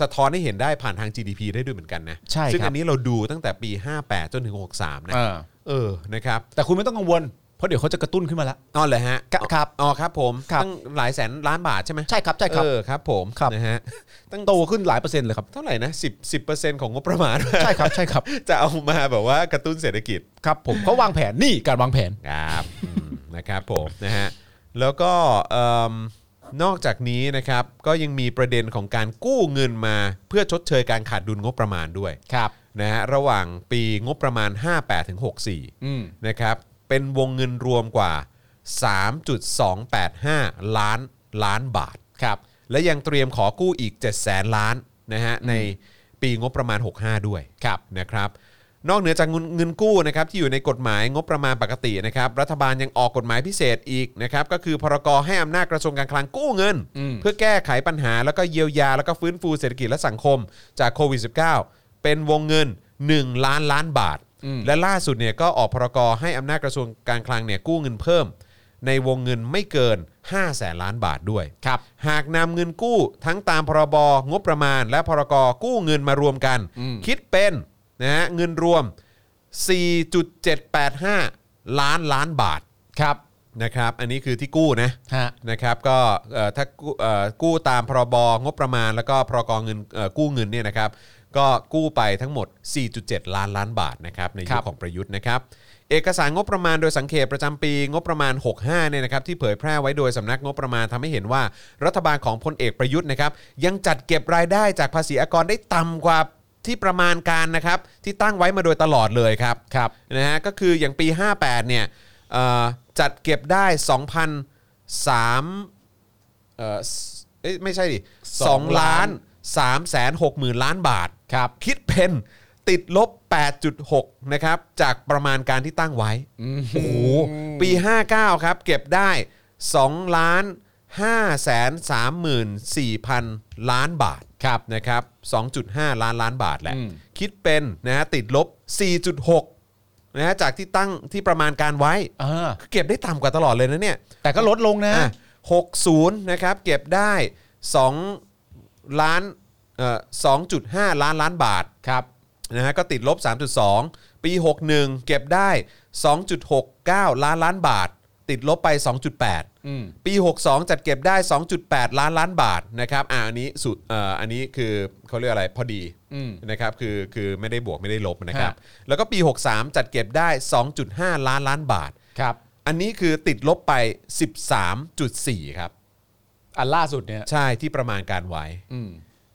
B: สะท้อนให้เห็นได้ผ่านทาง GDP ได้ด้วยเหมือนกันนะ
D: ใช่
B: ซึ่ง
D: ครับ
B: อันนี้เราดูตั้งแต่ปี 58 จนถึง 63 นะ
D: เออ
B: เออนะครับ
D: แต่คุณไม่ต้องกังวล เพราะเดี๋ยวเขาจะกระตุ้นขึ้นมาแล้ว
B: อ๋อเหรอฮะ
D: ครับ
B: อ๋อครับผม
D: ครับ
B: ตั้งหลายแสนล้านบาทใช่ไหม
D: ใช่ครับ ใช่ครับ
B: เออครับผม
D: ครับ
B: นะฮะตั้ง
D: โตขึ้นหลายเปอร์เซ็นต์เลยครับ
B: เท่าไหร่นะสิบสิบเปอร์เซ็นต์ของงบประมาณ
D: ใช่ครับ ใช่ครับ
B: จะเอามาแบบว่ากระตุ้นเศรษฐกิจ
D: ครับผมเขาวางแผนนี่การวางแผน
B: ครับอืมนะครับผมนะฮะแล้วก็เอิ่มนอกจากนี้นะครับก็ยังมีประเด็นของการกู้เงินมา เพื่อชดเชยการขาดดุลงบประมาณด้วย
D: ครับ
B: นะฮะระหว่างปีงบประมาณ 58ถึง64
D: อืม
B: นะครับเป็นวงเงินรวมกว่า 3.285 ล้านล้านบาท
D: ครับ
B: และยังเตรียมขอกู้อีก 7 0 0แสนล้านนะฮะในปีงบประมาณ 65 ด้วย
D: ครับ
B: นะครับ นอกเหนือจากเงินเงินกู้นะครับที่อยู่ในกฎหมายงบประมาณปกตินะครับรัฐบาลยังออกกฎหมายพิเศษอีกนะครับก็คือพรกให้อำนาจกระทรวงการคลังกู้เงิน
D: อืม
B: เพื่อแก้ไขปัญหาแล้วก็เยียวยา แล้วก็ฟื้นฟูเศรษฐกิจและสังคมจากโควิด -19 เป็นวงเงิน 1 ล้านล้านบาท
D: อืม
B: และล่าสุดเนี่ยก็ออกพรกให้อำนาจกระทรวงการคลังเนี่ยกู้เงินเพิ่ม ในวงเงินไม่เกิน 5 แสนล้านบาทด้วย
D: ครับ
B: หากนำเงินกู้ทั้งตามพรบงบประมาณ และพรกกู้เงินมารวมกัน
D: อืม
B: คิดเป็นนะฮะเงินรวม 4.785 ล้านล้านบาท
D: ครับ
B: นะครับ อันนี้คือที่กู้นะ
D: ฮะ
B: นะครับก็เอ่อถ้ากู้เอ่อกู้ตามพรบงบประมาณ แล้วก็พรกเงินเอ่อกู้เงินเนี่ยนะครับก็กู้ไปทั้งหมด 4.7 ล้านล้านบาทนะครับใน
D: ค
B: ยุ
D: รั
B: ค
D: บ
B: ของประยุทธ์นะครับเอกสารงบประมาณโดยสังเขตประจำปีงบประมาณ 65เนี่ยนะครับที่เผยแพร่ไว้โดยสำนักงบประมาณทำให้เห็นว่ารัฐบาลของพลเอกประยุทธ์นะครับยังจัดเก็บรายได้จากภาษีอากรได้ต่ำกว่าที่ประมาณการนะครับที่ตั้งไว้มาโดยตลอดเลยครับ
D: ครับ
B: นะฮะก็คืออย่างปี 58เนี่ยเอ่อจัดเก็บได้2,003เอ่อสเอ้ยไม่ใช่ดิ
D: สอง
B: 2ล้า
D: ล้าน น
B: 3แสน6หมื่นล้านบาท
D: ครับ
B: คิดเป็นติดลบ 8.6 นะครับ จากประมาณการที่ตั้งไว้โอ้โหปี 59 ครับ เก็บได้2ล้าน5แสน3หมื่น4พันล้านบาท
D: ครับ
B: นะครับ 2.5 ล้านล้านบาทแหละ
D: อืม
B: คิดเป็นนะฮะติดลบ 4.6 นะฮะจากที่ตั้งที่ประมาณการไว้
D: อ่า
B: เก็บได้ต่ำกว่าตลอดเลยนะเนี่ย
D: แต่ก็ลดลงนะ
B: หกศูนย์นะครับเก็บได้2ล้านเอ่อสองจุดห้าล้านล้านบาท
D: ครับ
B: นะฮะก็ติดลบ 3.2 ปี 61 เก็บได้ 2.69 ล้านล้านบาท ติดลบไป 2.8
D: อืม
B: ปี 62 จัดเก็บได้ 2.8 ล้านล้านบาทนะครับอ่าอันนี้สุดเอ่ออันนี้คือเขาเรียกอะไรพอดี
D: อืม
B: นะครับคือคือไม่ได้บวกไม่ได้ลบนะครับ
D: ฮะ
B: แล้วก็ปี 63 จัดเก็บได้ 2.5 ล้านล้านบาท
D: ครับ
B: อันนี้คือติดลบไป 13.4 ครับ
D: อันล่าสุดเนี่ย
B: ใช่ที่ประมาณการไว้
D: อืม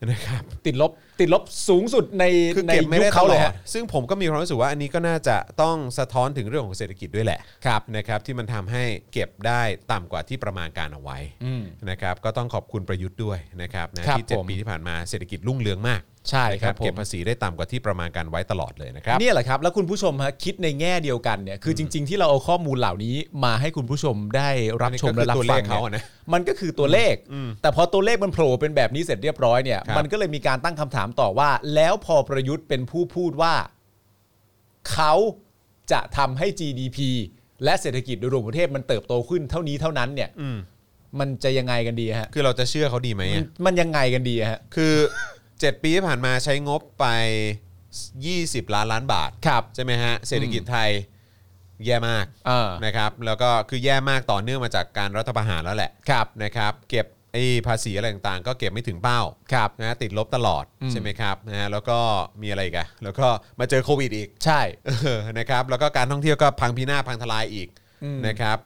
B: นะครับ
D: ติดลบติดลบสูงสุดใน
B: คือ
D: ใน
B: เก็บไม่
D: ยุ
B: ได้
D: ค
B: ต
D: เขา
B: ล
D: เลย
B: อด
D: ฮะ
B: ซึ่งผมก็มีความรู้สึกว่าอันนี้ก็น่าจะต้องสะท้อนถึงเรื่องของเศรษฐกิจด้วยแหละ
D: ครับ
B: นะครับที่มันทำให้เก็บได้ต่ำกว่าที่ประมาณการเอาไว้
D: อืม
B: นะครับก็ต้องขอบคุณประยุทธ์ด้วยนะครับนะครับ ที่เจ็ด
D: ผม
B: ปีที่ผ่านมาเศรษฐกิจรุ่งเรืองมาก
D: ใช่
B: นะครับ
D: ผม
B: เก็บภาษีได้ต่ำกว่าที่ประมาณการไว้ตลอดเลยนะครับ
D: เนี่ยแหละครับ แล้วคุณผู้ชมฮะคิดในแง่เดียวกันเนี่ยคือจริง ๆ ที่เราเอาข้อมูลเหล่านี้มาให้คุณผู้ชมได้รับชม
B: นี่ก็คือตั
D: และรับฟั
B: วเล
D: ง
B: ข
D: ย
B: เขาอะนะ
D: มันก็คือตัวเลข แต่พอตัวเลขมันโผล่เป็นแบบนี้เสร็จเรียบร้อยเนี่ย
B: ครับ
D: มันก็เลยมีการตั้งคำถามต่อว่า แล้วพอประยุทธ์เป็นผู้พูดว่า เขาจะทำให้ GDP และเศรษฐกิจโดยรวมของประเทศมันเติบโตขึ้นเท่านี้เท่านั้นเนี่ย
B: อืม
D: มันจะยังไงกันดีฮะ
B: คือเราจะเชื่อเขาดีไหม
D: มัน
B: อะ
D: มันยังไงกันดีฮะ
B: คือ 7 ปีที่ผ่านมาใช้งบไป 20 ล้านล้านบาท
D: ครับ
B: ใช่ไหมฮะเศรษฐกิจไทยแย่มาก
D: เออ
B: นะครับแล้วก็คือแย่มากต่อเนื่องมาจากการรัฐประหารแล้วแหละ
D: ครับ
B: นะครับเก็บไอ้ภาษีอะไรต่างๆ ก็เก็บไม่ถึงเป้า
D: ครับ
B: นะติดลบตลอดใช่ไหมครับนะฮะแล้วก็มีอะไรอีกันแล้วก็มาเจอโควิดอีก
D: ใช่
B: เออนะครับแล้วก็การท่องเที่ยวก็พังพินาศพังทลายอีก
D: อืม
B: นะครับ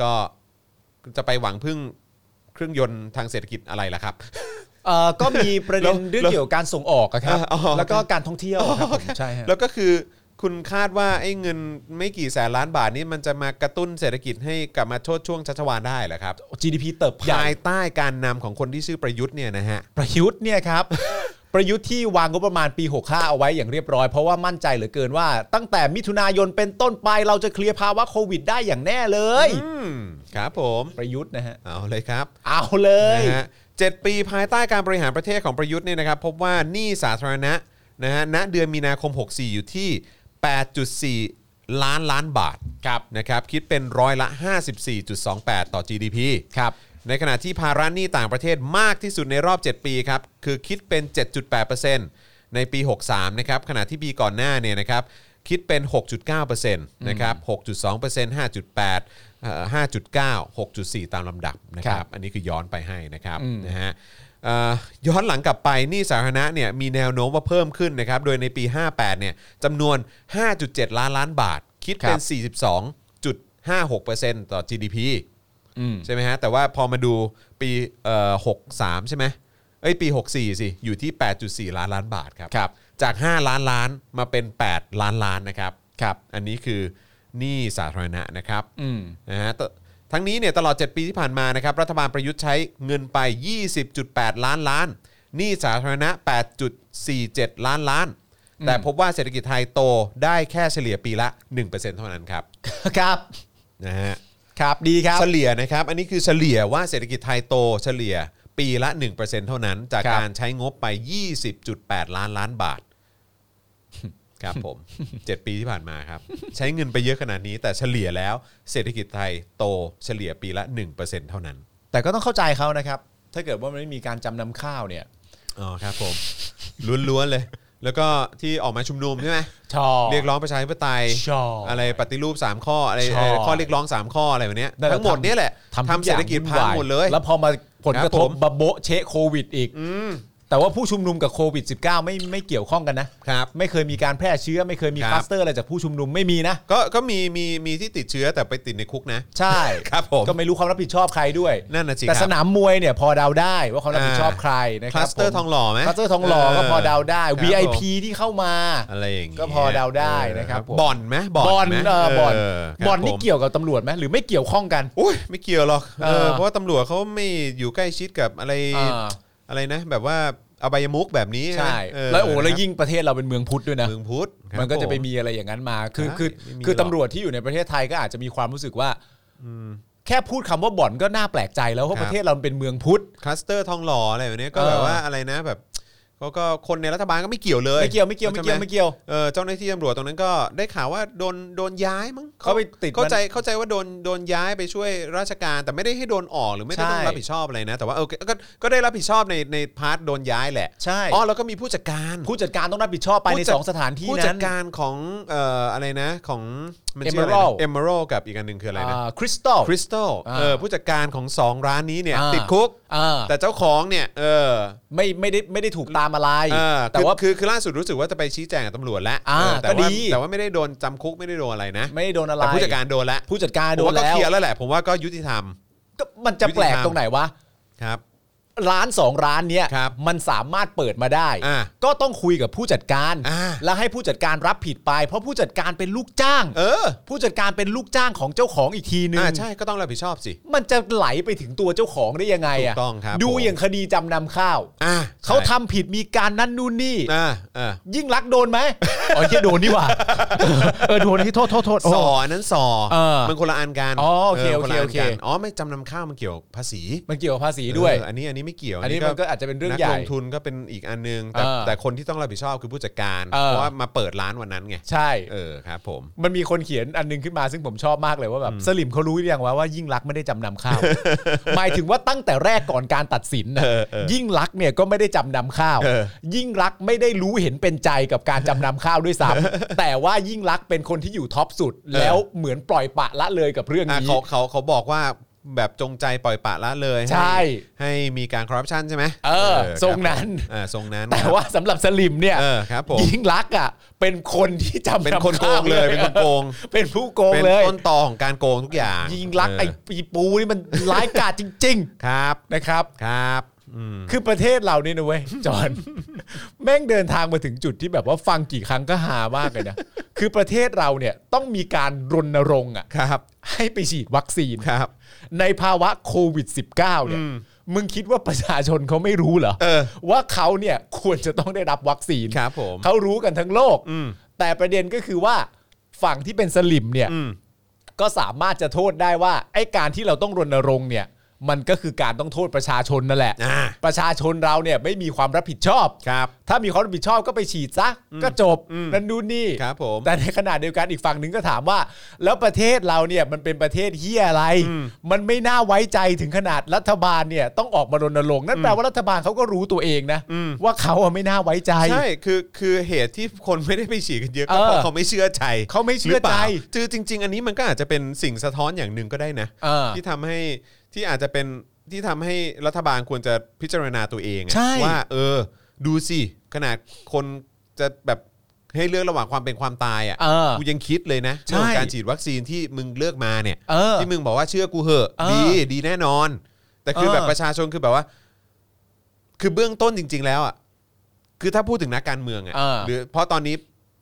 B: ก็จะไปหวังพึ่งเครื่องยนต์ทางเศรษฐกิจอะไรล่ะครับ
D: เอ่อก็มีประเด็น
B: แล้ว
D: เรื่องเกี่ยวกับการส่งออกอะครับ
B: อ่าอ๋อ
D: แล้วก็การท่องเที่ยวอะครับผมใช่ฮะ
B: แล้วก็คือคุณคาดว่าไอ้เงินไม่กี่แสนล้านบาทนี้มันจะมากระตุ้นเศรษฐกิจให้กลับมาโชดช่วงชัชวาลได้เหรอครับ
D: GDP เติบใหญ่
B: ภายใต้การนำของคนที่ชื่อประยุทธ์เนี่ยนะฮะ
D: ประยุทธ์เนี่ย ครับ ประยุทธ์ที่วางงบประมาณปี 65 เอาไว้อย่างเรียบร้อย เพราะว่ามั่นใจเหลือเกินว่า ตั้งแต่มิถุนายนเป็นต้นไปเราจะเคลียร์ภาวะโควิดได้อย่างแน่เลย
B: อืมครับผม
D: ประยุทธ์นะฮะ
B: เอาเลยครับ
D: เอาเลย
B: นะฮะเจ็ดปีภายใต้การบริหารประเทศของประยุทธ์เนี่ยนะครับพบว่าหนี้สาธารณะนะฮะณเดือนมีนาคม 64 อยู่ที่ 8.4 ล้านล้านบาทครับนะครับคิดเป็นร้อยละ 54.28 ต่อ GDP
D: ครับ
B: ในขณะที่ภาระหนี้ต่างประเทศมากที่สุดในรอบ 7 ปีครับ คือคิดเป็น 7.8%ในปี 63 นะครับ ขณะที่ปีก่อนหน้าเนี่ยนะครับ คิดเป็น 6.9%นะครับ 6.2% 5.8เอ่อ5.9 6.4 ตามลำดับนะค
D: ค
B: รั
D: รับ บ
B: อันนี้คือย้อนไปให้นะครับนะฮะเอ่อย้อนหลังกลับไปหนี่สาธารณะเนี่ยมีแนวโน้มว่าเพิ่มขึ้นนะครับ โดยในปี 58 เนี่ยจำนวน 5.7 ล้านล้านบาท คิดเป็น 42.56%ต่อ GDP
D: อืม
B: ใช่ไหมฮะแต่ว่าพอมาดูปีเอ่อ63 ใช่ไหมเอ้ยปี 64 สิ อยู่ที่ 8.4 ล้านล้านบาทครับ
D: ครับ
B: จาก 5 ล้านล้านมาเป็น 8 ล้านล้านนะครับ
D: ครับ
B: อันนี้คือหนี้สาธารณะนะครับ
D: อืม
B: นะฮะตทั้งนี้เนี่ยตลอด 7 ปีที่ผ่านมานะครับ รัฐบาลประยุทธ์ใช้เงินไป 20.8 ล้านล้านหนี้สาธารณะ 8.47 ล้านล้าน แต่พบว่าเศรษฐกิจไทยโตได้แค่เฉลี่ยปีละ 1%เท่านั้นครับ
D: ครับ
B: นะฮะ
D: ครับดีครับ
B: เฉลี่ยนะครับ อันนี้คือเฉลี่ยว่าเศรษฐกิจไทยโตเฉลี่ยปีละ 1%เท่านั้น จาก
D: ครับ
B: การใช้งบไป 20.8 ล้านล้านบาท ครับผม 7 ปีที่ผ่านมาครับ ใช้เงินไปเยอะขนาดนี้ แต่เฉลี่ยแล้วเศรษฐกิจไทยโตเฉลี่ยปีละ 1%เท่านั้น
D: แต่ก็ต้องเข้าใจเขานะครับ ถ้าเกิดว่ามันไม่มีการจำนำข้าวเนี่ย
B: อ๋อครับผมล้วนๆเลย แล้วก็ที่ออกมาชุมนุมใช่ไหม
D: ชอ
B: เรียกร้องประชาธิปไตย
D: ชอ
B: อะไรปฏิรูป 3 ข้ออะไร
D: ชอบ
B: เอ่อข้อเรียกร้อง 3 ข้ออะไรแบบเนี้ย
D: นั่นแหละ
B: ทั้งหมด
D: ทำ
B: เนี่ยแหละทำ
D: ทุกอ
B: เศร
D: ย่า
B: ษฐกิจพัง
D: วุ่นวาย
B: หมดเลย
D: แล้วพอมาผลกระท
B: ครับ บผม
D: บะโบะเชะโควิดอีก
B: อืม
D: แต่ว่าผู้ชุมนุมกับโควิด -19 ไม่ไม่เกี่ยวข้องกันนะ
B: ครับ
D: ไม่เคยมีการแพร่เชื้อไม่เคยมี
B: ครับ
D: คลัสเตอร์อะไรจากผู้ชุมนุมไม่มีนะ
B: ก็ก็มีมีมีที่ติดเชื้อแต่ไปติดในคุกนะ
D: ใช่
B: ครับผม
D: ก็ไม่รู้ความรับผิดชอบใครด้วย
B: นั่นนะจิค
D: แต่ส
B: รับ
D: นามมวยเนี่ยพอเดาได้ว่าความรับผิดชอบใครนะ
B: ค
D: ครั
B: ลั
D: บ
B: สเตอร์
D: ผม
B: ทองหล่อไหม
D: คลัสเตอร์ทองหล่อก็พอเดาได้
B: ครับผม
D: VIP ที่เข้ามา
B: อะไรอย่างเงี้ย
D: ก็พอเดาได้นะครับผม
B: บ่อนไหมบ่
D: บอ
B: อน
D: ล
B: ไหม
D: เออบอล
B: ครับ
D: บอลนี่
B: ผม
D: เกี่ยวกับตำรวจไหมหรือไม่เกี่ยวข้องกัน
B: อุ้ยไม่เกี่ยวหรอกเอ
D: เอ
B: อ
D: อ
B: เพราะว่าตำรวจเขาไม่อยู่ใกล้ชิดกับอะไร
D: อ่า
B: อะไรนะ แบบว่าอบายมุกแบบนี้
D: ใช่
B: เ
D: แล้วโอ้แล้
B: นะ
D: ว
B: ครับ
D: ยิ่งประเทศเราเป็นเมืองพุทธด้วยนะ
B: เมืองพุทธครับ
D: มันก็จะไป
B: ผ
D: มีอะไรอย่างนั้นมา คือ
B: ใช่
D: คือ
B: ไม่มี
D: คื
B: ห
D: อ
B: รอก
D: ตำรวจที่อยู่ในประเทศไทยก็อาจจะมีความรู้สึกว่าแค่พูดคำว่าบ่อนก็น่าแปลกใจแล้วเพราะประเทศเราเป็นเมืองพุทธ
B: คลัสเตอร์ทองหล่ออะไรแบบนี้ก็
D: เออ
B: แบบว่าอะไรนะแบบเขาก็คนในรัฐบาลก็ไม่เกี่ยวเลย
D: ไม่เกี่ยวไม่เกี่ยวไม่เกี่ยว
B: ใช่ห
D: ไม่เกี่ยว
B: เออเจ้าหน้าที่ตำรวจตรงนั้นก็ได้ข่าวว่าโดนโดนย้ายมั้ง
D: เขาไปติด
B: เข้าใจเข้าใจว่าโดนโดนย้ายไปช่วยราชการ แต่ไม่ได้ให้โดนออกหรือไม่ได้
D: ใช่
B: ต้องรับผิดชอบอะไรนะ แต่ว่าเออก็ก็ก็ได้รับผิดชอบในในพาร์ทโดนย้ายแหละ
D: ใช่
B: อ๋อแล้วก็มีผู้จัดการ
D: ผู้จัดการต้องรับผิดชอบไปใน
B: ผู้จัด
D: สองสถานที่
B: ผู้จั
D: นั้
B: ด
D: น
B: การของเอ่ออะไรนะของมันชื่ออะไร
D: Emerald
B: เอเมอรัลกับอีกอันหนึ่งคืออะไรนะ
D: คริสตัล
B: คริสตัล
D: อ่า
B: เออผู้จัดการของสองร้านนี้เนี่ย
D: อ่า
B: ติดคุก
D: อ่า
B: แต่เจ้าของเนี่ยเออ
D: ไม่ไม่ได้ไม่ได้ถูกตามอะไร
B: เออ
D: แต่ว่า
B: คือคือคือล่าสุดรู้สึกว่าจะไปชี้แจงกับตำรวจแล้ว
D: อ่า
B: เออแต่
D: ก็
B: ว่า
D: ดี
B: แต่ว่าไม่ได้โดนจำคุกไม่ได้โดนอะไรนะ
D: ไม่ได้โดนอะไร
B: แต่ผู้จัดการโดนแล้ว
D: ผู้จัดการ
B: ผ
D: โด
B: ม
D: น
B: ว่าก็
D: แล้
B: เคว ลียร์แล้วแหละ ผมว่าก็ยุติธรรม
D: ก็มันจะแปลกตรงไหนวะ
B: ครับ
D: ร้านสองร้านเนี้ย
B: ครับ
D: มันสามารถเปิดมาได้
B: อ่า
D: ก็ต้องคุยกับผู้จัดการ
B: อ่า
D: แล้วให้ผู้จัดการรับผิดไป เพราะผู้จัดการเป็นลูกจ้าง
B: เออ
D: ผู้จัดการเป็นลูกจ้างของเจ้าของอีกทีนึง
B: อ่าใช่ก็ต้องรับผิดชอบสิ
D: มันจะไหลไปถึงตัวเจ้าของได้ยังไงอ่ะ
B: ถูกต้องครับ
D: ดู
B: ผม
D: อย่างคดีจำนำข้าว
B: อ่า
D: เขา
B: ใช่
D: ทำผิดมีการนั่นนู่นนี่
B: อ่าอ่า
D: ยิ่งรักษณ์โดนไหม อ๋อเฮียโดนนี่หว่า เออโดนที่โทษโทษโทษ
B: สออันนั้นสอ
D: เออ
B: มันคนละอันกัน
D: อ๋อโอเคโอเค
B: ละนกัน
D: โอเค
B: อ๋อไม่จำนำข้าวมันเกี่ยวภาษี
D: มันเกี่ยวกับภาษีด้วย
B: เอออันนี้อันนี้ไม่เกี่ยว
D: อันนี้มันก็อาจจะเป็นเรื่อง
B: นัก
D: ใหญ่
B: ลงทุนก็เป็นอีกอันนึงแต่
D: เออ
B: แต่คนที่ต้องรับผิดชอบคือผู้จัดการ
D: เออ
B: เพราะว่ามาเปิดร้านวันนั้นไง
D: ใช่
B: เออครับ ผม
D: มันมีคนเขียนอันนึงขึ้นมาซึ่งผมชอบมากเลยว่าแบบสลิมเขารู้หรือยังว่าว่ายิ่งรักษณ์ไม่ได้จำนำ ข้าว หมายถึงว่าตั้งแต่แรกก่อนการตัดสินนะ
B: เออเออ
D: ยิ่งรักษณ์เนี่ยก็ไม่ได้จำนำข้าว
B: เออ
D: ยิ่งรักษณ์ไม่ได้รู้เห็นเป็นใจกับการจำนำข้าวด้วยซ้ำ แต่ว่ายิ่งรักษณ์เป็นคนที่อยู่ท็อปสุด แล้วเหมือนปล่อยปละละเลยกับเรื่อง
B: อ่ะ
D: นี้
B: เขาเขาเขาบอกว่าแบบจงใจปล่อยปละละเลยห้
D: ใช่
B: ให้มีการคอร์รัปชันใช่ไหม
D: เออทรงนั้น
B: ครับผมอ่าทรงนั้น
D: แต่ว่าสำหรับสลิมเนี่ย
B: เออครับผม
D: ยิ่งรักษณ์อ่ะเป็นคนที่จำ
B: เป็นคน
D: ำ
B: โก
D: ข้าว
B: งเลยเป็นคนโกง
D: เป็นผู้โกง
B: เป็น
D: เลย
B: ต้นตอของการโกงทุกอย่าง
D: ยิ่งรักษณ์
B: เ
D: ไอ้ปีปูนี่มันร้ายกาจจริง
B: ครับ
D: ๆ นะครับ
B: ครับอืม
D: คือประเทศเรานี่นะเว้ย จอน แม่งเดินทางมาถึงจุดที่แบบว่าฟังกี่ครั้งก็หามากเลยนะ คือประเทศเราเนี่ยต้องมีการรณรงค์อ่ะ
B: ครับ
D: ให้ไปฉีดวัคซีน
B: ครับ
D: ในภาวะโควิด -19 เนี่ยมึงคิดว่าประชาชนเขาไม่รู้เหรอ
B: เออ
D: ว่าเขาเนี่ยควรจะต้องได้รับวัคซีน
B: ครับผม
D: เขารู้กันทั้งโลก
B: อืม
D: แต่ประเด็นก็คือว่าฝั่งที่เป็นสลิมเนี่ย
B: อืม
D: ก็สามารถจะโทษได้ว่าไอ้การที่เราต้องรณรงค์เนี่ย มันก็คือการต้องโทษประชาชนนั่นแหละ
B: อ่า
D: ประชาชนเราเนี่ยไม่มีความรับผิดชอบ
B: ครับ
D: ถ้ามีความรับผิดชอบก็ไปฉีดซะ ก็จบ
B: อืม
D: นั่นดูนนี่
B: ครับผม
D: แต่ในขณะเดียวกันอีกฝั่งหนึ่งก็ถามว่า แล้วประเทศเราเนี่ยมันเป็นประเทศเฮียอะไร
B: อืม
D: มันไม่น่าไว้ใจถึงขนาดรัฐบาลเนี่ยต้องออกมารณรงค์นั่นแปลว่ารัฐบาลเขาก็รู้ตัวเองนะ
B: อืม
D: ว่าเขาอะไม่น่าไว้ใจ
B: ใช่คือคือเหตุที่คนไม่ได้ไปฉีดกันเยอะ
D: เอ
B: ก็
D: อ
B: เพราะเขาไม่เชื่อใจ
D: เขาไม่
B: หรื
D: เชื่อ
B: เป
D: ใจ
B: ล่าคือจริง ๆ อันนี้มันก็อาจจะเป็นสิ่งสะท้อนอย่างหนึ่งก็ได้นะ
D: เออ
B: ที่ทำให้ที่อาจจะเป็นที่ทำให้รัฐบาลควรจะพิจารณาตัวเองอะ
D: ใช่
B: ว่าเออ ดูสิขนาดคนจะแบบให้เลือกระหว่างความเป็นความตาย
D: เอ
B: อะ่ะ
D: อ
B: กูยังคิดเลยนะ
D: ใช่
B: เรื่องของการฉีดวัคซีนที่มึงเลือกมาเนี่ย
D: เออ
B: ที่มึงบอกว่าเชื่อกูเหอะ
D: เออ
B: ดีดีแน่นอน แต่คือ
D: เออ
B: แบบประชาชนคือแบบว่า คือเบื้องต้นจริง ๆ แล้วอ่ะคือถ้าพูดถึงนักการเมือง
D: เออ
B: อะ่ะหรือเพราะตอนนี้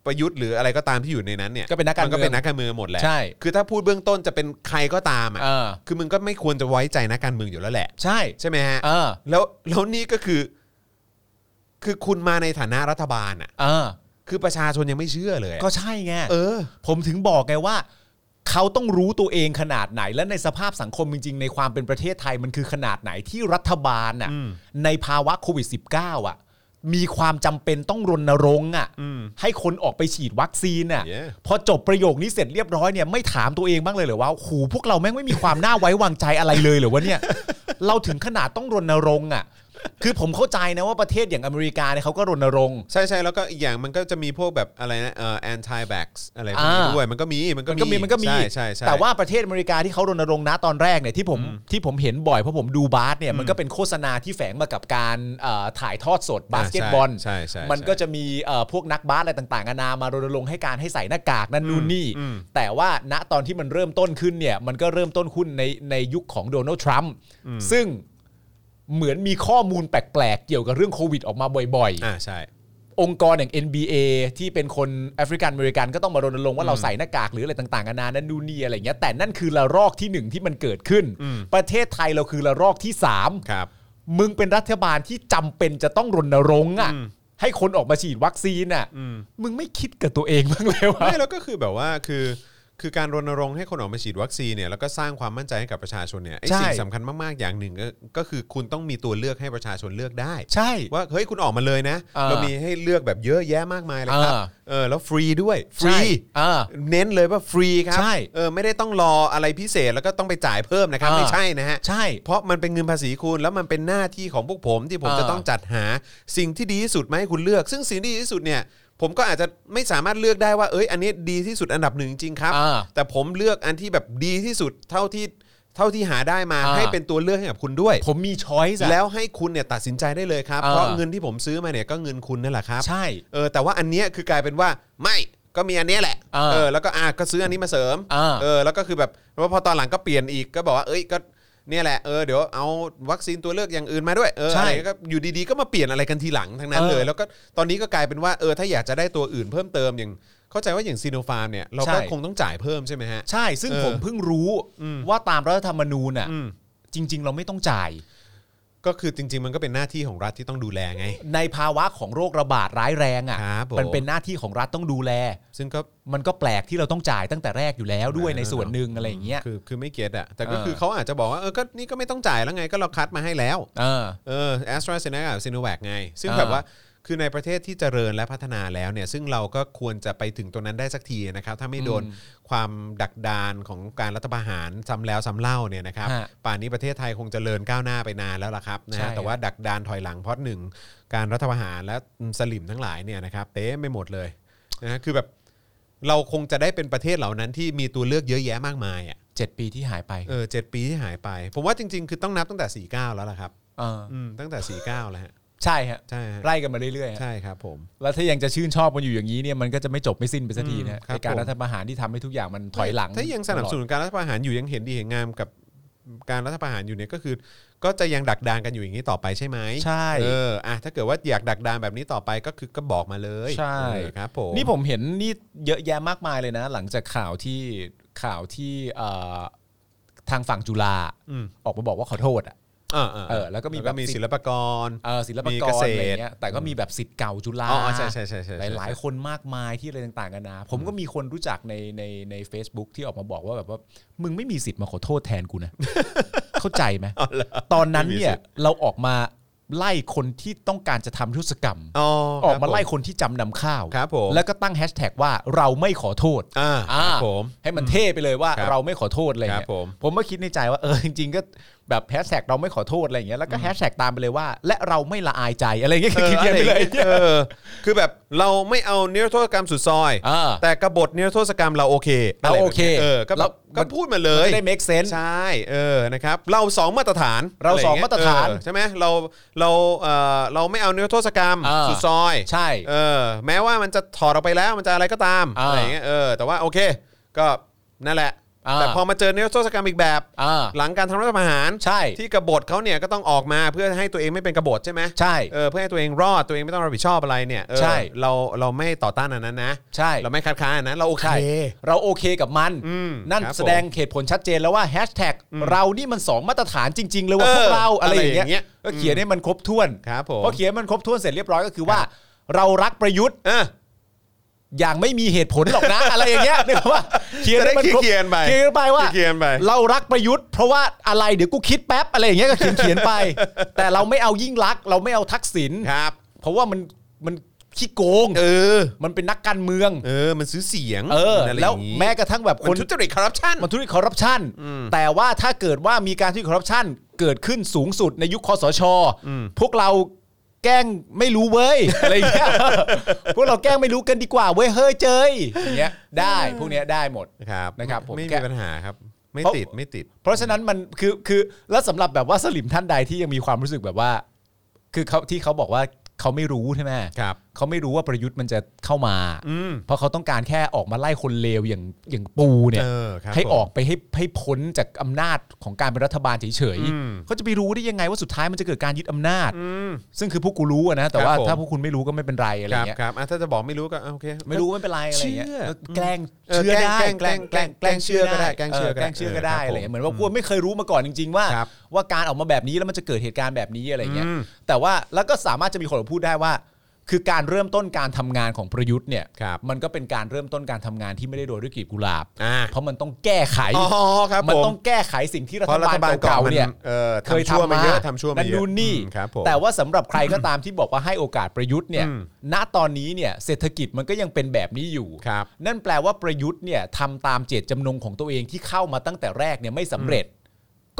B: ประยุทธ์หรืออะไรก็ตามที่อยู่ในนั้นเนี่ย
D: ก็เป็นนักการ
B: มัก็เป็น
D: เมือง
B: นักการเมืองหมดแหละ
D: ใช่
B: คือถ้าพูดเบื้องต้นจะเป็นใครก็ตามอ่ะ
D: เออ
B: คือมึงก็ไม่ควรจะไว้ใจนักการเมืองอยู่แล้วแหละ
D: ใช่
B: ใช่ไหมฮะ
D: เออ
B: แล้วแล้วนี่ก็คือ คือคุณมาในฐานะรัฐบาลอ่ะ
D: เออ
B: คือประชาชนยังไม่เชื่อเลยอะ
D: ก็ใช่ไง
B: เออ
D: ผมถึงบอกไงว่า เขาต้องรู้ตัวเองขนาดไหนและในสภาพสังคมจริง ๆ ในความเป็นประเทศไทยมันคือขนาดไหนที่รัฐบาลอ่ะ
B: อืม
D: ในภาวะโควิด -19 อ่ะ มีความจำเป็นต้องรณรงค์อ่ะ
B: อืม
D: ให้คนออกไปฉีดวัคซีนอ่ะ
B: Yeah
D: พอจบประโยคนี้เสร็จเรียบร้อยเนี่ยไม่ถามตัวเองบ้างเลยเหรอว่าหูพวกเราแม่งไม่มีความน่าไว้วางใจอะไรเลยเหรอวะเนี่ย เราถึงขนาดต้องรณรงค์อ่ะ คือผมเข้าใจนะว่าประเทศอย่างอเมริกาเนี่ยเขาก็รณรงค์
B: ใช่ใช่แล้วก็อีกอย่างมันก็จะมีพวกแบบอะไรนะเอ่อ anti vax อะไรพวกนี้
D: อ่า
B: ด้วยมันก็มีมันก็
D: มันก็มีมันก็มี
B: ใช่ใช่ใช่
D: แต่ว่าประเทศอเมริกาที่เขารณรงค์นะตอนแรกเนี่ยที่ผมที่ผมเห็นบ่อยเพราะผมดูบาสเนี่ยมันก็เป็นโฆษณาที่แฝงมากับการเอ่อถ่ายทอดสดบาสเกตบอล
B: ใช่ใช่ใช่
D: มันก็จะมีเอ่อพวกนักบาสอะไรต่างๆนานามารณรงค์ให้การให้ใส่หน้ากากนั่นนู่นนี่
B: อืม
D: แต่ว่าณตอนที่มันเริ่มต้นขึ้นเนี่ยมันก็เริ่มต้นขึ้นในในยุคของโดนัลด์ทรัมป์ซึ่งเหมือนมีข้อมูลแปลกๆ เกี่ยวกับเรื่องโควิดออกมาบ่อยๆ
B: อ่าใช่
D: องค์กรอย่าง NBA ที่เป็นคนแอฟริกันอเมริกันก็ต้องมารณรงค์ว่าเราใส่หน้ากากหรืออะไรต่างๆนานานั้นดูนนี่อะไรอย่างเงี้ยแต่นั่นคือละรอกที่หนึ่งที่มันเกิดขึ้น
B: อืม
D: ประเทศไทยเราคือละรอกที่สาม
B: ครับ
D: มึงเป็นรัฐบาลที่จำเป็นจะต้องรณรงค์อ่ะ
B: อืม
D: ให้คนออกมาฉีดวัคซีนอ่ะ
B: อืม
D: มึงไม่คิดกับตัวเองบ้างเลยวะ
B: ไม่แล้วก็คือแบบว่าคือคือการรณรงค์ให้คนออกมาฉีดวัคซีนเนี่ยแล้วก็สร้างความมั่นใจให้กับประชาชนเนี่ยไอ้
D: ใช่
B: สิ่งสำคัญมากๆอย่างหนึ่งก็ก็คือคุณต้องมีตัวเลือกให้ประชาชนเลือกได้
D: ใช่
B: ว่าเฮ้ยคุณออกมาเลยนะ
D: เออ
B: เรามีให้เลือกแบบเยอะแยะมากมายเลยครับ
D: เออ
B: เออแล้วฟรีด้วยฟรี
D: ใช่อ่า
B: เน้นเลยว่าฟรีครับ
D: ใช่
B: เออไม่ได้ต้องรออะไรพิเศษแล้วก็ต้องไปจ่ายเพิ่มนะครับ
D: อ่า
B: ไม่ใช่นะฮะ
D: ใช่
B: เพราะมันเป็นเงินภาษีคุณแล้วมันเป็นหน้าที่ของพวกผมที่ผม
D: อ่า
B: จะต้องจัดหาสิ่งที่ดีที่สุดมาให้คุณเลือก ซึ่งสิ่งที่ดีที่สุดเนี่ย ผมก็อาจจะไม่สามารถเลือกได้ว่าเอ้ยอันนี้ดีที่สุดอันดับหนึ่งจริงๆครับ
D: อ่า
B: แต่ผมเลือกอันที่แบบดีที่สุดเท่าที่เท่าที่หาได้มา
D: อ่า
B: ให้เป็นตัวเลือกให้กับคุณด้วย
D: ผมมีช้อยส์
B: แล้วให้คุณเนี่ยตัดสินใจได้เลยครับ
D: อ่า
B: เพราะเงินที่ผมซื้อมาเนี่ยก็เงินคุณนั่นแหละครับ
D: ใช่
B: เออแต่ว่าอันเนี้ยคือกลายเป็นว่าไม่ก็มีอันเนี้ยแหละ
D: อ่า
B: เออแล้วก็อ่ะก็ซื้ออันนี้มาเสริม
D: อ่า
B: เออแล้วก็คือแบบแล้วพอตอนหลังก็เปลี่ยนอีกก็บอกว่าเอ้ยก็เนี่ยแหละเออเดี๋ยวเอาวัคซีนตัวเลือกอย่างอื่นมาด้วยเออ
D: ใช่
B: อะไรก็อยู่ดีๆก็มาเปลี่ยนอะไรกันทีหลังทั้งนั้นเล
D: เออ
B: ย แล้วก็ตอนนี้ก็กลายเป็นว่าเออถ้าอยากจะได้ตัวอื่นเพิ่มเติมอย่างเข้าใจว่าอย่างซีโนฟาร์มเนี่ยเราก็
D: ใช่
B: คงต้องจ่ายเพิ่มใช่ไหมฮะ
D: ใช่ซึ่ง
B: เออ
D: ผมเพิ่งรู้
B: อืม
D: ว่าตามรัฐธรรมนูญอ่ะ
B: อืม
D: จริง ๆ เราไม่ต้องจ่าย
B: ก็คือจริง ๆ มันก็เป็นหน้าที่ของรัฐที่ต้องดูแลไง
D: ในภาวะของโรคระบาดร้ายแรง
B: ครั
D: อะ่ะ
B: บผม
D: มันเป็นหน้าที่ของรัฐต้องดูแล
B: ซึ่งก็
D: มันก็แปลกที่เราต้องจ่ายตั้งแต่แรกอยู่แล้วด้วยในส่วนหนึ่งอะไรอย่างเงี้ย
B: คือคือไม่เก็ตอะแต่ก็
D: เออ
B: คือเขาอาจจะบอกว่าเออก็นี่ก็ไม่ต้องจ่ายแล้วไงก็เราคัดมาให้แล้ว
D: เออ
B: เออแอสตราเซเนกาซีโนแวคไง ซึ่ง
D: อ่า
B: แบบว่าคือในประเทศที่เจริญและพัฒนาแล้วเนี่ย ซึ่งเราก็ควรจะไปถึงตรงนั้นได้สักทีนะครับ ถ้าไม่โดน
D: อืม
B: ความดักดานของการรัฐประหารซ้ำแล้วซ้ำเล่าเนี่ยนะครับ
D: ฮะ
B: ป่านนี้ประเทศไทยคงเจริญก้าวหน้าไปนานแล้วล่ะครับนะ
D: ใช่
B: ฮะแต่ว่าดักดานถอยหลังเพราะหนึ่งการรัฐประหารและสลิมทั้งหลายเนี่ยนะครับเต็มไปหมดเลยนะฮะคือแบบเราคงจะได้เป็นประเทศเหล่านั้นที่มีตัวเลือกเยอะแยะมากมายอ่ะ
D: เจ็ดปีที่หายไป
B: เออเจ็ดปีที่หายไป ผมว่าจริง ๆ คือต้องนับตั้งแต่ 49 แล้วล่ะครับ
D: เออ
B: อืมตั้งแต่ 49 แล้วฮะ
D: ใช่ฮะ
B: ใช่ฮะ
D: ไล่กันมาเรื่อยๆฮะ
B: ใช่ครับผม
D: แล้วถ้ายังจะชื่นชอบมันอยู่อย่างนี้เนี่ยมันก็จะไม่จบไม่สิ้นไปสักทีนะฮะ
B: อืมครับ
D: ในการ
B: ผม
D: รัฐประหารที่ทำให้ทุกอย่างมันถอยหลัง
B: ถ้ายังสนับสนุนการรัฐประหารอยู่ยังเห็นดีเห็นงามกับการรัฐประหารอยู่เนี่ยก็คือ ก็จะยังดักดานกันอยู่อย่างนี้ต่อไปใช่ไหม
D: ใช่
B: เอออ่ะถ้าเกิดว่าอยากดักดานแบบนี้ต่อไปก็คือก็บอกมาเลย
D: ใช่
B: เออครับผม
D: นี่ผมเห็นนี่เยอะแยะมากมายเลยนะ หลังจากข่าวที่ข่าวที่เอ่อทางฝั่งจุฬา
B: อืม
D: ออกมาบอกว่าขอโทษอ่ะ
B: อ่าๆ
D: เออแล้วก็มีแบบ
B: ศิลปากร
D: เอ่อศิลปา
B: มี
D: ก
B: เก
D: ร
B: ษตร
D: อะไรเงี้ยแต่ก็มีแบบสิทธิ์เก่าจุฬา
B: อ๋อใช่ใช่ใช่ใช่
D: ห
B: ใช่
D: ลายหลายๆคนมากมายที่อะไรต่างๆกันานะผมก็มีคนรู้จักในในใน c e b o o k ที่ออกมาบอกว่าแบบว่า มึงไม่มีสิทธิ์มาขอโทษแทนกูนะ เข้าใจไหมตอนนั้นเนี่
B: ไม่มีสิ
D: ย
B: ทธิ์
D: เราออกมาไล่คนที่ต้องการจะทำทุศกรรม
B: อ๋อ
D: ออก
B: ค
D: มา
B: รับผ
D: ไล่คนที่จำนำข้าว
B: ครับผม
D: แล้วก็ตั้งแฮชแท็กว่าเราไม่ขอโทษ
B: อ่า
D: อ่า
B: ครับผม
D: ให้มันเท่ไปเลยว่า
B: ครับ
D: เราไม่ขอโทษอะไร
B: ครับ
D: เงี้ย
B: ผม
D: ผมก็คิดในใจว่าเออ จริง ๆ ก็แบบแฮชแท็กเราไม่ขอโทษอะไรเงี้ยแล้วก็แฮชแท็กตามไปเลยว่า และเราไม่ละอายใจอะไรเงี้ยคือคิดเยอะไปเลย
B: เออคือแบบเราไม่เอานิรโทษกรรมสุดซอย
D: อ่า
B: แต่กบฏนิรโทษกรรมเราโอเคะ
D: เรา
B: ไรแบบนี้
D: โอเค
B: เออก็แบ
D: เรา
B: บก็
D: น
B: พูดมาเลย
D: มันจะได้ make sense
B: ใช่เออนะครับเราสองมาตรฐาน
D: เราสอง
B: ะไย่ย
D: มาตรฐาน
B: เออใช่ไหมเราเราเออเราไม่เอานิรโทษกรรม
D: อ่า
B: สุดซอย
D: ใช่
B: เออแม้ว่ามันจะถอดออกไปแล้วมันจะอะไรก็ตาม
D: อ่า
B: อะไรอย่างเงี้ยเออแต่ว่าโอเค ก็นั่นแหละ
D: อ่า
B: แต่พอมาเจอนิรโทษกรรมอีกแบบ
D: อ่า
B: หลังการทำรัฐประหาร
D: ใช่
B: ที่กบฏเขาเนี่ยก็ต้องออกมาเพื่อให้ตัวเองไม่เป็นกบฏใช่ไหม
D: ใช่
B: เออเพื่อให้ตัวเองรอดตัวเองไม่ต้องรับผิดชอบอะไรเนี่ยเออ
D: ใช่
B: เราเราไม่ต่อต้านอันนั้นนะ
D: ใช่
B: เราไม่คัดค้านอันนั้นเราโอเค
D: ใช่เราโอเคกับมัน
B: อืม
D: นั่น
B: ครับผม
D: แสดงเหตุผลชัดเจนแล้วว่าแฮชแท็กเรานี่มันสองมาตรฐานจริง ๆ เลยว่า
B: เออ
D: พวกเราอะไร
B: อะไร
D: อย่าง
B: อย่างเงี้
D: เงี้
B: ย
D: ยก็เขียนให้มันครบถ้วน
B: ครับผม
D: พอเขียนให้มันครบถ้วนเสร็จเรียบร้อยก็คือว่า เรารักประยุทธ์
B: เออ
D: อย่างไม่มีเหตุผลหรอกนะ อะไรอย่างเงี้ยนึกว่าเขียนให้มันครบ
B: จะได้ขี้เกียจไป
D: เขียนไปว่า
B: ขี้เกียจไป
D: เรารักประยุทธ์เพราะว่าอะไรเดี๋ยวกูคิดแป๊บอะไรอย่างเงี้ยก็เขียนเขียนๆไป แต่เราไม่เอายิ่งรักษณ์เราไม่เอาทักษิณ
B: ครับ
D: เพราะว่ามันมัน ขี้โกง
B: เออ
D: มันเป็นนักการเมือง
B: เออ มันซื้อเสียง
D: เออ
B: ะไร
D: แล้ว
B: อย่างงี้
D: แม้กระทั่งแบบ
B: มั
D: คน
B: นทุจริตคอร์รัปชัน
D: มันทุจริตคอร์รัปชันแต่ว่าถ้าเกิดว่ามีการทุจริตคอร์รัปชันเกิดขึ้นสูงสุดในยุคคอสช พวกเราแกล้งไม่รู้เว้ย อะไรอย่างเงี้ย พวกเราแกล้งไม่รู้กันดีกว่าเว้ยเฮ้ยเจยอย่างเงี้ยได้พวกเนี้ยได้หมด
B: นะครับ
D: นะครับผม
B: ไม่
D: แก
B: มีปัญหาครับ ไม่ติดไม่ติด
D: เพราะฉะนั้นมันคือคือแล้วสำหรับแบบว่าสลิมท่านใดที่ยังมีความรู้สึกแบบว่า คือเขาที่เขาบอกว่าเขาไม่รู้ใช่ไหม
B: ครับ
D: เขาไม่รู้ว่าประยุทธ์มันจะเข้ามา
B: อืม
D: เพราะเขาต้องการแค่ออกมาไล่คนเลวอย่างอย่างปูเนี่ย
B: เออครับ
D: ให้
B: ผม
D: ออกไปให้ให้พ้นจากอำนาจของการเป็นรัฐบาลเฉย
B: อืม
D: ๆเขาจะไปรู้ได้ยังไงว่าสุดท้ายมันจะเกิดการยึดอำนาจ
B: อืม
D: ซึ่งคือพวกกูรู้อะนะแต่ว่า
B: ครับผม
D: ถ้าพวกคุณไม่รู้ก็ไม่เป็นไรอะไร
B: ครับ
D: เงี้ย
B: ครับอ่ะถ้าจะบอกไม่รู้ก็อ่ะโอเค
D: ไม่รู้ไม่เป็นไรอะไรเงี้ย
B: เชื่อ
D: แล้วแกล้ง
B: เออ
D: เชื่อ
B: แกล้ง
D: ได้
B: แกล้งแกล้งแกล้งเชื่อก็ได้แกล้งเชื่อก็ได้
D: แกล้งเชื่อก็ได้
B: เออครับ
D: อะไรเงี้
B: ผม
D: ยเหมือนว่าพวกไม่เคยรู้มาก่อนจริง ๆ ว่า
B: ครับ
D: ว่าการออกมาแบบนี้แล้วมันจะเกิดเหตุการณ์แบบนี้อะไรเงี้ย
B: อืม
D: แต่ว่าแล้วก็สามารถจะมีคนมาพูดได้ว่า คือการเริ่มต้นการทำงานของประยุทธ์เนี่ย
B: ครับ
D: มันก็เป็นการเริ่มต้นการทำงานที่ไม่ได้โดยด้วยกลีบกุหลาบ
B: อ่า
D: เพราะมันต้องแก้ไข
B: อ๋อครับ
D: มั
B: ผม
D: ต้องแก้ไขสิ่งที่รั
B: เพราะรั
D: ฐ
B: ฐบา
D: บา
B: ล
D: ล
B: เก่า
D: เก่า
B: มัน
D: ๆเนี่ย
B: เออ
D: เคย
B: ทำชั่ว
D: ทำ
B: มา
D: มา
B: เยอะทำชั่วมา
D: นั่น
B: เยอะ
D: นู่นนี่
B: อืมครับผม
D: แต่ว่าสำหรับใครก็ตามที่บอกว่าให้โอกาสประยุทธ์เนี่ย
B: อืม
D: ณ ตอนนี้เนี่ยเศรษฐกิจมันก็ยังเป็นแบบนี้อยู่
B: ครับ
D: นั่นแปลว่าประยุทธ์เนี่ยทำตามเจตจำนงของตัวเองที่เข้ามาตั้งแต่แรกเนี่ยไม่สำเร็จ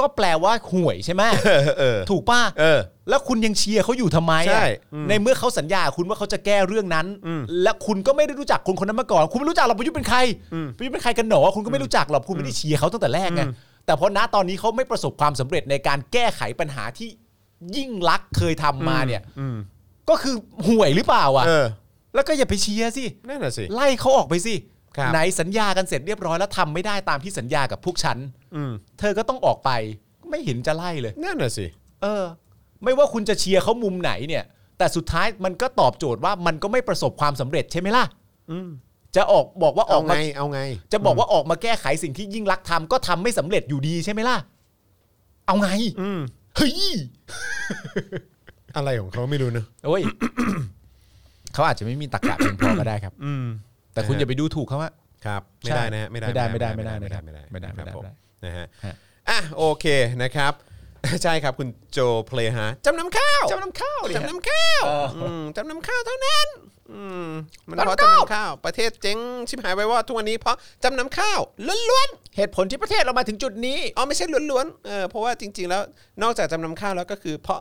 D: ก็แปลว่าห่วยใช่ไหม
B: เออเออ
D: ถูกป่ะ
B: เออ
D: แล้วคุณยังเชียร์เขาอยู่ทำไม
B: ใช่
D: อ่ะ
B: อืม
D: ในเมื่อเขาสัญญาคุณว่าเขาจะแก้เรื่องนั้น
B: อืม
D: และคุณก็ไม่ได้รู้จักคนคนนั้นมาก่อน คุณไม่รู้จักหรอกประยุทธ์เป็นใคร
B: อืม
D: ประยุทธ์เป็นใครกันหนอคุณก็ไม่รู้จักหรอกคุณไม่ได้เชียร์เขาตั้งแต่แรกไง
B: อืม
D: แต่เพราะณตอนนี้เขาไม่ประสบความสำเร็จในการแก้ไขปัญหาที่ยิ่งลักษณ์เคยทำมาเนี่ย
B: อืม
D: ก็คือห่วยหรือเปล่าอ่ะ
B: เออ
D: แล้วก็อย่าไปเชียร์สิ
B: นั่นน่ะสิ
D: ไล่เขาออกไปสิ
B: ครับ
D: ไหนสัญญากันเสร็จเรียบร้อยแล้วทำไม่ได้ตามที่สัญญากับพวกฉัน
B: อืม
D: เธอก็ต้องออกไปไม่เห็นจะไล่เลย
B: นั่นน่ะสิ
D: เออไม่ว่าคุณจะเชียร์เขามุมไหนเนี่ย แต่สุดท้ายมันก็ตอบโจทย์ว่ามันก็ไม่ประสบความสำเร็จใช่ไหมล่ะ
B: อืม
D: จะออกบอกว่าอ
B: เอา
D: อก
B: ไง
D: มา
B: เอาไง
D: จะบอกว่าออกมาแก้ไขสิ่งที่ยิ่งรักษณ์ทำก็ทำไม่สำเร็จอยู่ดีใช่ไหมล่ะ เอาไง
B: อืม
D: เฮ้ย
B: อะไรของเขาไม่รู้เนอะ
D: โอ้ย เขาอาจจะไม่มีตรรกะเพียงพอก็ได้ครับ
B: อืม
D: แต่คุณอย่าไปดูถูกเขาว่า
B: ครับ ไม่
D: ใช่
B: ได้นะฮะไม่ได้
D: ไม่ได้ไม่ได้
B: ไม่ได้
D: ไม่
B: ไม่
D: ได้
B: ได้
D: ไม่
B: ค
D: ได้
B: รับผม
D: ไม่ได้
B: นะฮะ
D: ฮะ
B: อ่ะโอเคนะครับ ใช่ครับคุณโจเพลฮะจำนำข้าว
D: จำนำข้าวเนี่ย
B: จำนำข้าว
D: เอออื
B: มจำนำข้าวเท่านั้นอืมมันเพราะจำนำข้าว ประเทศเจ๊งชิบหายไปว่าทุกวันนี้เพราะจำนำข้าวล้วน
D: เหตุผลที่ประเทศเรามาถึงจุดนี้
B: ๆอ๋อไม่ใช่ล้วนๆเออเพราะว่าจริง ๆ แล้วนอกจากจำนำข้าวแล้วก็คือเพราะ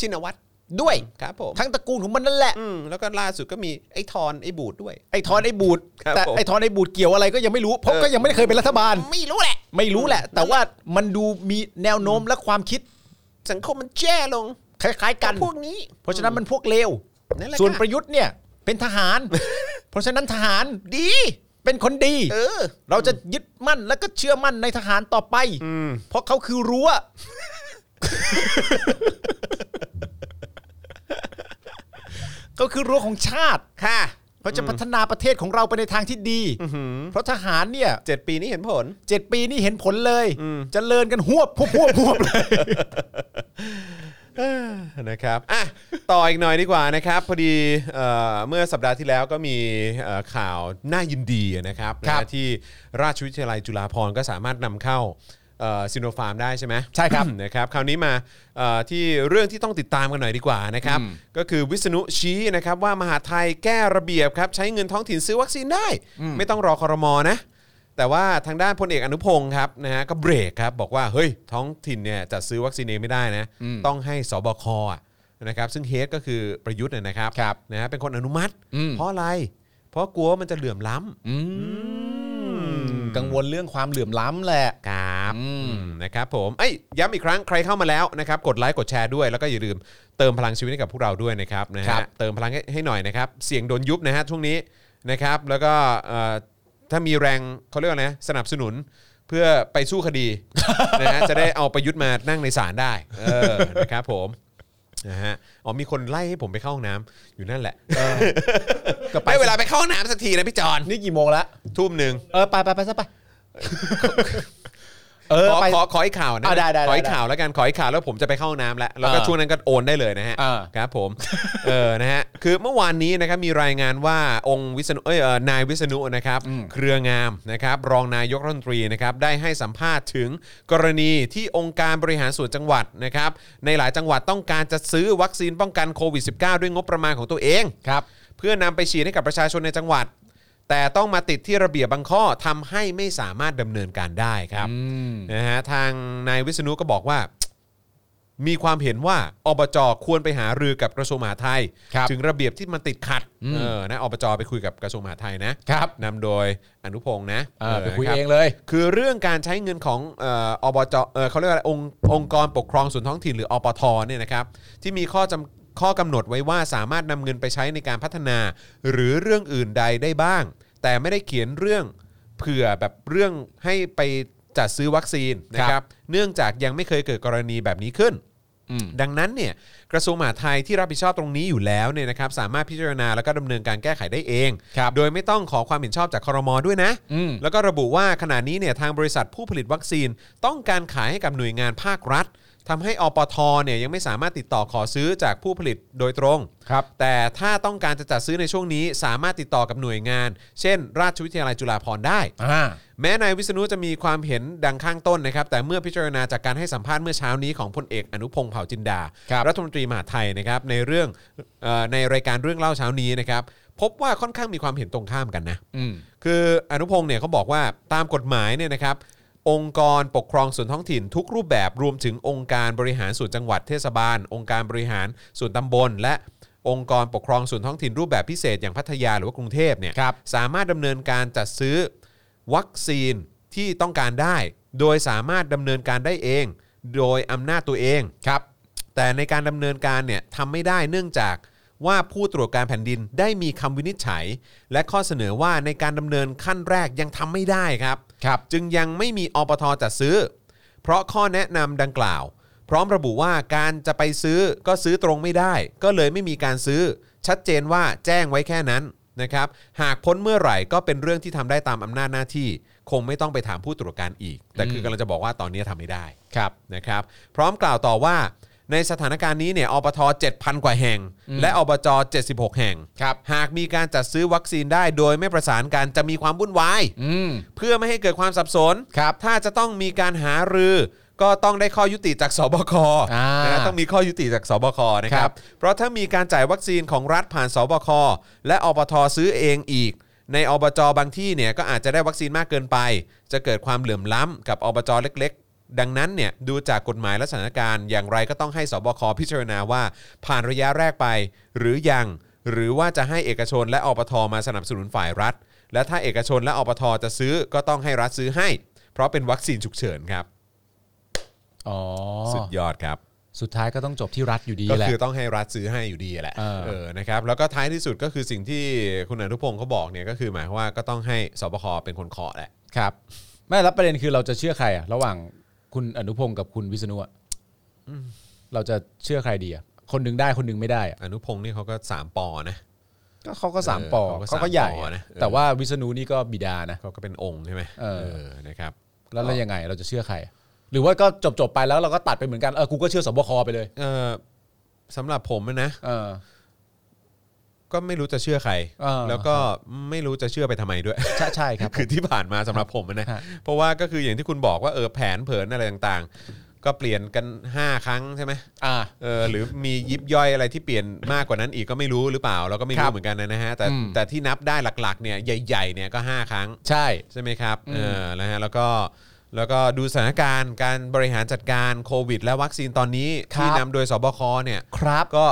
B: ชินวัตร
D: ด้วย
B: ครับผม
D: ทั้งตระกูลของมันนั่นแหละ
B: อืมแล้วก็ล่าสุดก็มีไอ้ทอนไอ้บูดด้วย
D: ไอ้ทอนไอ้บูด
B: ครับ
D: แต่
B: ผม
D: ไอ้ทอนไอ้บูดเกี่ยวอะไรก็ยังไม่รู้เพราะก็ยังไม่ได้เคยเป็นรัฐบาล
B: ไม่รู้แหละ
D: ไม่รู้แหละ แต่ว่ามันดูมีแนวโน้มและความคิด
B: สังคมมันแย่ลง
D: คล้าย ๆ กัน
B: พวกนี้
D: เพราะฉะนั้นมันพวกเลว
B: นั่นแหละ
D: ส่วน
B: ค่ะ
D: ประยุทธ์เนี่ยเป็นทหาร เพราะฉะนั้นทหารดี เป็นคนดี
B: เออ
D: เราจะยึดมั่นและก็เชื่อมั่นในทหารต่อไป เพราะเขาคือรั้ วก็คือรั้วของชาติ
B: ค่ะ
D: เขาจะพัฒนาประเทศของเราไปในทางที่ดี เพราะทหารเนี่ย
B: เจ็ดปีนี้เห็นผล
D: เจ็ดปีนี่เห็นผลเลยเจริญกันหวบพวบพวบพวบเลย
B: นะครับอ่ะต่ออีกหน่อยดีกว่านะครับ พอดีเอ่อเมื่อสัปดาห์ที่แล้วก็มีเอ่อข่าวน่ายินดีนะครับ
D: ครับ
B: นะที่ราชวิทยาลัยจุฬาภรณ์ก็สามารถนำเข้าซิโนฟาร์มได้ใช่ไหมใช่ครับ นะครับคราวนี้มาเอ่อที่เรื่องที่ต้องติดตามกันหน่อยดีกว่านะครับ ก็คือวิษณุชี้นะครับว่ามหาไทยแก้ระเบียบครับใช้เงินท้องถิ่นซื้อวัคซีนได้ ไม่ต้องรอคอรมอนะ แต่ว่าทางด้านพลเอกอนุพงศ์ครับนะฮะก็เบรกครับบอกว่าเฮ้ยท้องถิ่นเนี่ยจัดซื้อวัคซีนเองไม่ได้นะ ต้องให้สบคอะนะครับซึ่งเฮดก็คือประยุทธ์เนี่ยนะครับ
D: ครับ
B: นะฮะเป็นคนอนุมัติ
D: อืม
B: เพราะอะไร เพราะกลัวว่ามันจะเหลื่อมล้ำ
D: กังวลเรื่องความเหลื่อมล้ำแหละ
B: ครับอืมนะครับผมเอ้ยย้ำอีกครั้งใครเข้ามาแล้วนะครับกดไลค์กดแชร์ด้วยแล้วก็อย่าลืมเติมพลังชีวิตให้กับพวกเราด้วยนะครับนะ
D: ครั
B: ฮะ
D: บ
B: เติมพลังให้ให้หน่อยนะครับเสียงโดนยุบนะฮะช่วงนี้นะครับแล้วก็เอ่อถ้ามีแรงเขาเรียกว่าไงนะสนับสนุนเพื่อไปสู้คดี นะฮะจะได้เอาประยุทธ์มานั่งในศาลได้เออนะครับผมนะฮะอ๋อมีคนไล่ให้ผมไปเข้าห้องน้ำอยู่นั่นแหละ
D: ก็ไป
B: ไม่เวลาไปเข้าห้องน้ำสักทีนะพี่จอน
D: นี่กี่โมงละ
B: ทุ่มหนึ่ง
D: เออไปไปไปซะไป เออ
B: ขอ
D: ไป
B: ขอขออีกข่าวนะ
D: อ่ะได้ได้ได้
B: ขออีกข่าวแล้วกันขออีกข่าวแล้วผมจะไปเข้าห้องน้ำแล้วแล้วก็
D: อ่า
B: ช่วงนั้นก็โอนได้เลยนะฮะ
D: อ่า
B: ครับผม เออนะฮะคือเมื่อวานนี้นะครับมีรายงานว่าองค์วิษณุเอ้ยเอ่อนายวิษณุนะครับ
D: อืม
B: เครืองามนะครับรองนายกรัฐมนตรีนะครับได้ให้สัมภาษณ์ถึงกรณีที่องค์การบริหารส่วนจังหวัดนะครับในหลายจังหวัดต้องการจะซื้อวัคซีนป้องกันโควิด -19 ด้วยงบประมาณของตัวเอง
D: ครับ
B: เพื่อนำไปฉีดให้กับประชาชนในจังหวัด แต่ต้องมาติดที่ระเบียบบางข้อทำให้ไม่สามารถดำเนินการได้ครับนะฮะทางนายวิษณุก็บอกว่า มีความเห็นว่าอบจควรไปหารือกับกระทรวงมหาดไทย
D: ครับ
B: ถึงระเบียบที่มันติดขัดเออนะอบจไปคุยกับกระทรวงมหาดไทยนะครับ นำโดยอนุพงษ์นะ
D: เออไปคุย
B: รับ
D: เองเลย
B: คือเรื่องการใช้เงินของเอ่ออบจเอ่อเขาเรียกว่าอะไรองค์องค์กรปกครองส่วนท้องถิ่นหรืออปทเนี่ยนะครับที่มีข้อจำข้อกำหนดไว้ว่าสามารถนำเงินไปใช้ในการพัฒนา หรือเรื่องอื่นใดได้บ้าง แต่ไม่ได้เขียนเรื่องเผื่อแบบเรื่องให้ไปจัดซื้อวัคซีนนะค
D: ครั
B: รับบ เนื่องจากยังไม่เคยเกิดกรณีแบบนี้ขึ้น ดังนั้นเนี่ยกระทรวงมหาดไทยที่รับผิดชอบตรงนี้อยู่แล้วเนี่ยนะครับสามารถพิจารณาแล้วก็ดำเนินการแก้ไขได้เอง
D: ครับ
B: โดยไม่ต้องขอความเห็นชอบจากคอรมอด้วยนะ
D: อืม
B: แล้วก็ระบุว่าขณะนี้เนี่ยทางบริษัทผู้ผลิตวัคซีน ต้องการขายให้กับหน่วยงานภาครัฐทำให้อปทเนี่ยยังไม่สามารถติดต่อขอซื้อจากผู้ผลิตโดยตรง
D: ครับ
B: แต่ถ้าต้องการจะจัดซื้อในช่วงนี้ สามารถติดต่อกับหน่วยงาน เช่น ราชวิทยาลัยจุฬาภรณ์ได้
D: อ่า
B: แม้นายวิษณุจะมีความเห็นดังข้างต้นนะครับ แต่เมื่อพิจารณาจากการให้สัมภาษณ์เมื่อเช้านี้ของพลเอกอนุพงศ์เผ่าจินดา
D: ครับ
B: รัฐมนตรีมหาดไทยนะครับในเรื่องเออในรายการเรื่องเล่าเช้านี้นะครับ พบว่าค่อนข้างมีความเห็นตรงข้ามกันนะ
D: อืม
B: คืออนุพงศ์เนี่ยเขาบอกว่าตามกฎหมายเนี่ยนะครับ องค์กรปกครองส่วนท้องถิ่นทุกรูปแบบรวมถึงองค์การบริหารส่วนจังหวัดเทศบาล องค์การบริหารส่วนตำบล และองค์กรปกครองส่วนท้องถิ่นรูปแบบพิเศษอย่างพัทยาหรือว่ากรุงเทพเนี่ย
D: ครับ
B: สามารถดำเนินการจัดซื้อวัคซีนที่ต้องการได้ โดยสามารถดำเนินการได้เอง โดยอำนาจตัวเองครับ แต่ในการดำเนินการเนี่ยทำไม่ได้เนื่องจากว่าผู้ตรวจการแผ่นดินได้มีคำวินิจฉัย และข้อเสนอว่าในการดำเนินขั้นแรกยังทำไม่ได้ครับ
D: ครับ
B: จึงยังไม่มีอปทจัดซื้อ เพราะข้อแนะนำดังกล่าว พร้อมระบุว่าการจะไปซื้อก็ซื้อตรงไม่ได้ ก็เลยไม่มีการซื้อ ชัดเจนว่าแจ้งไว้แค่นั้นนะครับ หากพ้นเมื่อไหร่ก็เป็นเรื่องที่ทำได้ตามอำนาจหน้าที่ คงไม่ต้องไปถามผู้ตรวจการอีก แต่คือกำลังจะบอกว่าตอนนี้ทำไม่ได้
D: ครับ
B: นะครับพร้อมกล่าวต่อว่าในสถานการณ์นี้เนี่ยอปท 7,000 กว่าแห่ง และอบจ 76 แห่ง
D: ครับ
B: หากมีการจัดซื้อวัคซีนได้โดยไม่ประสานกันจะมีความวุ่นวาย
D: อืม
B: เพื่อไม่ให้เกิดความสับสน
D: ครับ
B: ถ้าจะต้องมีการหารือ ก็ต้องได้ข้อยุติจากสบค
D: อ่า
B: นะต้องมีข้อยุติจากสบคนะค
D: ค
B: รั
D: รับ บ
B: เพราะถ้ามีการจ่ายวัคซีนของรัฐผ่านสบคและอบทซื้อเองอีก ในอบจบางที่เนี่ยก็อาจจะได้วัคซีนมากเกินไป จะเกิดความเหลื่อมล้ำกับอบจเล็ก ๆ ดังนั้นเนี่ยดูจากกฎหมายและสถานการณ์อย่างไรก็ต้องให้สบคพิจารณาว่าผ่านระยะแรกไป หรือยังหรือว่าจะให้เอกชนและอบทมาสนับสนุนฝ่ายรัฐ และถ้าเอกชนและอบทจะซื้อก็ต้องให้รัฐซื้อให้ เพราะเป็นวัคซีนฉุกเฉินครับ
D: อ๋อ
B: สุดยอดครับ
D: สุดท้ายก็ต้องจบที่รัฐอยู่ดี
B: ก็
D: แหละ
B: คือต้องให้รัฐซื้อให้อยู่ดีแหละ
D: เออ
B: เออนะครับแล้วก็ท้ายที่สุดก็คือสิ่งที่คุณอนุพงศ์เขาบอกเนี่ยก็คือหมายความว่าก็ต้องให้สบคเป็นคนเคาะแหละ
D: ครับ ไม่แล้วประเด็นคือเราจะเชื่อใครอะระหว่างคุณอนุพงศ์กับคุณวิษณุอะเราจะเชื่อใครดีอะคนหนึ่งได้คนหนึ่งไม่ได้อะ
B: อนุพงศ์นี่เขาก็สามปอนะ
D: ก็เขาก็สาม
B: เออ
D: ปอ
B: เขาก็
D: เขาก็
B: สาม
D: ใหญ่
B: ปอ
D: อะ
B: นะเออ
D: แต่ว่าวิษณุนี่ก็บิดานะ
B: เขาก็เป็นองค์ใช่ไหม
D: เออ
B: นะครับ
D: แล้วเรายังไงเราจะเชื่อใคร หรือว่าก็จบจบๆไปแล้วเราก็ตัดไปเหมือนกันเออกูก็เชื่อสบคไปเลย
B: เออสำหรับผมนะ
D: เออ
B: ก็ไม่รู้จะเชื่อใคร
D: เออ
B: แล้วก็ไม่รู้จะเชื่อไปทำไมด้วย
D: ใช่ใช่ครับ
B: คือที่ผ่านมาสำหรับผมนะ
D: ฮะ
B: เพราะว่าก็คืออย่างที่คุณบอกว่าเออแผนเผินอะไรต่างๆ ก็เปลี่ยนกัน 5 ครั้งใช่ไหม
D: อ่า
B: เออหรือมียิบย่อยอะไรที่เปลี่ยนมากกว่านั้นอีกก็ไม่รู้หรือเปล่าเราก็ไม่
D: ครั
B: รู้
D: บ
B: เหมือนกันนะฮะแต่
D: อืม
B: แต่ที่นับได้หลักๆเนี่ยใหญ่ๆเนี่ยก็ 5 ครั้ง
D: ใช่
B: ใช่ไหมครับ
D: อืม
B: เออนะฮะแล้วก็แล้วก็ดูสถานการณ์การบริหารจัดการโควิด และวัคซีนตอนนี้ที่นำโดยสบคเนี่ย
D: ครับ
B: ก็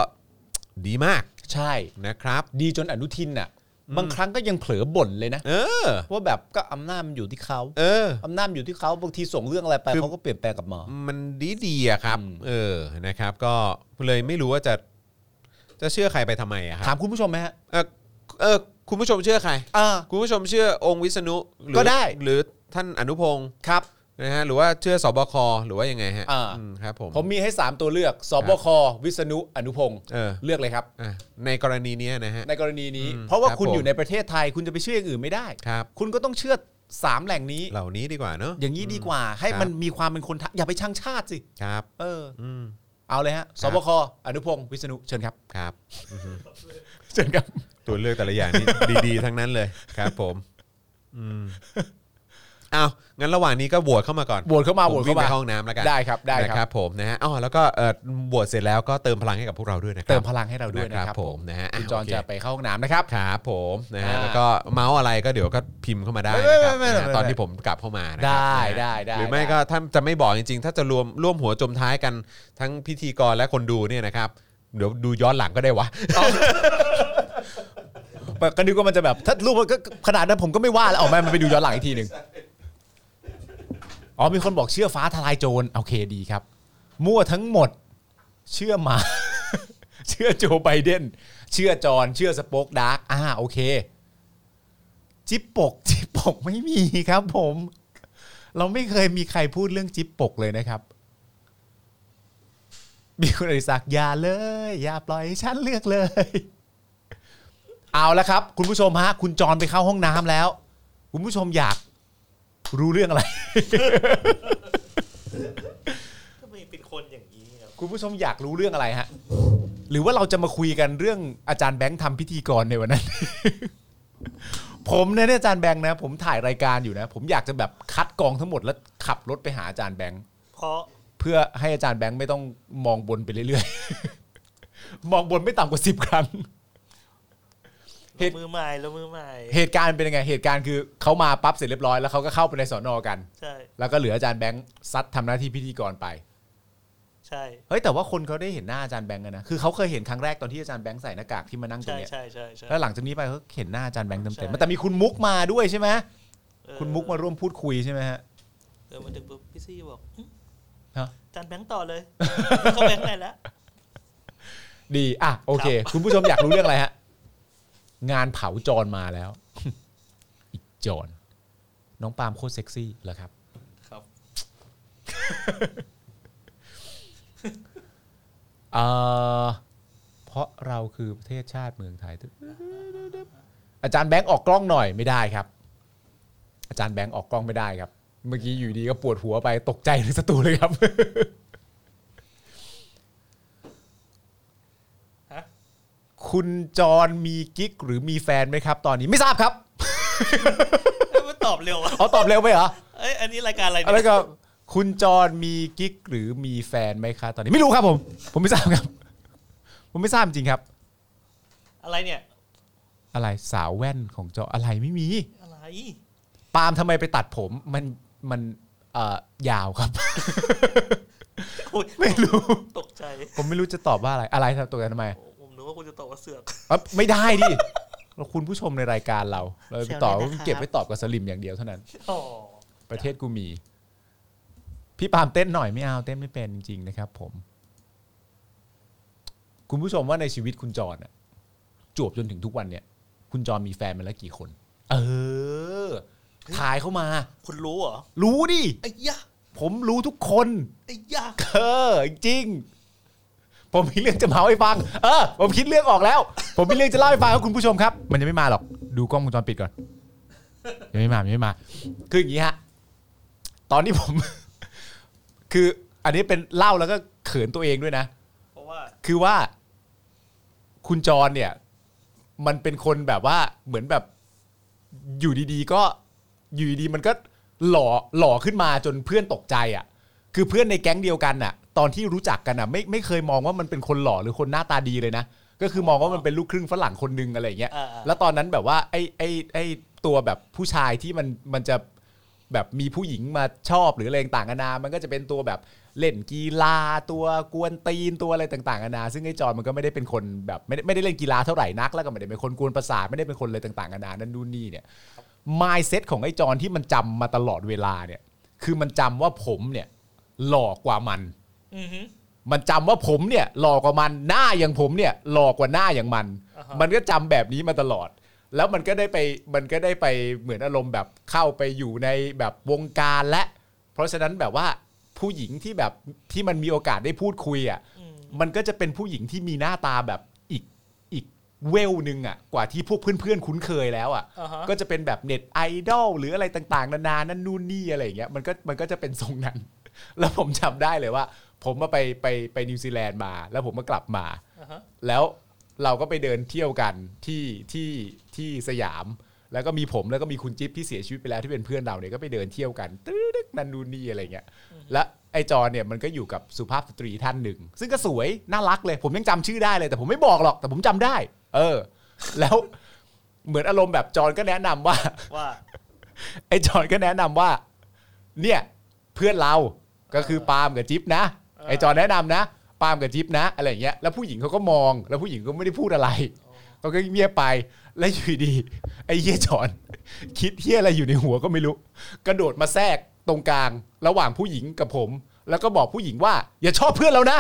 B: ดีมาก
D: ใช่
B: นะครับ
D: ดีจนอนุทินอ่ะ บางครั้งก็ยังเผลอบ่นเลยนะ
B: เออ
D: ว่าแบบก็อำนาจมันอยู่ที่เขา
B: เออ
D: อำนาจอยู่ที่เขาบางทีส่งเรื่องอะไรไป
B: คือ
D: เขาก็เปลี่ยนแปลงกลับมา
B: มันดีดีๆอะครับ เออนะครับ ก็เลยไม่รู้ว่าจะจะเชื่อใครไปทำไมอะค
D: ถา
B: รับ
D: มคุณผู้ชมไหมฮะ
B: เออเออคุณผู้ชมเชื่อใคร
D: อ่า
B: คุณผู้ชมเชื่อองค์วิษณุหรือ
D: ก็ได้
B: หรือท่านอนุพงศ์
D: ครับ
B: นะฮะหรือว่าเชื่อสบคหรือว่ายังไงฮะ
D: อ่า
B: มครับผม
D: ผมมีให้ 3 ตัวเลือก สบค วิษณุ อนุพงศ์
B: เออ
D: เลือกเลยครับ
B: อ่ะในกรณีเนี้ยนะฮะ
D: ในกรณีนี้
B: อืม
D: เพราะว่า
B: ครับ
D: คุณ
B: ผม
D: อยู่ในประเทศไทย คุณจะไปเชื่ออย่างอื่นไม่ได้
B: ครับ
D: คุณก็ต้องเชื่อ 3 แหล่งนี้
B: เหล่านี้ดีกว่าเนอะ
D: อย่างนี้ดีกว่า ให้
B: ครับ
D: มันมีความเป็นคนไทยอย่าไปช่างชาติสิ
B: ครับ
D: เออ
B: อืม
D: เอาเลยฮะ สบค อนุพงศ์ วิษณุ เชิญครับ
B: ครับ
D: เชิญครับ
B: ตัวเลือกแต่ละอย่างนี่ ดีๆ ทั้งนั้นเลยครับ ผม อืม อ้าวงั้นระหว่างนี้ก็โหวตเข้ามาก่อน
D: โหวตเข้ามาโหวต
B: ผวิ่
D: เข้าง
B: ไป
D: มา
B: ห้องน้ำแล้วกัน
D: ได้ครับได้ครับ
B: นะผมนะฮะอ๋อแล้วก็เอ่อโหวตเสร็จแล้วก็เติมพลังให้กับพวกเราด้วยนะครับ
D: เติมพลังให้เราด้วยนะ
B: นะค
D: ครั
B: รั
D: บบ
B: ผมนะฮะ
D: คุณ
B: อ่
D: จอน
B: โเค
D: จะไปเข้าห้องน้ำนะครับ
B: ครับผมนะฮะ
D: อ่า
B: แล้วก็เมาส์อะไรก็เดี๋ยวก็พิมพ์เข้ามาได้
D: ไม่
B: นะครับ
D: ไม่ไม่
B: นะ
D: ไม่
B: ฮะตอนที่ผมกลับเข้ามานะค
D: ได้
B: รั
D: ได้ได้
B: หรือไม่
D: ได้
B: ก็ถ้าจะไม่บอกจริงๆ ถ้าจะรวมร่วมหัวจมท้ายกันทั้งพิธีกรและคนดูเนี่ยนะครับ เดี๋ยวดูย้อนหลังก็ได้วะ
D: แบบก็นึกว่ามันจะแบบถ้ารูปมันก็ขนาดนั้นผมก็ไม่ว่าแล้วออกมามันไปดูย้อนหลังอีกทีหนึ่งอ๋อมีคนบอกเชื่อฟ้าทลายโจรโอเคดีครับ มั่วทั้งหมด เชื่อหมา เชื่อโจไบเดนเชื่อจอนเชื่อสป็อกดาร์กอ่าโอเค จิ๊บปก จิ๊บปกไม่มีครับ ผม เราไม่เคยมีใครพูดเรื่องจิ๊บปกเลยนะครับ มีคุณอริศักดิ์อย่าเลย อย่าปล่อยให้ฉันเลือกเลย เอาละครับ คุณผู้ชมฮะ คุณจรไปเข้าห้องน้ำแล้ว คุณผู้ชมอยากรู้เรื่องอะไร
C: ทำไมเป็นคนอย่างนี้ครับ
D: คุณผู้ชมอยากรู้เรื่องอะไรฮะ หรือว่าเราจะมาคุยกันเรื่องอาจารย์แบงค์ทำพิธีกรในวันนั้น ผมเนี่ยอาจารย์แบงค์นะ ผมถ่ายรายการอยู่นะ ผมอยากจะแบบคัดกองทั้งหมดแล้วขับรถไปหาอาจารย์แบงค์
C: เพราะ
D: เพื่อให้อาจารย์แบงค์ไม่ต้องมองบนไปเรื่อยๆ มองบนไม่ต่ำกว่าสิบครั้ง เห
C: เรา
D: ตุ
C: มือใหม่เรามือใหม่
D: เหตุการณ์เป็นยังไง เหตุการณ์คือเขามาปั๊บเสร็จเรียบร้อยแล้วเขาก็เข้าไปในสอนอกัน
C: ใช่
D: แล้วก็เหลืออาจารย์แบงค์ซัดทำหน้าที่พิธีกรไป
C: ใช่
D: เฮ้ยแต่ว่าคนเขาได้เห็นหน้าอาจารย์แบงค์กันนะ คือเขาเคยเห็นครั้งแรกตอนที่อาจารย์แบงค์ใส่หน้ากากที่มานั่งตร
C: ใช่
D: งเนี้ย
C: ใช่ใช่ใช่
D: แล้วหลังจากนี้ไปเขาเห็นหน้าอาจารย์แบงค์เต็ม
C: ใช่
D: ๆแต่มีคุณมุกมาด้วยใช่ไหม
C: เออ
D: คุณมุกมาร่วมพูดคุยใช่ไหมฮะ
C: เดินมาถึงปุ๊บพี่ซี่บอกอื้อ
D: ฮะ
C: จานแบงค์ต่อเลย เข้าแบงค์ไหนแล้ว
D: ดีอ่ะโอเค คุณผู้ชมอยากรู้เรื่องอะไรฮะ งานเผาจรมาแล้ว อีกจรน้องปาล์มโคตรเซ็กซี่เหรอครับ
C: ครับ
D: เออเพราะเราคือประเทศชาติเมืองไทย อาจารย์แบงค์ออกกล้องหน่อยไม่ได้ครับ อาจารย์แบงค์ออกกล้องไม่ได้ครับ เมื่อกี้อยู่ดีก็ปวดหัวไปตกใจในสตูเลยครับ
C: ฮะ
D: คุณจรมีกิ๊กหรือมีแฟนไหมครับ ตอนนี้ไม่ทราบครับ
C: เอ้ยมันตอบเร็วอะ
D: เอาตอบเร็วไปเหรอ
C: เอ้ยอันนี้รายการอะไรเนี่ย
D: แล้วก็ คุณจรมีกิ๊กหรือมีแฟนไหมครับตอนนี้ไม่รู้ครับผม ผมไม่ทราบครับ ผมไม่ทราบจริงครับ
C: อะไรเนี่ย
D: อะไรสาวแว่นของจออะไรไม่มี
C: อะไร
D: ปาล์มทำไมไปตัดผมมันมันเอ่อยาวครับ
C: โอ้ย
D: ไม่รู้
C: ตกใจ
D: ผมไม่รู้จะตอบว่าอะไรอะไรครับตัวกันทำไม
C: โอ้ผมนึกว่าคุณจะตอบว่าเสือก
D: เอ้ยไม่ได้ดิเราคุณผู้ชมในรายการเรา เราไปตอบ
C: แซวด้วยนะครับ
D: เก็บไว้ตอบกับสลิมอย่างเดียวเท่านั้น
C: อ๋อ
D: ประเทศกูมี พี่ปาล์มเต้นหน่อยไม่เอาเต้นไม่เป็นจริงๆนะครับ ผม คุณผู้ชมว่าในชีวิตคุณจรน่ะจวบจนถึงทุกวันเนี่ย คุณจรมีแฟนมาแล้วกี่คน เออถ่ายเข้ามา
C: คุณรู้เหรอ
D: รู้ดิ
C: ไอ้ยะ
D: ผมรู้ทุกคน
C: ไอ้ยะ
D: เออจริง ผมมีเรื่องจะเมาให้ฟัง เออ ผมคิดเรื่องออกแล้ว ผมมีเรื่องจะเล่าให้ฟังครับคุณผู้ชมครับ มันยังไม่มาหรอก ดูกล้องวงจรปิดก่อนยังไม่มายังไม่มา คืออย่างนี้ฮะ ตอนที่ผม คือ อันนี้เป็นเล่าแล้วก็เขินตัวเองด้วยนะ
C: เพราะว่า
D: คือว่า คุณจรเนี่ย มันเป็นคนแบบว่าเหมือนแบบอยู่ดีๆ ก็อยู่ดีๆมันก็หล่อหล่อขึ้นมาจนเพื่อนตกใจอ่ะ คือเพื่อนในแก๊งเดียวกันน่ะ ตอนที่รู้จักกันน่ะ ไม่ไม่เคยมองว่ามันเป็นคนหล่อหรือคนหน้าตาดีเลยนะ ก็คือมองว่ามันเป็นลูกครึ่งฝรั่งคนนึงอะไรอย่างเงี้ย
C: อ่าๆ
D: แล้วตอนนั้นแบบว่าไอ้ไอ้ไอ้ตัวแบบผู้ชายที่มันมันจะแบบมีผู้หญิงมาชอบหรืออะไรต่างๆนานา มันก็จะเป็นตัวแบบเล่นกีฬาตัวกวนตีนตัวอะไรต่างๆนานา ซึ่งไอ้จอนมันก็ไม่ได้เป็นคนแบบไม่ได้ไม่ได้เล่นกีฬาเท่าไหร่นัก แล้วก็ไม่ได้เป็นคนกวนประสาทไม่ได้เป็นคนอะไรต่างๆนานานั่นนู่นนี่เนี่ย มายเซตของไอ้จอนที่มันจำมาตลอดเวลาเนี่ย คือมันจำว่าผมเนี่ยหล่อกว่ามัน
C: อือฮึ
D: มันจำว่าผมเนี่ยหล่อกว่ามันหน้าอย่างผมเนี่ยหล่อกว่าหน้าอย่างมัน
C: อ่าฮะ
D: มันก็จำแบบนี้มาตลอด แล้วมันก็ได้ไปมันก็ได้ไปเหมือนอารมณ์แบบเข้าไปอยู่ในแบบวงการและ เพราะฉะนั้นแบบว่าผู้หญิงที่แบบที่มันมีโอกาสได้พูดคุยอ่ะ
C: อืม
D: มันก็จะเป็นผู้หญิงที่มีหน้าตาแบบอีกอีกเวลหนึงอ่ะกว่าที่พวกเพื่อนๆคุ้นเคยแล้วอ่ะ
C: อ่าฮะ
D: ก็จะเป็นแบบเน็ตไอดอลหรืออะไรต่างๆ นานานั่นนู่นนี่อะไรอย่างเงี้ยมันก็มันก็จะเป็นทรงนั้น แล้วผมจำได้เลยว่า ผมมาไปไปไปนิวซีแลนด์มา แล้วผมมากลับมา
C: อ่าฮะ
D: แล้วเราก็ไปเดินเที่ยวกันที่ที่ที่สยาม แล้วก็มีผมแล้วก็มีคุณจิ๊บที่เสียชีวิตไปแล้วที่เป็นเพื่อนเราเนี่ยก็ไปเดินเที่ยวกันตึ๊ดนันนูนนี่อะไรเงี้ยและไอจอนเนี่ยมันก็อยู่กับสุภาพสตรีท่านหนึ่ง ซึ่งก็สวยน่ารักเลย ผมยังจำชื่อได้เลย แต่ผมไม่บอกหรอกแต่ผมจำได้ เออ แล้วเหมือนอารมณ์แบบจอนก็แนะนำว่า
C: ว่า
D: ไอ้จอนก็แนะนำว่า เนี่ยเพื่อนเราก็คือปาล์มกับจิ๊บนะไอ้จอนแนะนำนะปาล์มกับจิ๊บนะอะไรอย่างเงี้ยแล้วผู้หญิงเขาก็มอง แล้วผู้หญิงก็ไม่ได้พูดอะไรเขาก็เงียบไปแล้วอยู่ดีไอ้เฮียจอน คิดเฮียอะไรอยู่ในหัวก็ไม่รู้ กระโดดมาแทรกตรงกลาง ระหว่างผู้หญิงกับผม แล้วก็บอกผู้หญิงว่า อย่าชอบเพื่อนเรานะ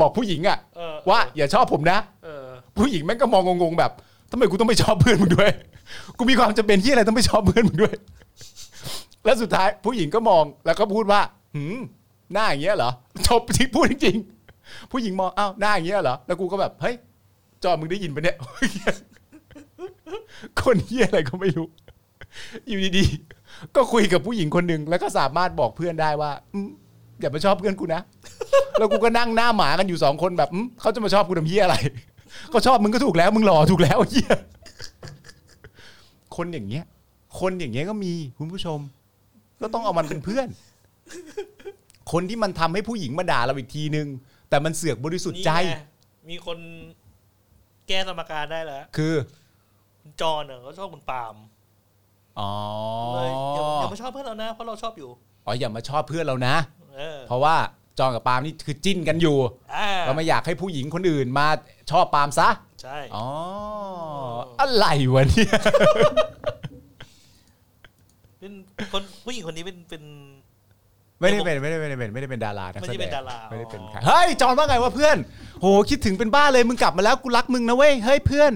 D: บอกผู้หญิงอะ
C: เออ
D: ว่าอย่าชอบผมนะ
C: เออ
D: ผู้หญิงแม่งก็มองงงๆแบบทำไมกูต้องไปชอบเพื่อนมึงด้วย กูมีความจำเป็นที่อะไรต้องไปชอบเพื่อนมึงด้วย แล้วสุดท้ายผู้หญิงก็มองแล้วก็พูดว่าหืมหน้าอย่างเงี้ยเหรอจบที่พูดจริงๆผู้หญิงมองอ้าวหน้าอย่างเงี้ยเหรอแล้วกูก็แบบเฮ้ยจอมึงได้ยินปะเนี่ย คนเหี้ยอะไรก็ไม่รู้ อยู่ดีๆก็คุยกับผู้หญิงคนหนึ่งแล้วก็สามารถบอกเพื่อนได้ว่าอืมอย่ามาชอบเพื่อนกูนะ แล้วกูก็นั่งหน้าหมากันอยู่สองคนแบบอืมเขาจะมาชอบกูทำเหี้ยอะไร ก็ชอบมึงก็ถูกแล้ว มึงหล่อถูกแล้ว เหี้ยคนอย่างเงี้ย คนอย่างเงี้ยก็มีคุณผู้ชม ก็ต้องเอามันเป็นเพื่อน คนที่มันทำให้ผู้หญิงมาด่าเราอีกทีนึง แต่มันเสือกบริสุทธิ์ใจ
C: นี่ไงมีคนแก้สมการได้แล้ว
D: คือ
C: คุณจอนเน่ะเขาชอบคุณปาล์ม
D: อ๋อ
C: เลยอย่าอย่ามาชอบเพื่อนเรานะเพราะเราชอบอยู่
D: อ๋ออย่ามาชอบเพื่อนเรานะ
C: เออ
D: เพราะว่าจองกับปาล์มนี่คือจิ้นกันอยู่
C: อ่า
D: เราไม่อยากให้ผู้หญิงคนอื่นมาชอบปาล์มซะ
C: ใช่
D: อ๋อ อะไรวะเนี่ย
C: เป็นคนผู้หญิงคนนี้เป็นเป็น
D: ไม่ได้เป็นไม่ได้เป็นไม่ได้เป็นดารานักแสดง
C: ไม่ได้เป็นดารา
D: ไม่ได้เป็นใครเฮ้ยจอนว่าไงวะเพื่อน โหคิดถึงเป็นบ้าเลยมึงกลับมาแล้วกูรักมึงนะเว้ยเฮ้ยเพื่อน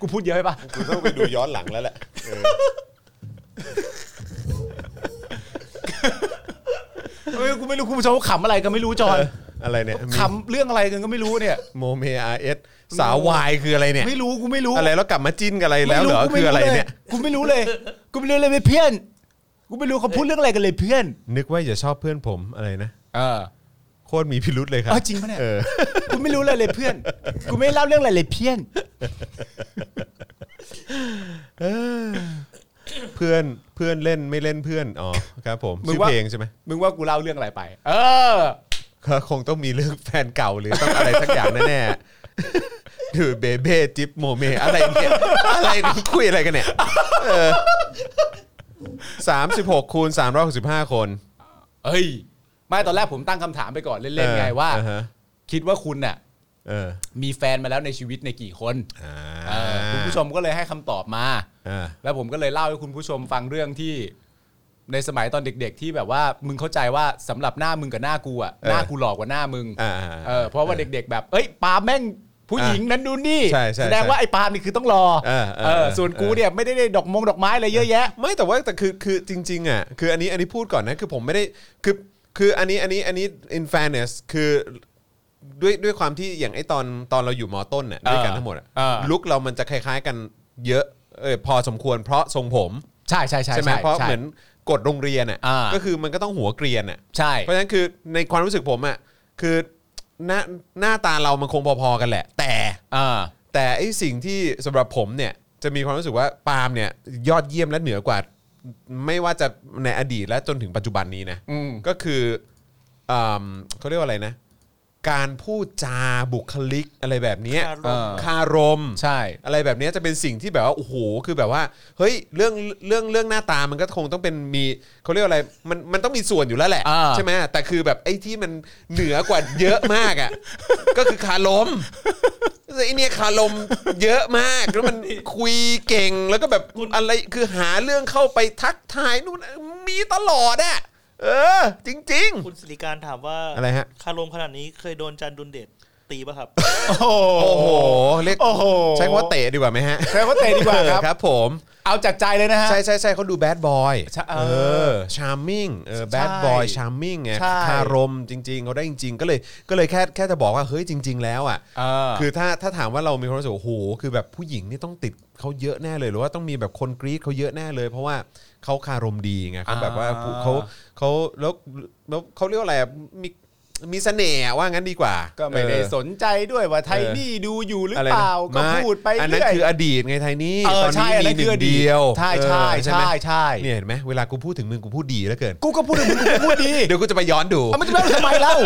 D: กูพูดเยอะไป ปะ
B: กูต้องไปดูย้อนหลังแล้วแหละเออ
D: เฮ้ยกูไม่รู้คุณผู้ชมเขาขำอะไรกันไม่รู้จอน
B: อะไรเนี่ยมี
D: ขำเรื่องอะไรกันก็ไม่รู้เนี่ย
B: โมเมอาร์เอสสาววายคืออะไรเนี่ย
D: ไม่รู้กูไม่รู้
B: อะไรแล้วกลับมาจิ้นกันอะไรแล้วเหรอคืออะไรเนี่ย
D: กูไม่รู้เลย กูไม่รู้เลยเพื่อน กูไม่รู้เขาพูดเรื่องอะไรกันเลยเพื่อน
B: นึกว่าอย่าชอบเพื่อนผมอะไรนะ
D: เออ
B: โคตรมีพิรุษเลยครับ
D: จริงปะเนี่ย
B: เออ
D: กูไม่รู้เลยเลยเพื่อน กูไม่เล่าเรื่องอะไรเลยเพื่อน
B: เพื่อนเพื่อนเล่นไม่เล่นเพื่อนอ๋อครับผม
D: มึง
B: ชื่อ
D: ว่า
B: เพลงใช่ไหม
D: มึงว่ากูเล่าเรื่องอะไรไป เออ
B: ก็คงต้องมีเรื่องแฟนเก่าหรือต้องอะไรสักอย่างแน่ๆ คือเบเบ้จิ๊บโมเมอะไรเนี่ยอะไรเนี่ยคุยอะไรกันเนี่ยสามสิบหกคูณสามร้อยหกสิบห้าคน
D: เอ้ย ไม่ตอนแรกผมตั้งคำถามไปก่อนเล่นๆไงว่า
B: อ่าฮะ
D: คิดว่าคุณน่ะ
B: เออ
D: มีแฟนมาแล้วในชีวิตในยกี่คน
B: อ่า
D: เออคุณผู้ชมก็เลยให้คำตอบมา
B: อ่า
D: แล้วผมก็เลยเล่าให้คุณผู้ชมฟังเรื่องที่ ในสมัยตอนเด็ก ๆ ที่แบบว่ามึงเข้าใจว่าสำหรับหน้ามึงกับหน้ากูอ่ะ
B: เออ
D: หน้ากูหลอกกว่าหน้ามึง
B: อ่า
D: เออเพราะว่าเด็ก ๆ แบบเอ้ยปาล์มแม่งผู้หญิงนั้นดูนนี่
B: ใช่ใช่
D: แสดง
B: ใช่
D: ว่าไอ้ปาล์มนี่คือต้องรอ
B: เออเออ
D: เออ
B: เออ
D: ส่วนกูเนี่ยไม่ได้ได้ดอกมงดอกไม้อะไรเยอะแยะ
B: ไม่แต่ว่าแต่คือคือจริงๆอ่ะคืออันนี้อันนี้พูดก่อนนะคือผมไม่ได้คือคืออันนี้อันนี้อันนี้ in fairness คือด้วยด้วยความที่อย่างไอตอนตอนเราอยู่มอต้นเนี่ย
D: เออ
B: ด้วยกันทั้งหมดอะ
D: เออ
B: ลุกเรามันจะคล้ายๆกันเยอะเออพอสมควรเพราะทรงผม
D: ใช่ใช่ใช่
B: ไหมเพราะ
D: ใช่
B: เหมือนกฎโรงเรียนอ่ะ
D: อ่า
B: ก็คือมันก็ต้องหัวเกรียนอ่ะ
D: ใช่
B: เพราะฉะนั้นคือในความรู้สึกผมอ่ะคือหน้าหน้าตาเรามันคงพอๆกันแหละ แต่
D: อ่า
B: แต่ไอสิ่งที่สำหรับผมเนี่ยจะมีความรู้สึกว่าปาล์มเนี่ยยอดเยี่ยมและเหนือกว่า ไม่ว่าจะในอดีตและจนถึงปัจจุบันนี้นะ
D: อืม
B: ก็คือเอิ่มเขาเรียกว่าอะไรนะ การพูดจาบุคลิกอะไรแบบเนี้ย
C: คารม
B: เออคารม
D: ใช่
B: อะไรแบบเนี้ยจะเป็นสิ่งที่แบบว่าโอ้โหคือแบบว่าเฮ้ยเรื่องเรื่องเรื่องหน้าตามันก็คงต้องเป็นมีเขาเรียกว่าอะไรมันมันต้องมีส่วนอยู่แล้วแหละ
D: อ่า
B: ใช่ไหมแต่คือแบบไอ้ที่มันเหนือกว่าเยอะมากอ่ะ ก็คือคารมไอ้เนี่ยคารมเยอะมากแล้วมันคุยเก่งแล้วก็แบบอะไรคือหาเรื่องเข้าไปทักทายนู่นมีตลอดอ่ะเออ จริง
C: คุณสิริการถามว่า
B: อะไรฮะ
C: คารมขนาดนี้เคยโดนจันดุนเดชตีป่ะครับ
D: โอ้โห
B: ๆ โอ้โหเรียก
D: โอ้โห
B: ใช้คำว่าเตะดีกว่าไหมฮะ
D: ใช้คำว่าเตะดีกว่าครับ
B: ครับผม
D: เอาจากใจเลยนะฮะ
B: ใช่ใช่ใช่เขาดูแบดบอย
D: ใช่
B: เออชาร์มมิ่งเออแบด
D: ใช่
B: บอยชาร์มมิ่งไง
D: ใช่
B: คารมจริง ๆเขาได้จริง ๆ ก็เลยก็เลยแค่แค่จะบอกว่าเฮ้ยจริง ๆ แล้วอ่ะ
D: เออ
B: คือถ้าถ้าถามว่าเรามีความรู้สึกว่าโอ้โหคือแบบผู้หญิงนี่ต้องติดเขาเยอะแน่เลย หรือว่าต้องมีแบบคนกรีดเขาเยอะแน่เลย เพราะว่าเขาคารมดีไงเขาแบบว่า
D: อ่า
B: เขาเขาแล้วแล้วเขาเรียกว่าอะไรอะมี มีเสน่ห์อะว่างั้นดีกว่า
D: ก็ไม่ได้
B: เออ
D: สนใจด้วยว่าไทย
B: เออ
D: นี่ดูอยู่หรือ
B: อะไร
D: เป
B: นะ
D: ล่าก็
B: ม่
D: พูดไป
B: อันนั้น
D: เรื่อย
B: คืออดีตไงไทยนี่
D: เอ
B: ต
D: อ
B: อน
D: ใช่
B: นี้
D: อัน
B: มี
D: นั้น
B: ห
D: คื
B: นึ่
D: อง อดี
B: เดียว
D: ใช่ใช่
B: เออไหม
D: ใช่ใช่
B: เนี่ยเห็นไหมเวลากูพูดถึงมึงกูพูดดีแล้วเกิน
D: กูก็พูดถึงมึงกูก็พูดดี
B: เดี๋ยวกูจะไปย้อนดู
D: อ่ะมันจะเล่าทำไมเล่า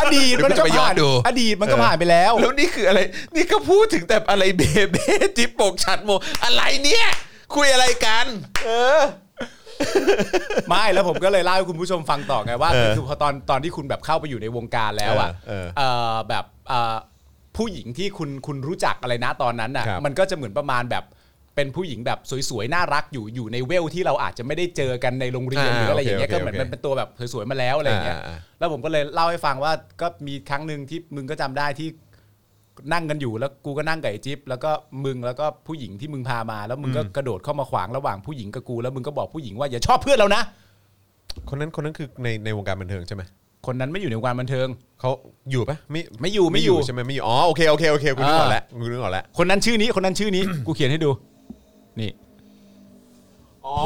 D: อดีตมันก็
B: เดี๋ยวกูจะไปย้อ
D: ผ่าน น
B: ดู
D: อดีตมันก็ผ่านไปแล้ว
B: แล้วนี่คืออะไร นี่ก็พูดถึงแต่อะไรเบเบ้จิ๊บโปกฉัดโม อะไรเนี่ย คุยอะไรกัน
D: ไม่แล้วผมก็เลยเล่าให้คุณผู้ชมฟังต่อไงว่าคือพอตอนตอนที่คุณแบบเข้าไปอยู่ในวงการแล้วอ่ะ
B: เออ
D: เออแบบเอ่อผู้หญิงที่คุณคุณรู้จักอะไรนะตอนนั้นอ่ะ
B: ครับ
D: มันก็จะเหมือนประมาณแบบเป็นผู้หญิงแบบสวยๆน่ารักอยู่อยู่ในเวลที่เราอาจจะไม่ได้เจอกันในโรงเรียน
B: อ่า
D: หรืออะไรอย่างเงี้ย
B: โอเค
D: ก็เหมือน
B: โอเค
D: มันเป็นตัวแบบสวยๆมาแล้วอะไรอย่างเงี้ย
B: อ่าอ่า
D: แล้วผมก็เลยเล่าให้ฟังว่าก็มีครั้งหนึ่งที่มึงก็จำได้ที่ นั่งกันอยู่แล้วกูก็นั่งกับไอ้จิ๊บแล้วก็มึงแล้วก็ผู้หญิงที่มึงพามา แล้วมึงก็กระโดดเข้ามาขวางระหว่างผู้หญิงกับกูแล้วมึงก็บอกผู้หญิงว่าอย่าชอบเพื่อนเรานะ
B: คนนั้นคนนั้นคือในในวงการบันเทิงใช่ไหม
D: คนนั้นไม่อยู่ในวงการบันเทิง
B: เขาอยู่ปะไม่
D: ไม่อยู่ไม่อยู่
B: ใช่ไหมไม่อยู่อ๋อโอเคโอเคโอเคกูนึกออกแล้วกูนึกออกแล้ว
D: คนนั้นชื่อนี้คนนั้นชื่อนี้ กูเขียนให้ดู นี่
C: อ๋อ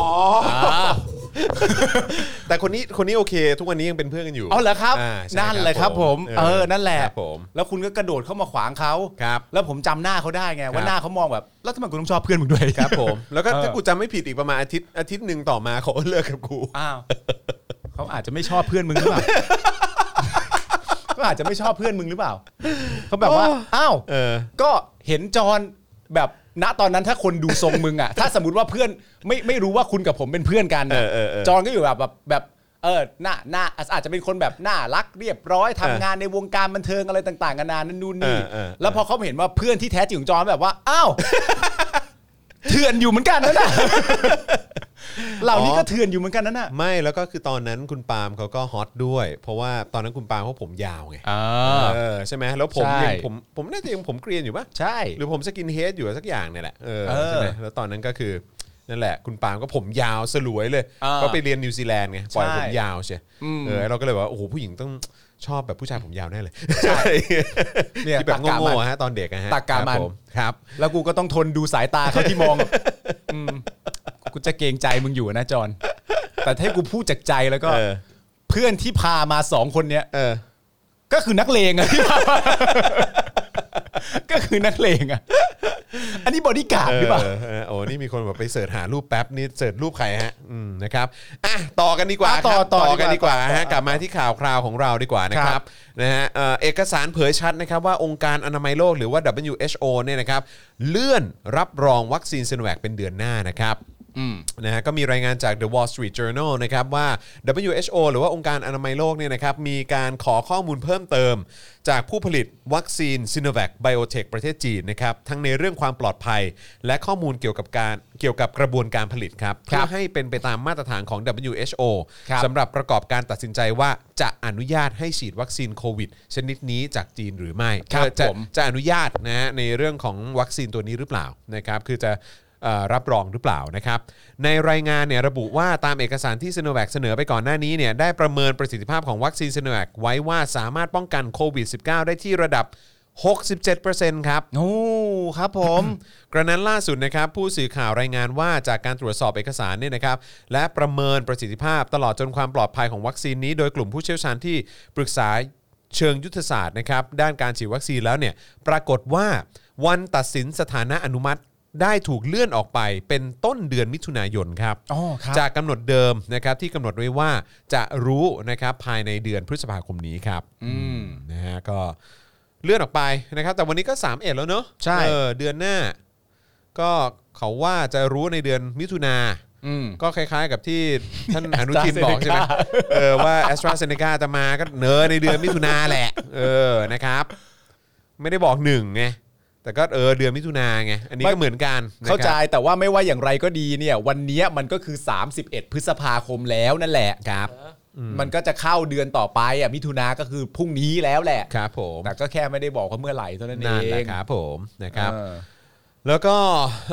B: แต่คนนี้คนนี้โอเค ทุกวันนี้ยังเป็นเพื่อนกันอยู่
D: อ๋อเหรอครับ
B: าใช่
D: นั่นแหละครับผมเออนั่นแหละ
B: ครับผม
D: แล้วคุณก็กระโดดเข้ามาขวางเขา
B: ครับ
D: แล้วผมจำหน้าเขาได้ไง
B: ครั
D: ว่า
B: บ
D: หน้าเขามองแบบแล้วทำไมกูต้องชอบเพื่อนมึงด้วย
B: ครับผม แล้วก็
D: เออ
B: ถ้ากูจำไม่ผิดอีกประมาณอาทิตย์อาทิตย์หนึ่งต่อมาเขาเลิกกับกู
D: อ้าว เขาอาจจะไม่ชอบเพื่อนมึงหรือเปล่าก็อาจจะไม่ชอบเพื่อนมึงหรือเปล่าเขาแบบว่าอ้าว
B: เออ
D: ก็เห็นจอนแบบณตอนนั้นถ้าคนดูทรงมึงอ่ะ ถ้าสมมติว่าเพื่อนไม่ไม่รู้ว่าคุณกับผมเป็นเพื่อนกันน่ะ
B: เออเออเออ
D: จอนก็อยู่แบบแบบแบบเออหน้าหน้าอาจจะเป็นคนแบบน่ารักเรียบร้อยทำงานในวงการบันเทิงอะไรต่างๆกันานานั่นนู่นนี่
B: เออเออเออ
D: แล้วพอเขาเห็นว่าเพื่อนที่แท้จริงของจอนแบบว่าอ้าวเถื่อนอยู่เหมือนกันนั่น น่ะเหล่านี้ก็เถื่อนอยู่เหมือนกันนั่นน่ะ
B: ไม่แล้วก็คือตอนนั้นคุณปาล์มเขาก็ฮอตด้วย เพราะว่าตอนนั้นคุณปาล์มเขาผมยาวไง
D: อ่า
B: เออใช่ไหมแล้วผมยัง
D: ใช่
B: ผมผมน่าจะยังผมเกรียนอยู่ปะ
D: ใช่
B: หรือผมสกินเฮดอยู่สักอย่างเนี่ยแหละเออ
D: เออ
B: ใช่ไหมแล้วตอนนั้นก็คือนั่นแหละ คุณปาล์มก็ผมยาวสลวยเลย
D: อ่า
B: ก็ไปเรียนนิวซีแลนด์ไงปล่อย
D: ใช่
B: ผมยาวใช่
D: อืม
B: เออเราก็เลยบอกว่าโอ้โหผู้หญิงต้องชอบแบบผู้ชายผมยาวแน่เลย
D: เนี่ย
B: ที่แบบ
D: ตรรกะมัน
B: โง่ๆฮะตอนเด็กอะฮะ
D: ตรรกะมั
B: ค
D: น
B: รับผครับ
D: แล้วกูก็ต้องทนดูสายตาเขาที่มอง แบบอืมกูจะเกรงใจมึงอยู่นะจอนแต่ถ้ากูพูดจากใจแล้วก็
B: เออ
D: เพื่อนที่พามาสองคนเนี้ย
B: เออ
D: ก็คือนักเลงอะ ที่พามาก็คือนักเลงอะอันนี้บอดี้การ์ดหรือเปล่า
B: เออเออโอ้นี่มีคนแบบไปเสิร์ชหารูปแป๊บนี่เสิร์ชรูปใครฮะอืมนะครับอ่ะต่อกันดีกว่า
D: อ่ะต่อ
B: ครับ
D: ต่อ
B: กัน
D: ดี
B: ดีก
D: ก
B: ว่า
D: ว่า
B: ฮะกลับมาที่ข่าวคราวของเราดีกว่านะค
D: ค
B: รั
D: รั
B: บบ นะฮะเอ่อเอกสารเผยชัดนะครับว่าองค์การอนามัยโลกหรือว่า WHO เนี่ยนะครับเลื่อนรับรองวัคซีนซิโนแวคเป็นเดือนหน้านะครับ นะฮะก็มีรายงานจาก The Wall Street Journal นะครับว่า WHO หรือว่าองค์การอนามัยโลกเนี่ยนะครับมีการขอข้อมูลเพิ่มเติม จากผู้ผลิตวัคซีน s i n o v a c Biotech ประเทศจีนนะครับทั้งในเรื่องความปลอดภัย และข้อมูลเกี่ยวกับการเกี่ยวกับกระบวนการผลิตครับเพื่อให้เป็นไปตามมาตรฐานของ WHO
D: ครับ
B: สำหรับประกอบการตัดสินใจว่าจะอนุญาตให้ฉีดวัคซีนโควิด ชนิดนี้จากจีนหรือไม่
D: ครับ
B: เอ่อจะ
D: ผม
B: จะอนุญาตนะฮะในเรื่องของวัคซีนตัวนี้หรือเปล่านะครับคือจะ เอ่อรับรองหรือเปล่านะครับ ในรายงานเนี่ยระบุว่าตามเอกสารที่ซ i โนแว c เสนอไปก่อนหน้านี้เนี่ยได้ประเมินประสิทธิภาพของวัคซีนซ i โนแว c ไว้ว่าสามารถป้องกันโควิด -19 ได้ที่ระดับ 67%ครับ
D: โอ้ครับผม
B: กระนั้นล่าสุดนะครับผู้สื่อข่าวรายงานว่าจากการตรวจสอบเอกสารเนี่ยนะครับและประเมินประสิทธิภาพตลอดจนความปลอดภัยของวัคซีนนี้โดยกลุ่มผู้เชี่ยวชาญที่ปรึกษาเชิงยุทธศาสตร์นะครับด้านการฉีดวัคซีนแล้วเนี่ยปรากฏว่าวันตัดสินสถานะอนุมัติได้ถูกเลื่อนออกไปเป็นต้นเดือนมิถุนายนครับ
D: อ๋อครับ
B: จากกำหนดเดิมนะครับที่กำหนดไว้ว่าจะรู้นะครับภายในเดือนพฤษภาคมนี้ครับ
D: อืม
B: นะฮะก็เลื่อนออกไปนะครับ แต่วันนี้ก็ 3 เอ็ดแล้วเนอะ
D: ใช่
B: เออเดือนหน้า ก็เขาว่าจะรู้ในเดือนมิถุนา
D: อืม
B: ก็คล้ายๆกับที่ท่าน อนุทินบอกใช่ไหม เออว่าแอสตราเซเนกาจะมาก็เนอในเดือนมิถุนาแหละ เออนะครับ ไม่ได้บอกหนึ่งไงแต่ก็เออเดือนมิถุนาไงอันนี้
D: ไม่
B: ก็เหมือนกันนะครับ
D: เข้าใจแต่ว่าไม่ว่าอย่างไรก็ดีเนี่ย วันเนี้ยมันก็คือ 31 พฤษภาคมแล้วนั่นแหละครับ มันก็จะเข้าเดือนต่อไปอ่ะมิถุนาก็คือพรุ่งนี้แล้วแหละ
B: ครับผม
D: แต่ก็แค่ไม่ได้บอกว่าเมื่อไหร่เท่านั้นเอ
B: นั่นแหละ
D: ง
B: ครับผมนะครับ
D: เออ
B: แล้วก็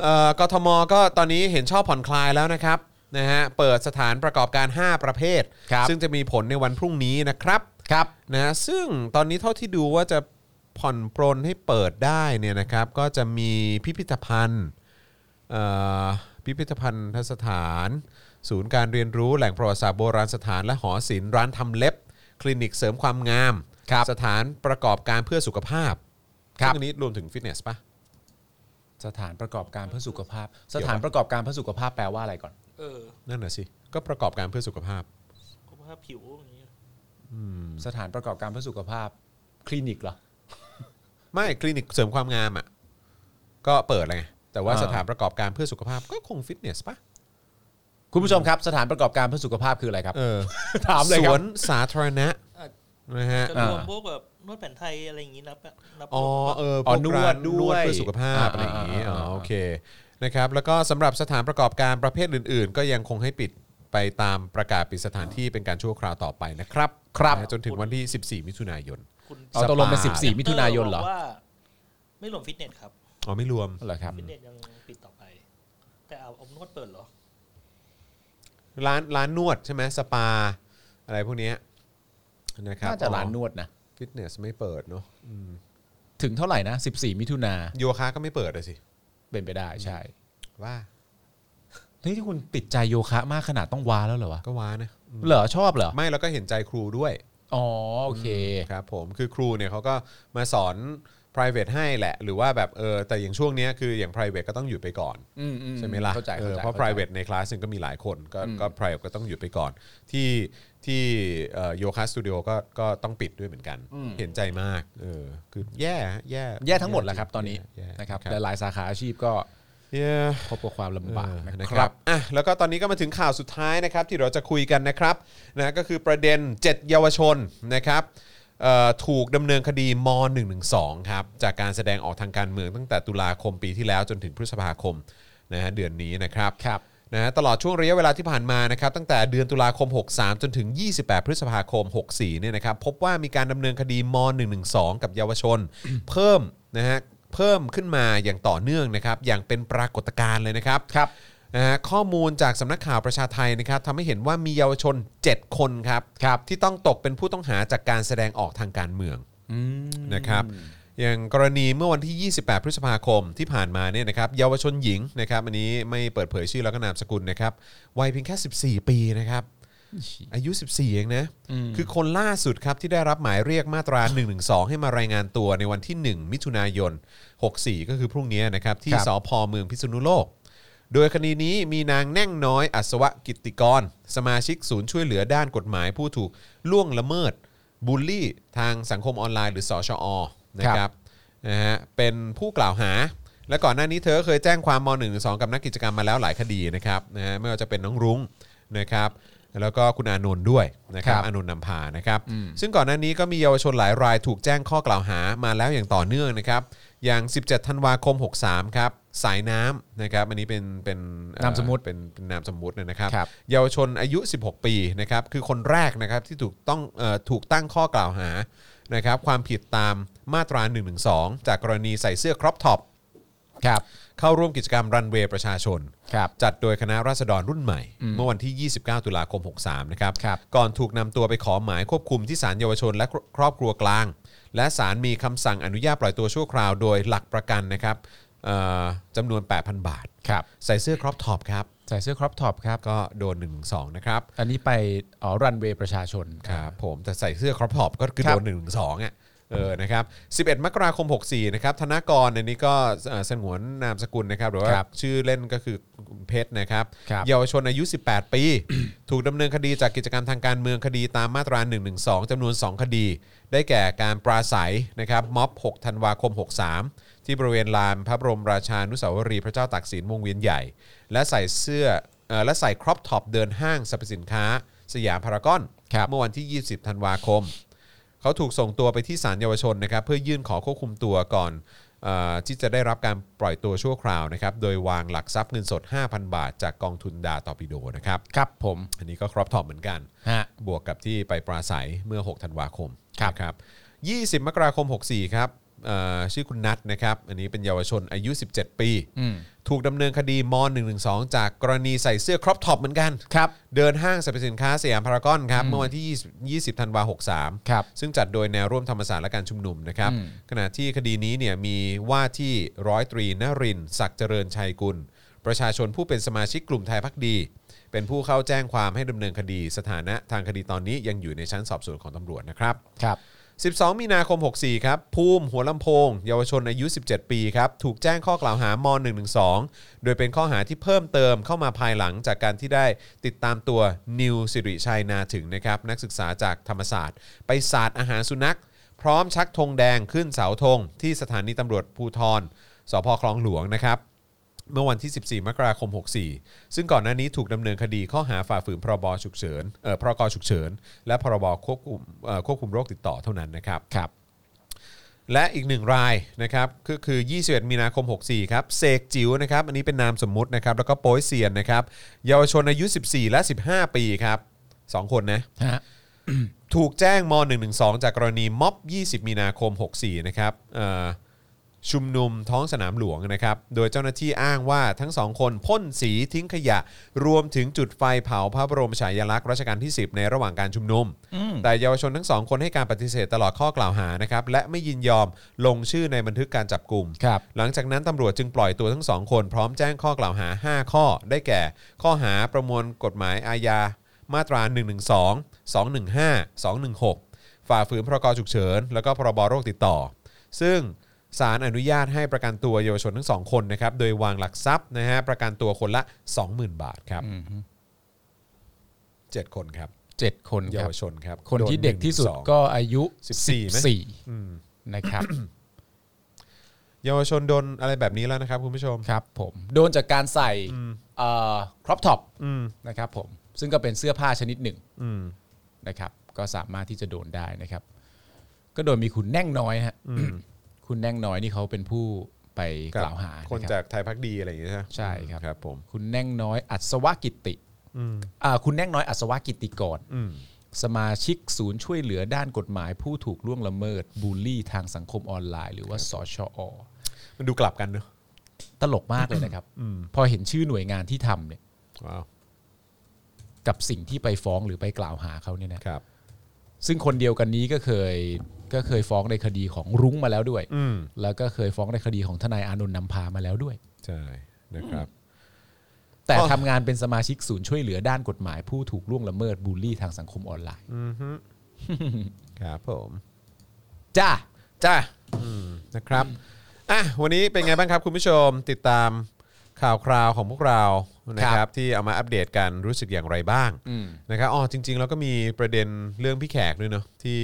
B: เอ่อกทมก็ตอนนี้เห็นชอบผ่อนคลายแล้วนะครับนะฮะเปิดสถานประกอบการ 5 ประเภท
D: ครับ
B: ซึ่งจะมีผลในวันพรุ่งนี้นะครับ
D: ครับ
B: นะฮะซึ่งตอนนี้เท่าที่ดูว่าจะผ่อนปรนให้เปิดได้เนี่ยนะครับ ก็จะมีพิพิธภัณฑ์เอ่อพิพิธภัณฑสถาน ศูนย์การเรียนรู้แหล่งประวัติศาสตร์โบราณสถานและหอศิลป์ร้านทำเล็บ คลินิกเสริมความงาม
D: ครับ
B: สถานประกอบการเพื่อสุขภาพ
D: ครับ
B: ซึ่งอันนี้รวมถึงฟิตเนสปะ
D: สถานประกอบการเพื่อสุขภาพ สถานประกอบการเพื่อสุขภาพแปลว่าอะไรก่อน
C: เออ
B: นั่นน่ะสิ ก็ประกอบการเพื่อสุขภาพ
C: สุขภาพผิวอย่างเงี้ย
D: สถานประกอบการเพื่อสุขภาพคลินิกเหรอ
B: ไม่คลินิกเสริมความงามอ่ะ ก็เปิดเลยไงแต่ว่า
D: อ่า
B: สถานประกอบการเพื่อสุขภาพก็คงฟิตเนสปะ
D: คุณผู้ชมครับ สถานประกอบการเพื่อสุขภาพคืออะไรครับ
B: เออ
D: ถามเลย
B: ส
D: ครั
B: ว
D: บ
B: นสาธารณะ
C: อาจ
B: นะฮะ
C: จะรวมพวกแบบนวดแผนไทยอะไรอย่างงี้นับอะนับ
B: อ๋อเออ
D: อ๋อ
B: พกร้าน
D: นวดด้วย
B: นวดเพื่อสุขภาพอะไรอย่างนี้อ๋
D: อ่า
B: อ
D: อ่าอ่า
B: โอเคนะครับแล้วก็สำหรับสถานประกอบการประเภทอื่น ๆ ก็ยังคงให้ปิดไปตามประกาศปิดสถานที่เป็นการชั่วคราวต่อไปนะครับ
D: ครับ
B: นะจนถึงวันที่ 14 มิถุนายน
C: คุณ
D: เอาตกลงเป็น
B: สปา
D: 14 มิถุนายนเหรอ
C: บอกว่า ไม่รวมฟิตเนสครับ
B: อ๋อไม่รวม
D: เหรอครับ
C: ฟิตเนสยังปิดต่อไป แต่เอาเอานวดเปิดเหรอ
B: ร้านร้านนวดใช่ไหมสปา อะไรพวกเนี้ยนะครับ
D: น่าจะร้านนวดนะ
B: ฟิตเนสไม่เปิดเนาะ
D: ถึงเท่าไหร่นะ 14 มิถุนา
B: โยคะก็ไม่เปิดเลยสิ
D: เป็นไปได้ใช่
B: ว่า
D: นี่ที่คุณติดใจโยคะมากขนาดต้องวาแล้วเหรอวะ
B: ก็ว่านะอืม
D: เหรอชอบเหรอ
B: ไม่แล้วก็เห็นใจครูด้วย
D: อ๋อ โอเค
B: ครับผมคือครูเนี่ยเขาก็มาสอน private ให้แหละ หรือว่าแบบเออแต่อย่างช่วงเนี้ยคืออย่าง private ก็ต้องหยุดไปก่อน
D: อือื
B: ใช่ไหมล่ะ
D: เข้าใจ
B: เอ
D: เข้า
B: อ
D: ใจ
B: เพราะ
D: ข้ใจ
B: private ในคลาสหนึ่งก็มีหลายคนก็ก็ private ก็ต้องหยุดไปก่อน ที่ที่โยคะสตูดิโอ Yoga Studio ก็ก็ต้องปิดด้วยเหมือนกัน เห็นใจมากเออคือแย่ฮะแย่
D: แย่ทั้งหมดแหละครับตอนนี้
B: แย่
D: นะครับหลายๆสาขาอาชีพก็
B: แย่
D: พบกับความลำบาก
B: เออ
D: นะ
B: นะ
D: ค
B: ค
D: รั
B: รับ บอ่ะแล้วก็ตอนนี้ก็มาถึงข่าวสุดท้ายนะครับที่เราจะคุยกันนะครับนะก็คือประเด็น 7 เยาวชนนะครับเอ่อถูกดำเนินคดีม .112 ครับจากการแสดงออกทางการเมืองตั้งแต่ตุลาคมปีที่แล้วจนถึงพฤษภาคมนะฮะเดือนนี้นะครับ
D: ครับ
B: นะฮะตลอดช่วงระยะเวลาที่ผ่านมานะครับตั้งแต่เดือนตุลาคม 63 จนถึง 28 พฤษภาคม 64เนี่ยนะครับพบว่ามีการดำเนินคดีม .112 กับเยาวชน เพิ่มนะฮะเพิ่มขึ้นมาอย่างต่อเนื่องนะครับอย่างเป็นปรากฏการณ์เลยนะครับ
D: ครับ
B: นะฮะข้อมูลจากสำนักข่าวประชาไทยนะครับทำให้เห็นว่ามีเยาวชน 7 คนครับรบที่ต้องตกเป็นผู้ต้องหาจากการแสดงออกทางการเมืองนะครับอย่างกรณีเมื่อวันที่ 28 พฤษภาคมที่ผ่านมาเนี่ยนะครับเยาวชนหญิงนะครับอันนี้ไม่เปิดเผยชื่อแล้วก็นามสกุลนะครับวัยเพียงแค่ 14 ปีนะครับ อายุ 14 เองนะ คือคนล่าสุดครับที่ได้รับหมายเรียกมาตรา1นึให้มารายงานตัวในวันที่ 1 มิถุนายน 64 ก็คือพรุ่งนี้นะครับ ที่
D: ครับ
B: สพเมืองพิษณุโลก โดยคดีนี้มีนางแน่งน้อยอัศวะกิตติกร สมาชิกศูนย์ช่วยเหลือด้านกฎหมายผู้ถูกล่วงละเมิด บูลลี่ ทางสังคมออนไลน์หรือสอชอนะครับนะฮะเป็นผู้กล่าวหา และก่อนหน้านี้เธอก็เคยแจ้งความม .112 กับนักกิจกรรมมาแล้วหลายคดีนะครับนะฮะไม่ว่าจะเป็นน้องรุ้งนะครับแล้วก็คุณอานนท์ด้วยนะครับ
D: ครับ
B: อานนท์นำพานะครับซึ่งก่อนหน้านี้ก็มีเยาวชนหลายรายถูกแจ้งข้อกล่าวหามาแล้วอย่างต่อเนื่องนะครับอย่าง 17 ธันวาคม 63 ครับสายน้ำนะครับอันนี้เป็นเป็นเอ่อน
D: ามสมมุติ
B: เป็นเป็นนามสมมุตินะครับ
D: ครับ
B: เยาวชนอายุ 16 ปีนะครับคือคนแรกนะครับที่ถูกต้องเออถูกตั้งข้อกล่าวหานะครับความผิดตามมาตรา1นึจากกรณีใส่เสื้อครอปท็อป
D: ครับ
B: เข้าร่วมกิจกรรมรันเวย์ประชาชน
D: ครับ
B: จัดโดยคณะราษฎรรุ่นใหม่ เมื่อวันที่ 29 ตุลาคม 63 นะครับ
D: ครับ
B: ก่อนถูกนำตัวไปขอหมายควบคุมที่ศาลเยาวชนและครอบครัวกลาง และศาลมีคำสั่งอนุญาตปล่อยตัวชั่วคราวโดยหลักประกันนะครับเอ่อจำนวน 8,000 บาท
D: ครับ
B: ใส่เสื้อครอปท็อปครับ
D: ใส่เสื้อครอปท็อปครับ
B: ก็โดน1นึนะครับ
D: อันนี้ไปอ๋อรันเวย์ประชาชน
B: ครับผมแต่ใส่เสื้อครอปท็อปก็คือ
D: ครั
B: โด
D: บ
B: นหนึ่งสองอ่ะเออนะครับ11 มกราคม 64นะครับธนากรในนี้ก็เอ่อสงวนนามสกุลนะครับหรือว่า
D: ครับ
B: ชื่อเล่นก็คือเพชรนะครับ
D: ครับ
B: เยาวชนอายุ 18 ปี ถูกดำเนินคดีจากกิจกรรมทางการเมืองคดีตามมาตรา1นึจำนวน 2 คดี ได้แก่การปราศัยนะครับม็อบ 6 ธันวาคม 63 ที่บริเวณลานพระบรมราชานุสาวรีย์พระเจ้าตากสินวงเวียนใหญ่ และใส่เสื้อเอ่อและใส่ครอปท็อปเดินห้างสรรพสินค้า สยามพารากอน
D: ครับ
B: เมื่อวันที่ 20 ธันวาคม เขาถูกส่งตัวไปที่ศาลเยาวชนนะครับ เพื่อยื่นขอควบคุมตัวก่อนเออที่จะได้รับการปล่อยตัวชั่วคราวนะครับ โดยวางหลักทรัพย์เงินสด 5,000 บาท จากกองทุนดาตอปิโดนะครับ
D: ครับผม
B: อันนี้ก็ครอบทอปเหมือนกัน
D: ฮะ
B: บวกกับที่ไปปราศัยเมื่อ 6 ธันวาคม
D: ครับ
B: นะบ20 มกราคม 64 ครับเอ่อชื่อคุณนัทนะครับ อันนี้เป็นเยาวชนอายุ 17 ปี
D: อืม
B: ถูกดำเนินคดีม .112 จากกรณีใส่เสื้อครอปท็อปเหมือนกัน
D: ครับ
B: เดินห้างสรรพสินค้าสยามพารากอนครับเมื่อวันที่ 20 20 ธันวา63
D: ครับ
B: ซึ่งจัดโดยแนวร่วมธรรมศาสตร์และการชุมนุมนะครับ
D: อืม
B: ขณะที่คดีนี้เนี่ยมีว่าที่ร้อยตรีนรินทร์ศักดิ์เจริญชัยกุล ประชาชนผู้เป็นสมาชิกกลุ่มไทยพักดี เป็นผู้เข้าแจ้งความให้ดำเนินคดี สถานะทางคดีตอนนี้ยังอยู่ในชั้นสอบสวนของตำรวจนะครับ
D: ครับ
B: 12 มีนาคม 64 ครับ ภูมิหัวลำโพง เยาวชนอายุ 17 ปีครับ ถูกแจ้งข้อกล่าวหาม112 โดยเป็นข้อหาที่เพิ่มเติมเข้ามาภายหลังจากการที่ได้ติดตามตัวนิวสิริชัยนาถึงนะครับ นักศึกษาจากธรรมศาสตร์ ไปสาดอาหารสุนัข พร้อมชักธงแดงขึ้นเสาธง ที่สถานีตำรวจภูทรสพคลองหลวงนะครับ เมื่อวันที่ 14 มกราคม 64 ซึ่งก่อนหน้านี้ถูกดำเนินคดีข้อหาฝ่าฝืนพรบฉุกเฉินเอ่อพรกฉุกเฉิน และพรบควบคุมเอ่อควบคุมโรคติดต่อเท่านั้นนะครับ
D: ครับ
B: และอีกหนึ่งรายนะครับก็คือ 21 มีนาคม 64 ครับเสกจิ๋วนะครับ อันนี้เป็นนามสมมุตินะครับ แล้วก็โป้ยเซียนนะครับ เยาวชนอายุ 14 และ 15 ปีครับสองคนนะ
D: ฮะ
B: ถูกแจ้งม .112 จากกรณีม็อบ 20 มีนาคม 64 นะครับเอ่อชุมนุมท้องสนามหลวงนะครับ โดยเจ้าหน้าที่อ้างว่าทั้งสองคนพ่นสีทิ้งขยะ รวมถึงจุดไฟเผาพระบรมฉายาลักษณ์รัชกาลที่ 10 ในระหว่างการชุมนุม แต่เยาวชนทั้งสองคนให้การปฏิเสธตลอดข้อกล่าวหานะครับ และไม่ยินยอมลงชื่อในบันทึกการจับกลุ่ม
D: ครับ
B: หลังจากนั้นตำรวจจึงปล่อยตัวทั้งสองคนพร้อมแจ้งข้อกล่าวหา 5 ข้อ ได้แก่ ข้อหาประมวลกฎหมายอาญา มาตรา 112 215 216 ฝ่าฝืนพรกฉุกเฉิน แล้วก็พรบโรคติดต่อ ซึ่งศาลอนุญาตให้ประกันตัวเยาวชนทั้งสองคนนะครับ โดยวางหลักทรัพย์นะฮะประกันตัวคนละ 20,000 บาทครับเจ็ดคนครับ
D: เจ็ดคนค
B: เยา
D: รับ
B: วชนครับ
D: คนที่
B: โ
D: เด็กที่สุด
B: 112
D: ก็อายุ
B: 14ไหม
D: สี่
B: อืม
D: นะครับ
B: เยาวชนโดนอะไรแบบนี้แล้วนะครับคุณผู้ชม
D: ครับผมโดนจากการใส่ครอปท็อป
B: อืม
D: นะครับผมซึ่งก็เป็นเสื้อผ้าชนิดหนึ่ง
B: อืม
D: นะครับ ก็สามารถที่จะโดนได้นะครับ ก็โดนมีคุณแน่งน้อยฮะ คุณแน่งน้อยนี่เขาเป็นผู้ไปกล่าวหา
B: คน
D: นะรับ
B: จากไทยพักดีอะไรอย่างเงี้ย
D: ใช่ครับ
B: ครับผม
D: คุณแน่งน้อยอัศวกิติ
B: อืม
D: อ่าคุณแน่งน้อยอัศวกิติกร
B: อืม
D: สมาชิกศูนย์ช่วยเหลือด้านกฎหมาย ผู้ถูกล่วงละเมิดบูลลี่ทางสังคมออนไลน์ หรือว่าสชอ
B: มันดูกลับกันเนอะ
D: ตลกมากเลยนะครับ พอเห็นชื่อหน่วยงานที่ทำเนี่ย
B: ว้าว
D: กับสิ่งที่ไปฟ้องหรือไปกล่าวหาเขาเนี่ยนะครับ ซึ่งคนเดียวกันนี้ก็เคยก็เคยฟ้องในคดีของรุ้งมาแล้วด้วย
B: อืม
D: แล้วก็เคยฟ้องในคดีของทนายอานนท์นำพามาแล้วด้วย
B: ใช่นะครับ
D: แต่
B: อ๋อ
D: ทำงานเป็นสมาชิกศูนย์ช่วยเหลือด้านกฎหมาย ผู้ถูกล่วงละเมิดบูลลี่ทางสังคมออนไลน์
B: อือฮึครับผม
D: จ้า
B: จ้านะครับอ่ะวันนี้เป็นไงบ้างครับคุณผู้ชมติดตามข่าวคราวของพวกเรานะครับ ที่เอามาอัปเดตกันรู้สึกอย่างไรบ้างนะครับอ๋อจริง ๆ แล้วก็มีประเด็นเรื่องพี่แขกด้วยเนาะที่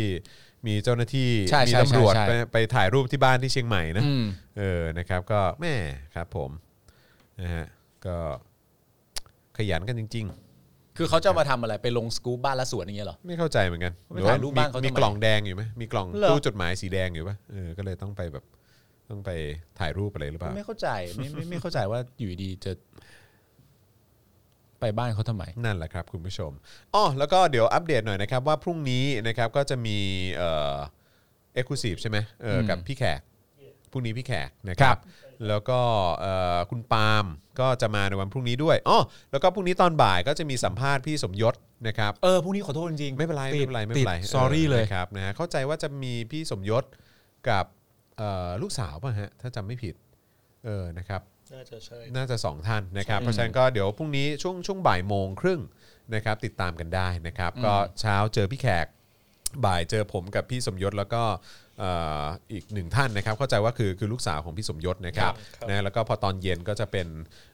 B: มีเจ้าหน้าที่
D: ใช่
B: มี
D: ใช่
B: ตำรวจ
D: ใช่
B: ไป
D: ใช่
B: ไปถ่ายรูปที่บ้านที่เชียงใหม่นะ
D: อืม
B: เออ นะครับ ก็แม่ครับผม นะฮะ ก็ขยันกันจริง
D: คือเขาจะมาทำอะไรไปลงสกู๊ปบ้านละสวนอย่างเงี้ยเหรอ
B: ๆ ไม่เข้าใจเหมือนกัน
D: ไปถ่ายรูป
B: มี
D: บ้านเขาทำไม
B: มีกล่องแดงอยู่ไหมมีกล่อง
D: เหรอ
B: ตู้จดหมายสีแดงอยู่ปะเออ ก็เลยต้องไปแบบ ต้องไปถ่ายรูปอะไรหรือเปล่า
D: ไม่เข้าใจไม่ไม่ไม่เข้าใจว่าอยู่ดีๆจะ ไปบ้านเขาทำไม
B: นั่นแหละครับคุณผู้ชมอ๋อแล้วก็เดี๋ยวอัปเดตหน่อยนะครับว่าพรุ่งนี้นะครับก็จะมีเอ่อ c l u s i v e ใช่ไหมเออ
D: อืม
B: กับพี่แขกพรุ่งนี้พี่แขกนะครับ แล้วก็เอ่อคุณปาล์มก็จะมาในวันพรุ่งนี้ด้วยอ๋อแล้วก็พรุ่งนี้ตอนบ่ายก็จะมีสัมภาษณ์พี่สมยศนะครับ
D: เออพรุ่งนี้ขอโทษจริงๆ
B: ไม่เป็นไร
D: ติ
B: ไม่
D: ด
B: เป็นไรไม่เป็นไร
D: ติด
B: ออ
D: sorry เลย
B: นะครับนะฮะเข้าใจว่าจะมีพี่สมยศกับเอ่อลูกสาวป่ะฮะถ้าจำไม่ผิดเออนะครับ
C: น่าจะใช่
B: น่าจะ 2 ท่านนะครับ เพราะฉะนั้นก็เดี๋ยวพรุ่งนี้ช่วงช่วงบ่ายโมงครึ่งนะครับ ติดตามกันได้นะครับ ก็เช้าเจอพี่แขกบ่ายเจอผมกับพี่สมยศแล้วก็เอ่ออีกหนึ่งท่านนะครับ เข้าใจว่าคือคือลูกสาวของพี่สมยศนะครับ
C: ครับ
B: นะแล้วก็พอตอนเย็นก็จะเป็น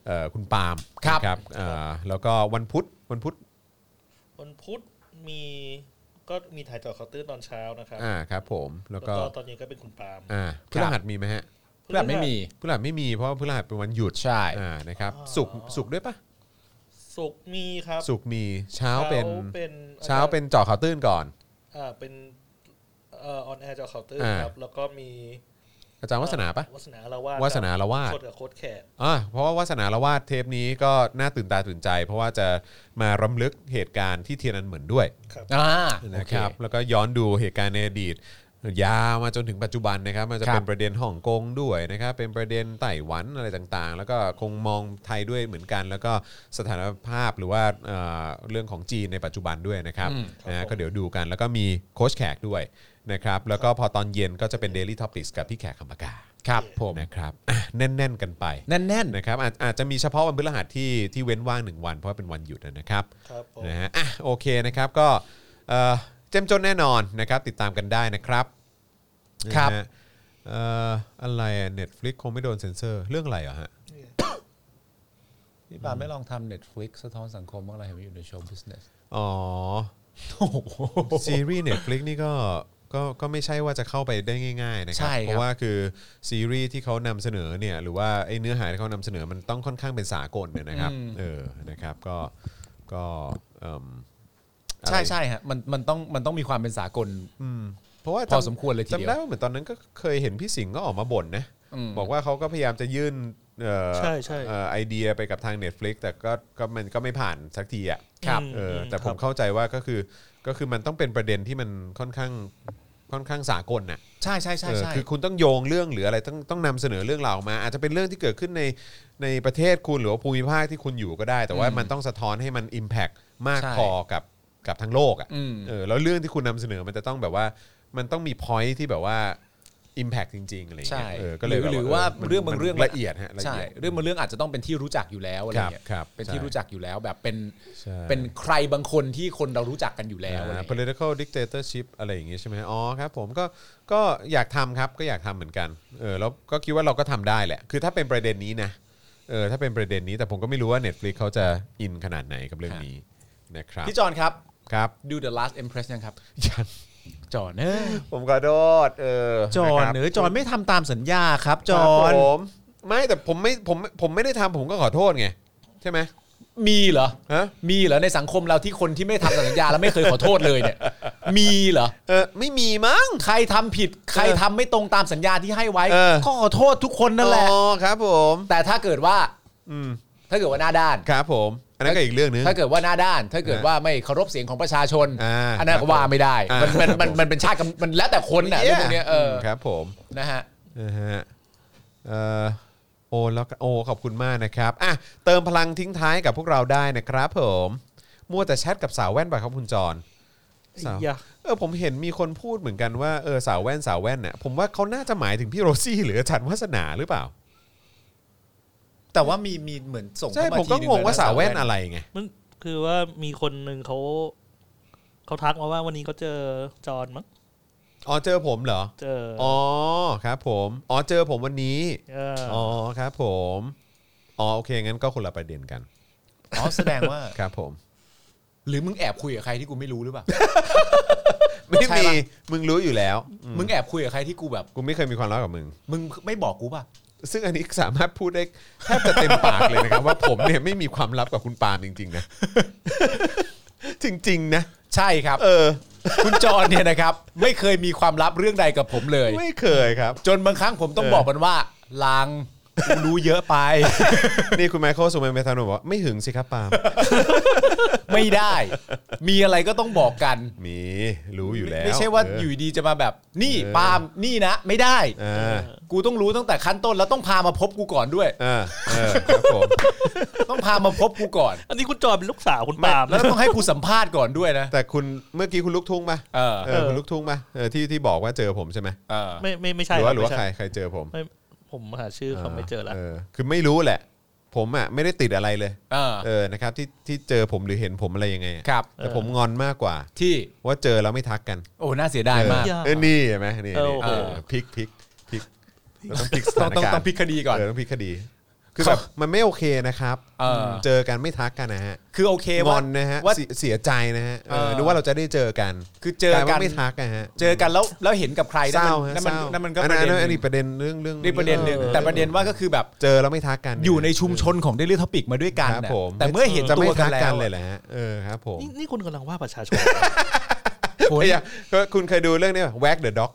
B: เอ่อคุณปาล์ม
D: ครับ
B: นะเอ่อแล้วก็วันพุธวันพุธ
C: วันพุธมีก็มีถ่ายต่อเคาน์เตอร์ตอนเช้านะครับ
B: อ่าครับผมแล้ว
C: แล้ว
B: ก็
C: ก็ตอนเย็นก็เป็นคุณปาล์ม
B: อ่าพฤหัสมีไหมฮะ
D: เพื่อนไม่มี
B: พฤหัสไม่มีเพราะว่าพฤหัสเป็นวันหยุด
D: ใช่
B: อ่านะครับสุกร์สุกร์ด้วยปะ
C: ศุกร์มีครับ
B: สุกร์มีเช้าเป็น
C: เป็น
B: เช้าเป็นเจาะข่าวตื้นก่อน
C: อ่าเป็นเอ่อออนแอร์จอเคาน์เตอร์
B: อ่า
C: ครับ แล้วก็มี
B: อาจารย์วัฒนาปะ
C: วัสนาละวาด
B: วาสนาละวาด
C: โคตรกับโคตรแขก
B: อ่ะเพราะว่าวาสนาละวาดเทปนี้ก็น่าตื่นตาตื่นใจ เพราะว่าจะมารำลึกเหตุการณ์ที่เทียนอันเหมือนด้วย
D: อ่า
B: นะค
D: ค
B: รั
D: รั
B: บบ แล้วก็ย้อนดูเหตุการณ์ในอดีต ยาวมาจนถึงปัจจุบันนะครับ มันจะ
D: ครับ
B: เป็นประเด็นฮ่องกงด้วยนะครับ เป็นประเด็นไต้หวันอะไรต่างๆ แล้วก็คงมองไทยด้วยเหมือนกัน แล้วก็สถานภาพหรือว่าเอ่อเรื่องของจีนในปัจจุบันด้วยนะครับ
D: อืม
B: นะ
C: ครั
B: ฮะ
C: บผม
B: ก็เดี๋ยวดูกันแล้วก็มีโค้ชแขกด้วยนะครับแล้วก็พอตอนเย็นก็จะเป็น Daily Topics กับพี่แขกคำปากา ครับผมนะครับอ่ะแน่น ๆ กันไป
D: แน่น
B: นะครับอาจอาจจะมีเฉพาะวันพฤหัสที่ที่เว้นว่างหนึ่งวัน เพราะว่าเป็นวันหยุดนะครับ
C: ครับผม
B: นะฮะอ่ะโอเคนะครับก็เอ่อเจ้มจนแน่นอนนะครับติดตามกันได้นะครับ
D: ครับ
B: นะฮะเอ่ออะไรอ่ะ Netflix คงไม่โดนเซ็นเซอร์เรื่องอะไรเหรอฮะ
D: ๆพี่ปาล์มไม่ลองทำ Netflix สะท้อนสังคมบ้างอะไรอยู่ในชม business
B: อ๋อซีรีส์ Netflix นี่ก็ก็ก็ไม่ใช่ว่าจะเข้าไปได้ง่าย ๆ นะค
D: ใช่
B: รับ
D: ครับ
B: เพราะว่าคือซีรีส์ที่เขานำเสนอเนี่ยหรือว่าไอ้เนื้อหาที่เขานำเสนอมันต้องค่อนข้างเป็นสากลเนี่ยนะครับเออนะครับก็ก็เอิ่มอะไร
D: ใช่ใช่ฮะมันมันต้องมันต้องมีความเป็นสากล
B: เพราะว่าจำ
D: พอสมควรเลยทีเดียว
B: จำได้ว่าเหมือนตอนนั้นก็เคยเห็นพี่สิงห์ก็ออกมาบ่นนะ
D: อืม
B: บอกว่าเขาก็พยายามจะยื่นเอ่อ
C: ใช่ใช่
B: เอ่อไอเดียไปกับทาง Netflix แต่ก็ก็มันก็ไม่ผ่านสักทีอ่ะ
D: ครับ
B: เออแต่ผมเข้าใจว่าก็คือก็คือมันต้องเป็นประเด็นที่มันค่อนข้างค่อนข้างสากลน่ะ
D: ใช่ใช่ใช่
B: เออ
D: ใช่
B: คือคุณต้องโยงเรื่องหรืออะไรต้องต้องนำเสนอเรื่องราวออกมา อาจจะเป็นเรื่องที่เกิดขึ้นในในประเทศคุณหรือว่าภูมิภาคที่คุณอยู่ก็ได้ แต่ว่า
D: อืม
B: มันต้องสะท้อนให้มัน Impact มาก
D: ใช่
B: พอกับกับทั้งโลกอ่ะ
D: อืม
B: เออแล้วเรื่องที่คุณนำเสนอมันจะต้องแบบว่ามันต้องมี point ที่แบบว่า impact จริง ๆ อะไรอย่างเงี้
D: ใช่
B: ยเออก็เลย
D: หรือ
B: แบบ
D: หรือว่า
B: มัน
D: เรื่องบางเรื่อง
B: มันละเอียดฮะละ
D: ใช่
B: เอียด
D: เรื่องบางเรื่องอาจจะต้องเป็นที่รู้จักอยู่แล้วอะไรเงี้ย
B: ครับครับ
D: เป็นที่
B: ใช่
D: รู้จักอยู่แล้วแบบเป็น
B: ใช่
D: เป็นใครบางคนที่คนเรารู้จักกันอยู่แล้ว
B: อ่า
D: อะไรเงี้ย
B: political dictatorship อะไรอย่างเงี้ยใช่ไหมอ๋อครับผมก็ก็อยากทำครับก็อยากทำเหมือนกันเออแล้วก็คิดว่าเราก็ทำได้แหละ คือถ้าเป็นประเด็นนี้นะเออถ้าเป็นประเด็นนี้แต่ผมก็ไม่รู้ว่า Netflix เขาจะอินขนาดไหนกับเรื่องนี้นะครับ
D: พี่จอนครับ
B: ครับ
D: ดู The Last Empress ยังครับ
B: ยัง
D: จอนเอ้ย
B: ผมขอโทษเออ
D: จอนะ
B: ค
D: เน
B: รับ
D: อจอนไม่ทำตามสัญญาครับจอ
B: ครับ
D: น
B: ผมไม่แต่ผมไม่ผมผมไม่ได้ทำผมก็ขอโทษไง ใช่ไหม
D: มีเหรอ
B: ฮะ
D: มีเหรอในสังคมเราที่คนที่ไม่ทำตามสัญญาแล้วไม่เคยขอโทษเลย เนี่ย มีเหรอ
B: เออไม่มีมั้ง
D: ใครทำผิดใครทำไม่ตรงตามสัญญาที่ให้ไว้
B: เออ
D: ก็ขอโทษทุกคนนั่นแหละ
B: อ๋อครับผม
D: แต่ถ้าเกิดว่า
B: อืม
D: ถ้าเกิดว่าหน้าด้าน
B: ครับผม อันนั้นก็อีกเรื่องนึง
D: ถ้าเกิดว่าหน้าด้าน ถ้าเกิด
B: อ่า
D: ว่าไม่เคารพเสียงของประชาชน
B: อ่า
D: อันนั้นก็ว่าไม่ได้
B: อ่ามั
D: มันมันมันมันเป็นชาติกำมันแล้วแต่คนน่ะเรื่องพวกเนี้ยเออ
B: ครับผม
D: นะฮะ
B: นะฮะเออโอ้แล้วก็โอ้ขอบคุณมากนะครับอ่ะเติมพลังทิ้งท้ายกับพวกเราได้นะครับผมมัวแต่แชทกับสาวแว่นไปครับคุณจร สาว
C: ไอ้ยะ
B: เออผมเห็นมีคนพูดเหมือนกันว่าเออสาวแว่นสาวแว่นเนี่ยผมว่าเขาน่าจะหมายถึงพี่โรซี่หรืออาจารย์วัฒนาหรือเปล่า
D: แต่ว่ามีมีเหมือนส่ง
B: ใช่
D: เข้ามา
B: ผมก็
D: ทีนึ
B: งงว่า
D: แล้
B: สาวแว่นอะไรไง
C: มันคือว่ามีคนหนึ่งเขาเขาทักมาว่าวันนี้เขาเจอจอนมั้ง
B: อ๋อเจอผมเหรอ
C: เจอ
B: อ๋อครับผม อ๋อเจอผมวันนี้
C: เอออ
B: อ๋อครับผม อ๋อโอเคงั้นก็คนละประเด็นกัน
D: อ๋อแสดงว่า
B: ครับผม
D: หรือมึงแอบคุยกับใครที่กูไม่รู้หรือเปล่า
B: ไม่
D: ใช่
B: มี
D: ปะ
B: มึงรู้อยู่แล้ว
D: มึงแอบคุยกับใครที่กูแบบ
B: กูไม่เคยมีความรักกับมึง
D: มึงไม่บอกกูป่ะ
B: ซึ่งอันนี้สามารถพูดได้แทบจะเต็มปากเลยนะครับ ว่าผมเนี่ยไม่มีความลับกับคุณปาล์มจริง ๆ นะ จริง ๆ นะ
D: ใช่ครับ
B: เออ
D: คุณจรเนี่ยนะครับ ไม่เคยมีความลับเรื่องใดกับผมเลย
B: ไม่เคยครับ
D: จนบางครั้งผมต้อง
B: เออ
D: บอกมันว่าลางกูรู้เย อะไป
B: นี่คุณไมเคิลสุเมนเมธานนท์บอกว่าไม่หึงสิครับปาล์ม
D: ไม่ได้ มีอะไรก็ต้องบอกกัน
B: มีรู้อยู่แล้ว
D: ไม่ใช่ว่า
B: เ
D: อยู่ดีจะมาแบบ นี่ปาล์มนี่นะ ไม่ได้
B: อ่า
D: กูต้องรู้ตั้งแต่ขั้นต้นแล้วต้องพามาพบกูก่อนด้วย
B: อ่าเออครับผม
D: ต้องพามาพบกูก่อน
C: อันนี้คุณจอนเป็นลูกสาวคุณปาล์ม
D: แล้วต้องให้กูสัมภาษณ์ก่อนด้วยนะ
B: แต่คุณเมื่อกี้คุณลูกทุ่งปะ
D: เออ
B: เออคุณลูกทุ่งปะเออที่ที่บอกว่าเจอผมใช่ไหม
D: เออ
C: ไม่ไม่ไม่
B: ห
C: ใช่
B: รือว่าหรือ
C: ไม่
B: ว่าใคร
C: ใช่
B: ใครเจอผม
C: ไม่ผมหาชื่อเขาไม่เจอละ
B: คือไม่รู้แหละ ผมอ่ะไม่ได้ติดอะไรเลย
D: เออ
B: เออนะครับที่ที่เจอผมหรือเห็นผมอะไรยังไงอะ
D: ครับ
B: แต่ผมงอนมากกว่า
D: ที่
B: ว่าเจอแล้วไม่ทักกัน
D: โอ้ น่าเสียดายมาก
B: เออเออนี่เห็นไหมนี่
C: เออ
B: นี่
C: โอ้
B: เอ
C: โห
B: อพลิกพลิกพลิกเราต้องพลิกส
D: ต้อ
B: ถาง น
D: ต้อง
B: การ
D: ต้อง
B: ณ์
D: พลิกคดีก่อน
B: เออต้องพลิกคดี คือแบบมันไม่โอเคนะครับ
D: เออ
B: เจอกันไม่ทักกันนะฮะ
D: คือโอเค
B: ง
D: ว่า
B: อนนะฮะ
D: ว่า
B: เสียเสียใจนะฮะเออ
D: เออ
B: นึกว่าเราจะได้เจอกัน
D: คือเจอ
B: ลาย
D: กัน
B: ว่าไม่ทักนะฮะ
D: เจอกันแล้วแล้วเห็นกับใคร
B: เศร้าฮะ
D: นั่นมัน
B: เศร้า
D: นั่นมันก็
B: อั
D: ประเด็น
B: อั
D: ห
B: น
D: นึ่
B: นี้
D: ง
B: ประเด็นเรื่องเรื่อง
D: นี่ประเด็นหนึ่ง
B: ออ
D: แต่ประเด็นว่าก็คือแบบ
B: เจอแล้วไม่ทักกัน
D: อยู่ในชุมชนของเดลิทอปิกมาด้วยกัน
B: ครับ
D: น่ะ
B: ผม
D: แต่เมื่อเห็น
B: จะ
D: ตั
B: ไม่
D: วกั
B: ทั
D: น
B: ก
D: แล้ว
B: กันเลยแหละฮะเออครับผม
C: นี่นี่คุณกำลังว่าประชาชน
D: โห
B: เอ้ย
D: นี่
B: อ่ะก็คุณเคยดูเรื่องนี้ป่ะ Wag the Dog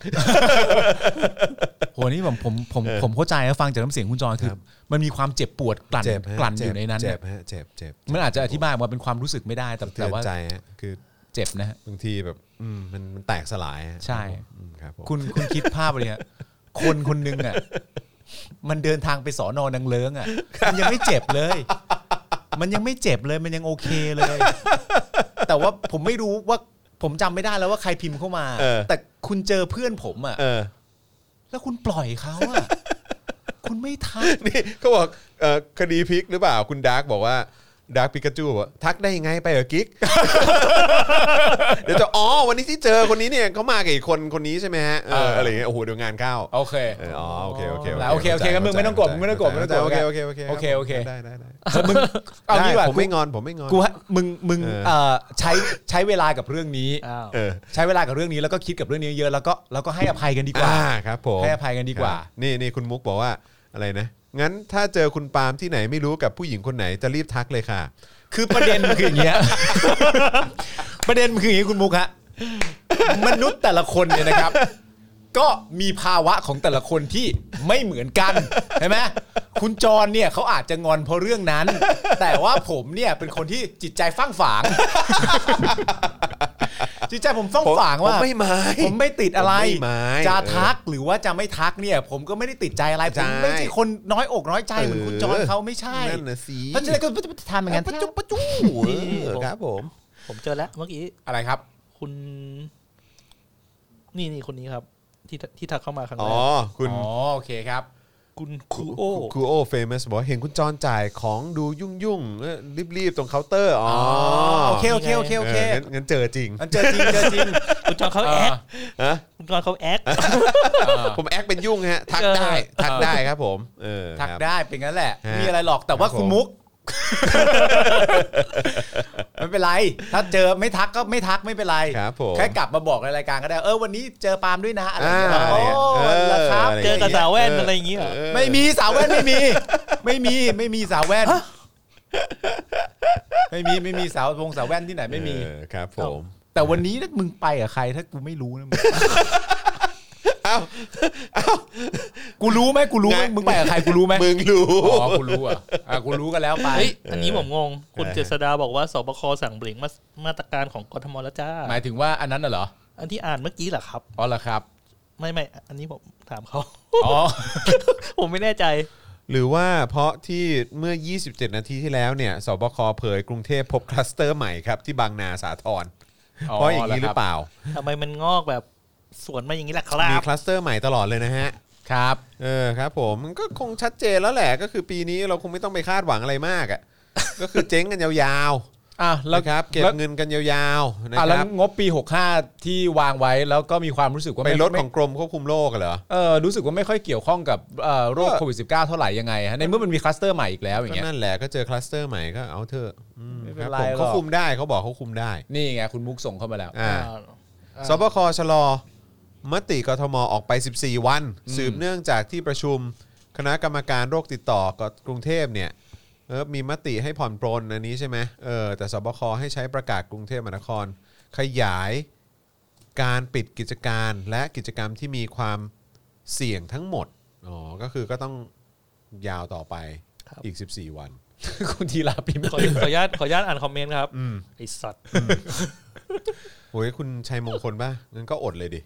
D: โหนี่ผมผมผมผมเข้าใจนะฟังจากน้ำเสียงคุณจอนคือ มันมีความเจ็บปวดกลั่น
B: เจ็บฮะ
D: กลั่น
B: เจ็
D: อบ ยู่ในนั้น
B: เจ็บ
D: น่ะ
B: ฮะเจ็บเจ็บ
D: มันอาจจะอธิบายว่าเป็นความรู้สึกไม่ได้แต่
B: เตื
D: แต่
B: อน
D: ว่า
B: ใจฮะคือ
D: เจ็บนะฮะ
B: บางทีแบบอืมมันมันแตกสลายฮะ
D: ใช่
B: อืมครับผม
D: คุณคุณคิดภาพเลยฮะคนคนหนึงอ่ะมันเดินทางไปสอนอนังเลิ้งอ่ะมันยังไม่เจ็บเลย มันยังไม่เจ็บเลยมันยังโอเคเลย แต่ว่าผมไม่รู้ว่าผมจำไม่ได้แล้วว่าใครพิมพ์เข้ามา แต่คุณเจอเพื่อนผมอ่ะ
B: เออ
D: แล้วคุณปล่อยเขาอ่ะ คุณไม่ทัก
B: นี่ เขาบอกเอ่อคดีพลิกหรือเปล่าคุณดาร์กบอกว่าดาร์กปิกาจูบอกว่าทักได้ยังไงไปเหรอกิ๊ก เดี๋ยวจะอ๋อวันนี้ที่เจอคนนี้เนี่ยเขามากับอีกคนคนนี้ใช่ไหมฮะเอ
D: เอ
B: อ
D: ออ
B: อะไรอย่างเงี้ยโอ้โหเดี๋ยวงานเข้า
D: โอเค
B: เอออ๋อโอเคโอเค
D: โอเคโอเคงั้นมึงไม่ต้องกดมึงไม่ต้องกด
B: เข้าใจ
D: ไม่
B: โอ
D: ต้
B: เค
D: องกด
B: โอเคโอเค
D: โอเคโอเค
B: ได้ได้ได้
D: เออมึงเอา
B: ได้
D: งี้ว่ะ
B: ผมไม่งอนผมไม่งอน
D: กูให้มึงมึง
B: เออ
D: เอ่อใช้ใช้เวลากับเรื่องนี้
C: อ้าว
B: เออ
D: ใช้เวลากับเรื่องนี้แล้วก็คิดกับเรื่องนี้เยอะแล้วก็แล้วก็ให้อภัยกันดีกว่า
B: อ่าครับผม
D: ให้อภัยกันดีกว่า
B: ครับนี่นี่คุณมุกบอกว่าอะไรนะงั้นถ้าเจอคุณปาล์มที่ไหนไม่รู้กับผู้หญิงคนไหนจะรีบทักเลยค่ะ
D: คือประเด็นมันคืออย่างเงี้ ย ประเด็นมันคืออย่างงี้คุณมุกฮะ มนุษย์แต่ละคนเนี่ยนะครับ ก็มีภาวะของแต่ละคนที่ไม่เหมือนกันใช่ไหมคุณจรเนี่ยเขาอาจจะงอนเพราะเรื่องนั้น แต่ว่าผมเนี่ยเป็นคนที่จิตใจฟั่งฝาง จิตใจผมฟั่งฝางว่า
B: ผมไม่หมาย
D: ผมไม่ติดอะไร
B: ผมไม่หมาย
D: จะทักหรือว่าจะไม่ทักเนี่ย ผมก็ไม่ได้ติดใจอะไรผมไม่ใช่คนน้อยอกน้อยใจเหมือนคุณจรเขาไม่ใช่
B: นั่นน่ะสิ
D: เพราะฉะนั้นก็จะทำอย่างนั้น
B: ปัจจุปัจจุเออครับผม
C: ผมเจอแล้วเมื่อกี้
D: อะไรครับ
C: คุณ นี่นี่คนนี้ครับ ที่ที่ทักเข้ามาครั้ง
B: อ๋
C: แร
B: อ
C: ก
B: คุณ
D: อ๋อ โอเคครับ
C: คุณคูโอ
B: คูโอเฟมัสบอกว่าเห็นคุณจอนจ่ายของดูยุ่งยุ่งๆเออรีบๆ ตรงเคาน์เตอร์ อ๋อ
D: โอเค โอเค โอเค โอเค
B: งั้นงั้นเจอจริง
D: อันเจอจริงเจอจริง
C: คุณจอนเขาแอค
B: ฮะ
C: คุณจอนเขาแอค
B: ผมแอคเป็นยุ่งฮะ ทัก
C: เออ
B: ได้ ทักได้ครับผม เออ
D: ทัก
B: ครับ
D: ได้เป็นงั้นแหละ
B: ฮะ
D: มีอะไรหรอกแต่ว่า
B: ครับผม
D: คุณมุก ไม่เป็นไร ถ้าเจอไม่ทักก็ไม่ทักไม่เป็นไร
B: ครับผม
D: แค่กลับมาบอกในรายการก็ได้ เออวันนี้เจอปาล์มด้วยนะอะไรอย่างเงี้ย
B: า
D: โอ้
B: ะไร
D: แล้ว
B: ย่างงี้ย
D: ครับ
B: ะไร
C: เจอย่
B: ง
C: กับ
B: งี้ย
C: สาวแว่นอะไรอย่างเงี้ยเหรอ
B: เออ
D: ไม่มีสาวแว่นไม่มี ไม่มีไม่มีสาวแว่น ไม่มีไม่มีสาววงสาวแว่นที่ไหนไม่มี
B: เออครับผม
D: แต่วันนี้ถ้ามึงไปกับใคร ถ้ากูไม่รู้นะมึงกูรู้ไหมกูรู้ไหม
B: ไง
D: มึงไปกับใครกูรู้ไหม
B: มึงรู้
D: อ๋อกูรู้อ่ะอ่ะกูรู้กันแล้วไป
C: เฮ้ยอันนี้ผมงง คุณ
B: เออ
C: เจษดาบอกว่าสบคสั่งเบรงมามาตรการของกทมแล้วจ้า
D: หมายถึงว่าอันนั้นน่ะเหรอ
C: อันที่อ่านเมื่อกี้เหรอครับ
D: อ๋อเหรอครับ
C: ไม่ไม่อันนี้ผมถามเขา
D: อ๋อ
C: ผมไม่แน่ใจ
B: หรือว่าเพราะที่เมื่อ 27 นาทีที่แล้วเนี่ย สบคเผยกรุงเทพพบคลัสเตอร์ใหม่ครับที่บางนาสาทรเพราะอย่างนี้หรือเปล่า
C: ทำไมมันงอกแบบสวนมาอย่างนี้ล่ะครั
B: มี
C: บ
B: คลัสเตอร์ใหม่ตลอดเลยนะฮะ
D: ครับ
B: เออครับผมมันก็คงชัดเจนแล้วแหละ ก็คือปีนี้เราคงไม่ต้องไปคาดหวังอะไรมากอ่ะ ก็คือเจ๊งกันยาว
D: อ่ะ
B: ๆ
D: แล้
B: แล้ว วครับเก็บ
D: แล้ว
B: เงินกันยาวๆนะ
D: อ่ะ
B: ค
D: แล้ว
B: รับ
D: งบปี 65 ที่วางไว้แล้วก็มีความรู้สึกว่า
B: ไป
D: ม่
B: รถ
D: ม่
B: ของกรมควบคุมโรคอะเหรอ
D: เออรู้สึกว่าไม่ค่อยเกี่ยวข้องกับเอ่อโรค
B: ก็
D: โควิด -19 เท่าไหร่ยังไงฮะในเมื่อมันมีคลัสเตอร์ใหม่อีกแล้วอ
B: ก็
D: ย่างเงี้ย
B: นั่นแหละก็เจอคลัสเตอร์ใหม่ก็เอาเถอะอืม
D: ไม่
B: ค
D: เป็น
B: รับ
D: ไร
B: ผม
D: หรอก
B: เขาคุมได้เขาบอกเขาคุมได้
D: นี่ไงคุณมุกส่งเข้ามาแล้ว
B: อ่าสบคชะลอ มติกทมออกไป 14 วัน สืบเนื่องจากที่ประชุมคณะกรรมการโรคติดต่อกกรุงเทพเนี่ยเออมีมติให้ผ่อนปรนอันนี้ใช่ไหมเออแต่สบคให้ใช้ประกาศกรุงเทพมหานคร ขยายการปิดกิจการและกิจกรรมที่มีความเสี่ยงทั้งหมดอ๋อก็คือก็ต้องยาวต่อไป
C: ครับ
B: อีก 14 วัน
D: คุณธีราพิมพ์
C: ขอขออนุญาตขออนุญาตอ่านคอมเมนต์ครับไอสัตว์
B: โอ้ยคุณชัยมงคลป่ะงั้นก็อดเลยดิ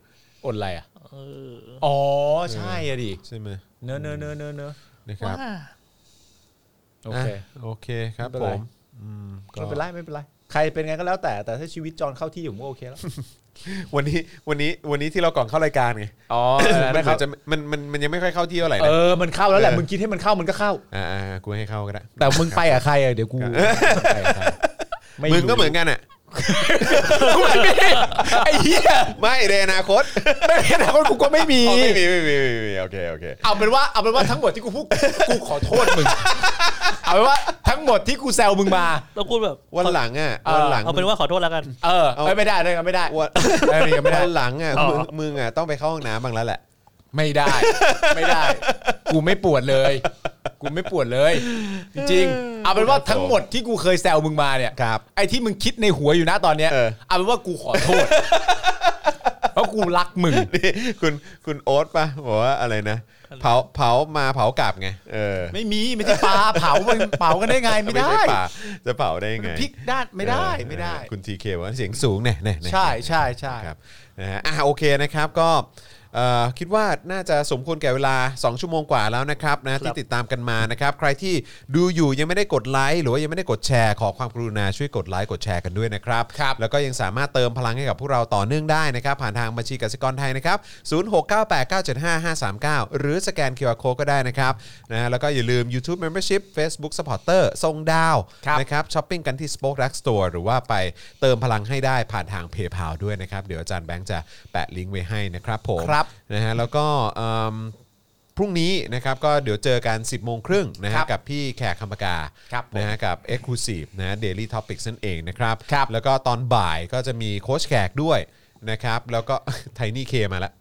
D: อดอะไรอ่ะ
C: เออ
D: อ๋อ ใช่อะดิ
B: ใช่ไหม
D: เนอะเนอะเนอะเนอะเนอะ
B: นะครับ
C: ว่า
D: โอเค
B: ะโอเคครับ
D: ไม่
B: ผ
D: เป็นไร
B: มอืมก็
D: ไม่เป็นไรไม่เป็นไร ใครเป็นไงก็แล้วแต่แต่ถ้าชีวิตจรเข้าที่ผมก็โอเคแล้ว
B: วันนี้วันนี้วันนี้ที่เราก่อนเข้ารายการไง
D: อ๋อ
B: มันเหมือนจะมันมันมันยังไม่ค่อยเข้าที่เท่าไหร่
D: เอ
B: นะ
D: อมันเข้าแล้วแหละมึงคิดให้มันเข้ามันก็เข้า
B: ่าอ่ากูให้เข้าก็ได้
D: แต่มึงไปอะใครอะเดี๋ยวกูไปกับใคร
B: มึงก็เหมือนกันอ่ะ
D: ไอ้เหี้ย
B: ไม่ในอนาคต
D: ไม่ขนาดคนกูก็ไม่มี
B: อ๋อไม่มีไม่มีไม่มีโอเคโอเค
D: เอาเป็นว่าเอาเป็นว่าทั้งหมดที่กูพูดกูขอโทษมึงเอาเป็นว่าทั้งหมดที่กูแซวมึงมา
C: เราพูดแบบ
B: วันหลังอ่ะวันหลัง
C: เอาเป็นว่าขอโทษแล้วกัน
D: เออไม่ไม่ได้เลยไม่ได้
B: วัน
D: ไม่ได้ไม่ได้
B: วันหลังอ่ะ
C: อ๋อ
B: มึงมึงอ่ะต้องไปเข้าห้องน้ำบ้างแล้วแหละ
D: ไม่ได้ ไม่ได้ กูไม่ปวดเลย กูไม่ปวดเลย จริงๆเอาเป็นว่าทั้งหมดที่กูเคยแซวมึงมาเนี่ย
B: ครับ
D: ไอ้ที่มึงคิดในหัวอยู่นะตอนเนี้ย
B: เออ
D: เอาเป็นว่ากูขอโทษเพราะกูรักมึง
B: นี่คุณคุณโอ๊ตป่ะบอกว่าอะไรนะ เผาเผามาเผากลับไงเออ
D: ไม่มีไม่ใช่ปลาเผามันเผากันได้ไงไม่ได้
B: ใช่ป่าจะเผาได้ยังไง
D: พริกด้านไม่ได้
B: เออ
D: ไม่ได้
B: คุณทีเคว่าเสียงสูงเนี่ยเนี่ยเนี่ย
D: ใช่ใช่ใช่
B: ครับนะฮะอ่ะโอเคนะครับก็ เอ่อคิดว่าน่าจะสมควรแก่เวลา 2 ชั่วโมงกว่าแล้วนะครับนะที่ติดตามกันมานะครับ ใครที่ดูอยู่ยังไม่ได้กดไลค์หรือว่ายังไม่ได้กดแชร์ ขอความกรุณาช่วยกดไลค์กดแชร์กันด้วยนะครับ แล้วก็ยังสามารถเติมพลังให้กับพวกเราต่อเนื่องได้นะครับ ผ่านทางบัญชีกสิกรไทยนะครับ 0698975539 หรือสแกน QR Code ก็ได้นะครับนะแล้วก็อย่าลืม YouTube Membership Facebook Supporter ทรงดาวนะครับช้อปปิ้งกันที่ Spoke Dark Store หรือว่าไปเติมพลังให้ได้ผ่านทาง PayPal ด้วยนะครับ เดี๋ยวอาจารย์แบงค์จะแปะลิงก์ไว้ให้นะครับผม
D: ครับ
B: นะฮะแล้วก็เอิ่มพรุ่งนี้นะครับก็เดี๋ยวเจอกัน 10 โมงครึ่งนะฮะ
D: ครับ
B: กับพี่แขกคำปากา
D: ครับผม
B: นะฮะกับ e x c l u s i v e นะฮะ Daily Topics นั่นเองนะครับ
D: ครับ
B: แล้วก็ตอนบ่ายก็จะมีโค้ชแขกด้วยนะครับแล้วก็ ไทนี่เคมาแล้ว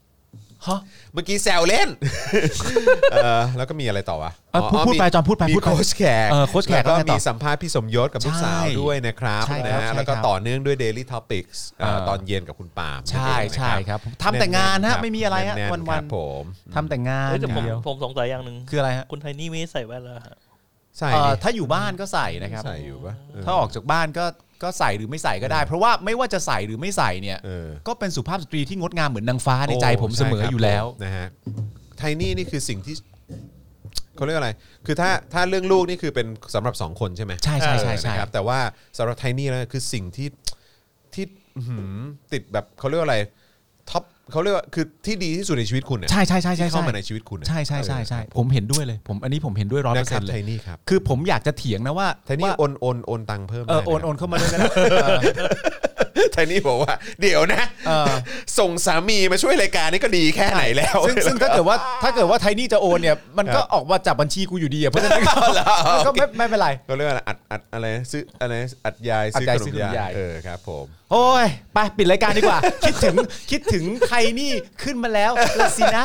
D: ฮะ
B: เมื่อกี้แซวเล่น เออแล้วก็มีอะไรต่อวะ
D: เออพูดพูดไป
B: มี
D: จอห์นพูดไป
B: มี
D: พูดไป
B: โค้ชแขก
D: เออโค้ชแขก
B: ล้ว
D: แล้ว
B: ก็
D: ไงต่อ
B: มีสัมภาษณ์พี่สมยศกับลูกสาว
D: ใช่
B: ด้วยนะครับ
D: ใช่
B: นะ
D: ครับ
B: ฮะ
D: ใช่ครับ
B: แล้วก็ต่อเนื่องด้วย Daily Topics เอ่อ
D: เออ
B: ตอนเย็นกับคุณปาล์ม
D: ใช่ใช่ครับผมทำแต่งานฮะไม่มีอะไรฮะ
B: แๆ
D: วัน
B: ค
D: วั
B: รั
D: น
B: บผม
D: ๆทำแต่งาน
C: เอ้ยแต่ผม
D: เดียว
C: ผมสงสัยอย่างหนึ่ง
D: คืออะไรฮะ
C: คุณไทนี่ไม่ได้ใส่แว่นแล้วฮะ
B: ใส่
D: เอ่อ
B: ดิ
D: ถ้าอยู่บ้านก็ใส่นะครับ
B: ใส่อยู่ปะเ
D: ถ้าออกจากบ้านก็ก็ใส่หรือไม่ใส่ก็ได้ เพราะว่าไม่ว่าจะใส่หรือไม่ใส่เนี่ย
B: เออ
D: ก็เป็นสุภาพสตรีที่งดงามเหมือนนางฟ้าในใจผมเสมอ
B: โช่ครับ
D: อยู่แล้ว
B: นะฮะไทนี่นี่คือสิ่งที่เขาเรียกอะไร คือถ้าถ้าเรื่องลูกนี่คือเป็นสำหรับสองคนใช่ไหม
D: ใช่ใช่ใช่
B: เอ
D: ใช่
B: อนะครับแต่ว่าสำหรับไทนี่แล้วคือสิ่งที่ที่อื้อหือติดแบบเขาเรียกว่าอะไรท็อปเขาเรียกว่าคือที่ดีที่สุดในชีวิตคุณเนี่ย
D: ใช่ใช่ใช่ใช่
B: ที่เข้ามาในชีวิตคุณเนี่ย
D: ใช่ใช่ใช่ใช่
B: เอ
D: ผมเห็นด้วยเลย ผมอันนี้ผมเห็นด้วยร้อ
B: อยนะ
D: เปอร์
B: ค
D: เซ็
B: รั
D: น
B: บ
D: ต์เล
B: ไท
D: ย
B: นี่ครับ
D: คือผมอยากจะเถียงนะว่า
B: ไทนี่
D: ว่า
B: โอนโอนโอนตังค์เพิ่ม
D: เออ
B: ได้ะ
D: โอนโอนเข้ามาเลย ก็ได้เออ
B: ไทนี่บอกว่า เดี๋ยวนะ
D: เออ
B: ส่งสามีมาช่วยรายการนี่ก็ดีแค่ไหนแล้ว
D: ซึ่งซึ่งถ้าเกิดว่าถ้าเกิดว่าไทนี่จะโอนเนี่ย มันก็ออกมาจากบัญชีกูอยู่ดีอ่ะเพราะฉะนั้นก็มันก็ไม่ไม่เป็นไร
B: ก็เรียกว่าอะไรอัดอัดอะไรนะซื้ออะไรนะอัดยายซื้อ
D: อัดยาย
B: ขน
D: ซื้
B: ม
D: อขนม
B: ยาย
D: าย ย
B: เออครับผม
D: โอ้ยไปปิดรายการดีกว่า คิดถึงคิดถึงไทนี่ขึ้นมาแล้วละสินะ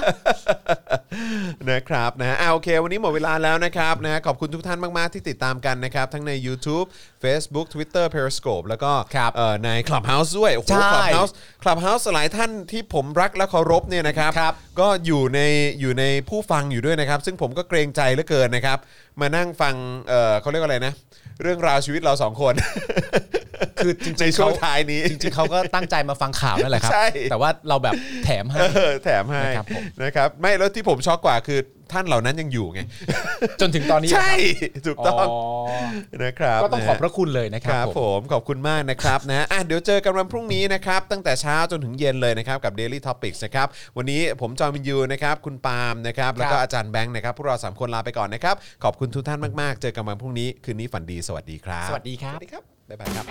B: นะครับนะฮะอ่าโอเค วันนี้หมดเวลาแล้วนะครับนะฮะขอบคุณทุกท่านมาก ๆ ที่ติดตามกันนะครับ ทั้งใน YouTube Facebook Twitter Periscope แล้วก็
D: ครับ
B: เอ่อใน Clubhouse ด้วยโอ้โห
D: ใช่
B: Clubhouse Clubhouse หลายท่านที่ผมรักและเคารพเนี่ยนะครับ
D: ครับ
B: ก็อยู่ในอยู่ในผู้ฟังอยู่ด้วยนะครับ ซึ่งผมก็เกรงใจเหลือเกินนะครับ มานั่งฟังเอ่อเขาเรียกว่าอะไรนะ เรื่องราวชีวิตเราสองคน
D: คือจริงๆ
B: ในช่วง
D: เขา
B: ท้ายนี้
D: จริงๆเขาก็ตั้งใจมาฟังข่าวนั่นแหละครับ
B: ใช่
D: แต่ว่าเราแบบแถมให้
B: เออแถมให้
D: นะครับผม
B: นะครับไม่แล้วที่ผมช็อกกว่าคือท่านเหล่านั้นยังอยู่ไง
D: จนถึงตอนนี้
B: ใช่ถูก
D: อ๋
B: ต้อง
D: อ
B: นะครับ
D: ก็ต้องขอบพ
B: น
D: ระคุณเลยนะค
B: ค
D: รั
B: รั
D: บบ ผ
B: ผม มขอบคุณมากนะครับนะอ่ะเดี๋ยวเจอกันวันพรุ่งนี้นะครับ ตั้งแต่เช้าจนถึงเย็นเลยนะครับ กับ Daily Topics นะครับ วันนี้ผมจอมินยูนะครับคุณปาล์มนะครับ แล้วก็อาจารย์แบงค์นะครับพวกเราสามคนลาไปก่อนนะครับ ขอบคุณทุกท่านมากๆ เจอกันวันพรุ่งนี้คืนนี้ฝันดีสวัสดีครับ
D: สวัสดีครั
B: ส
D: บ
B: วัสดีครับบ๊ายบายครับ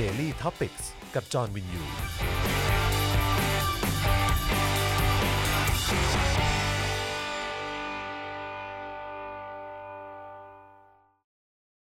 A: Daily t o p i c กกับจอห์นวินยู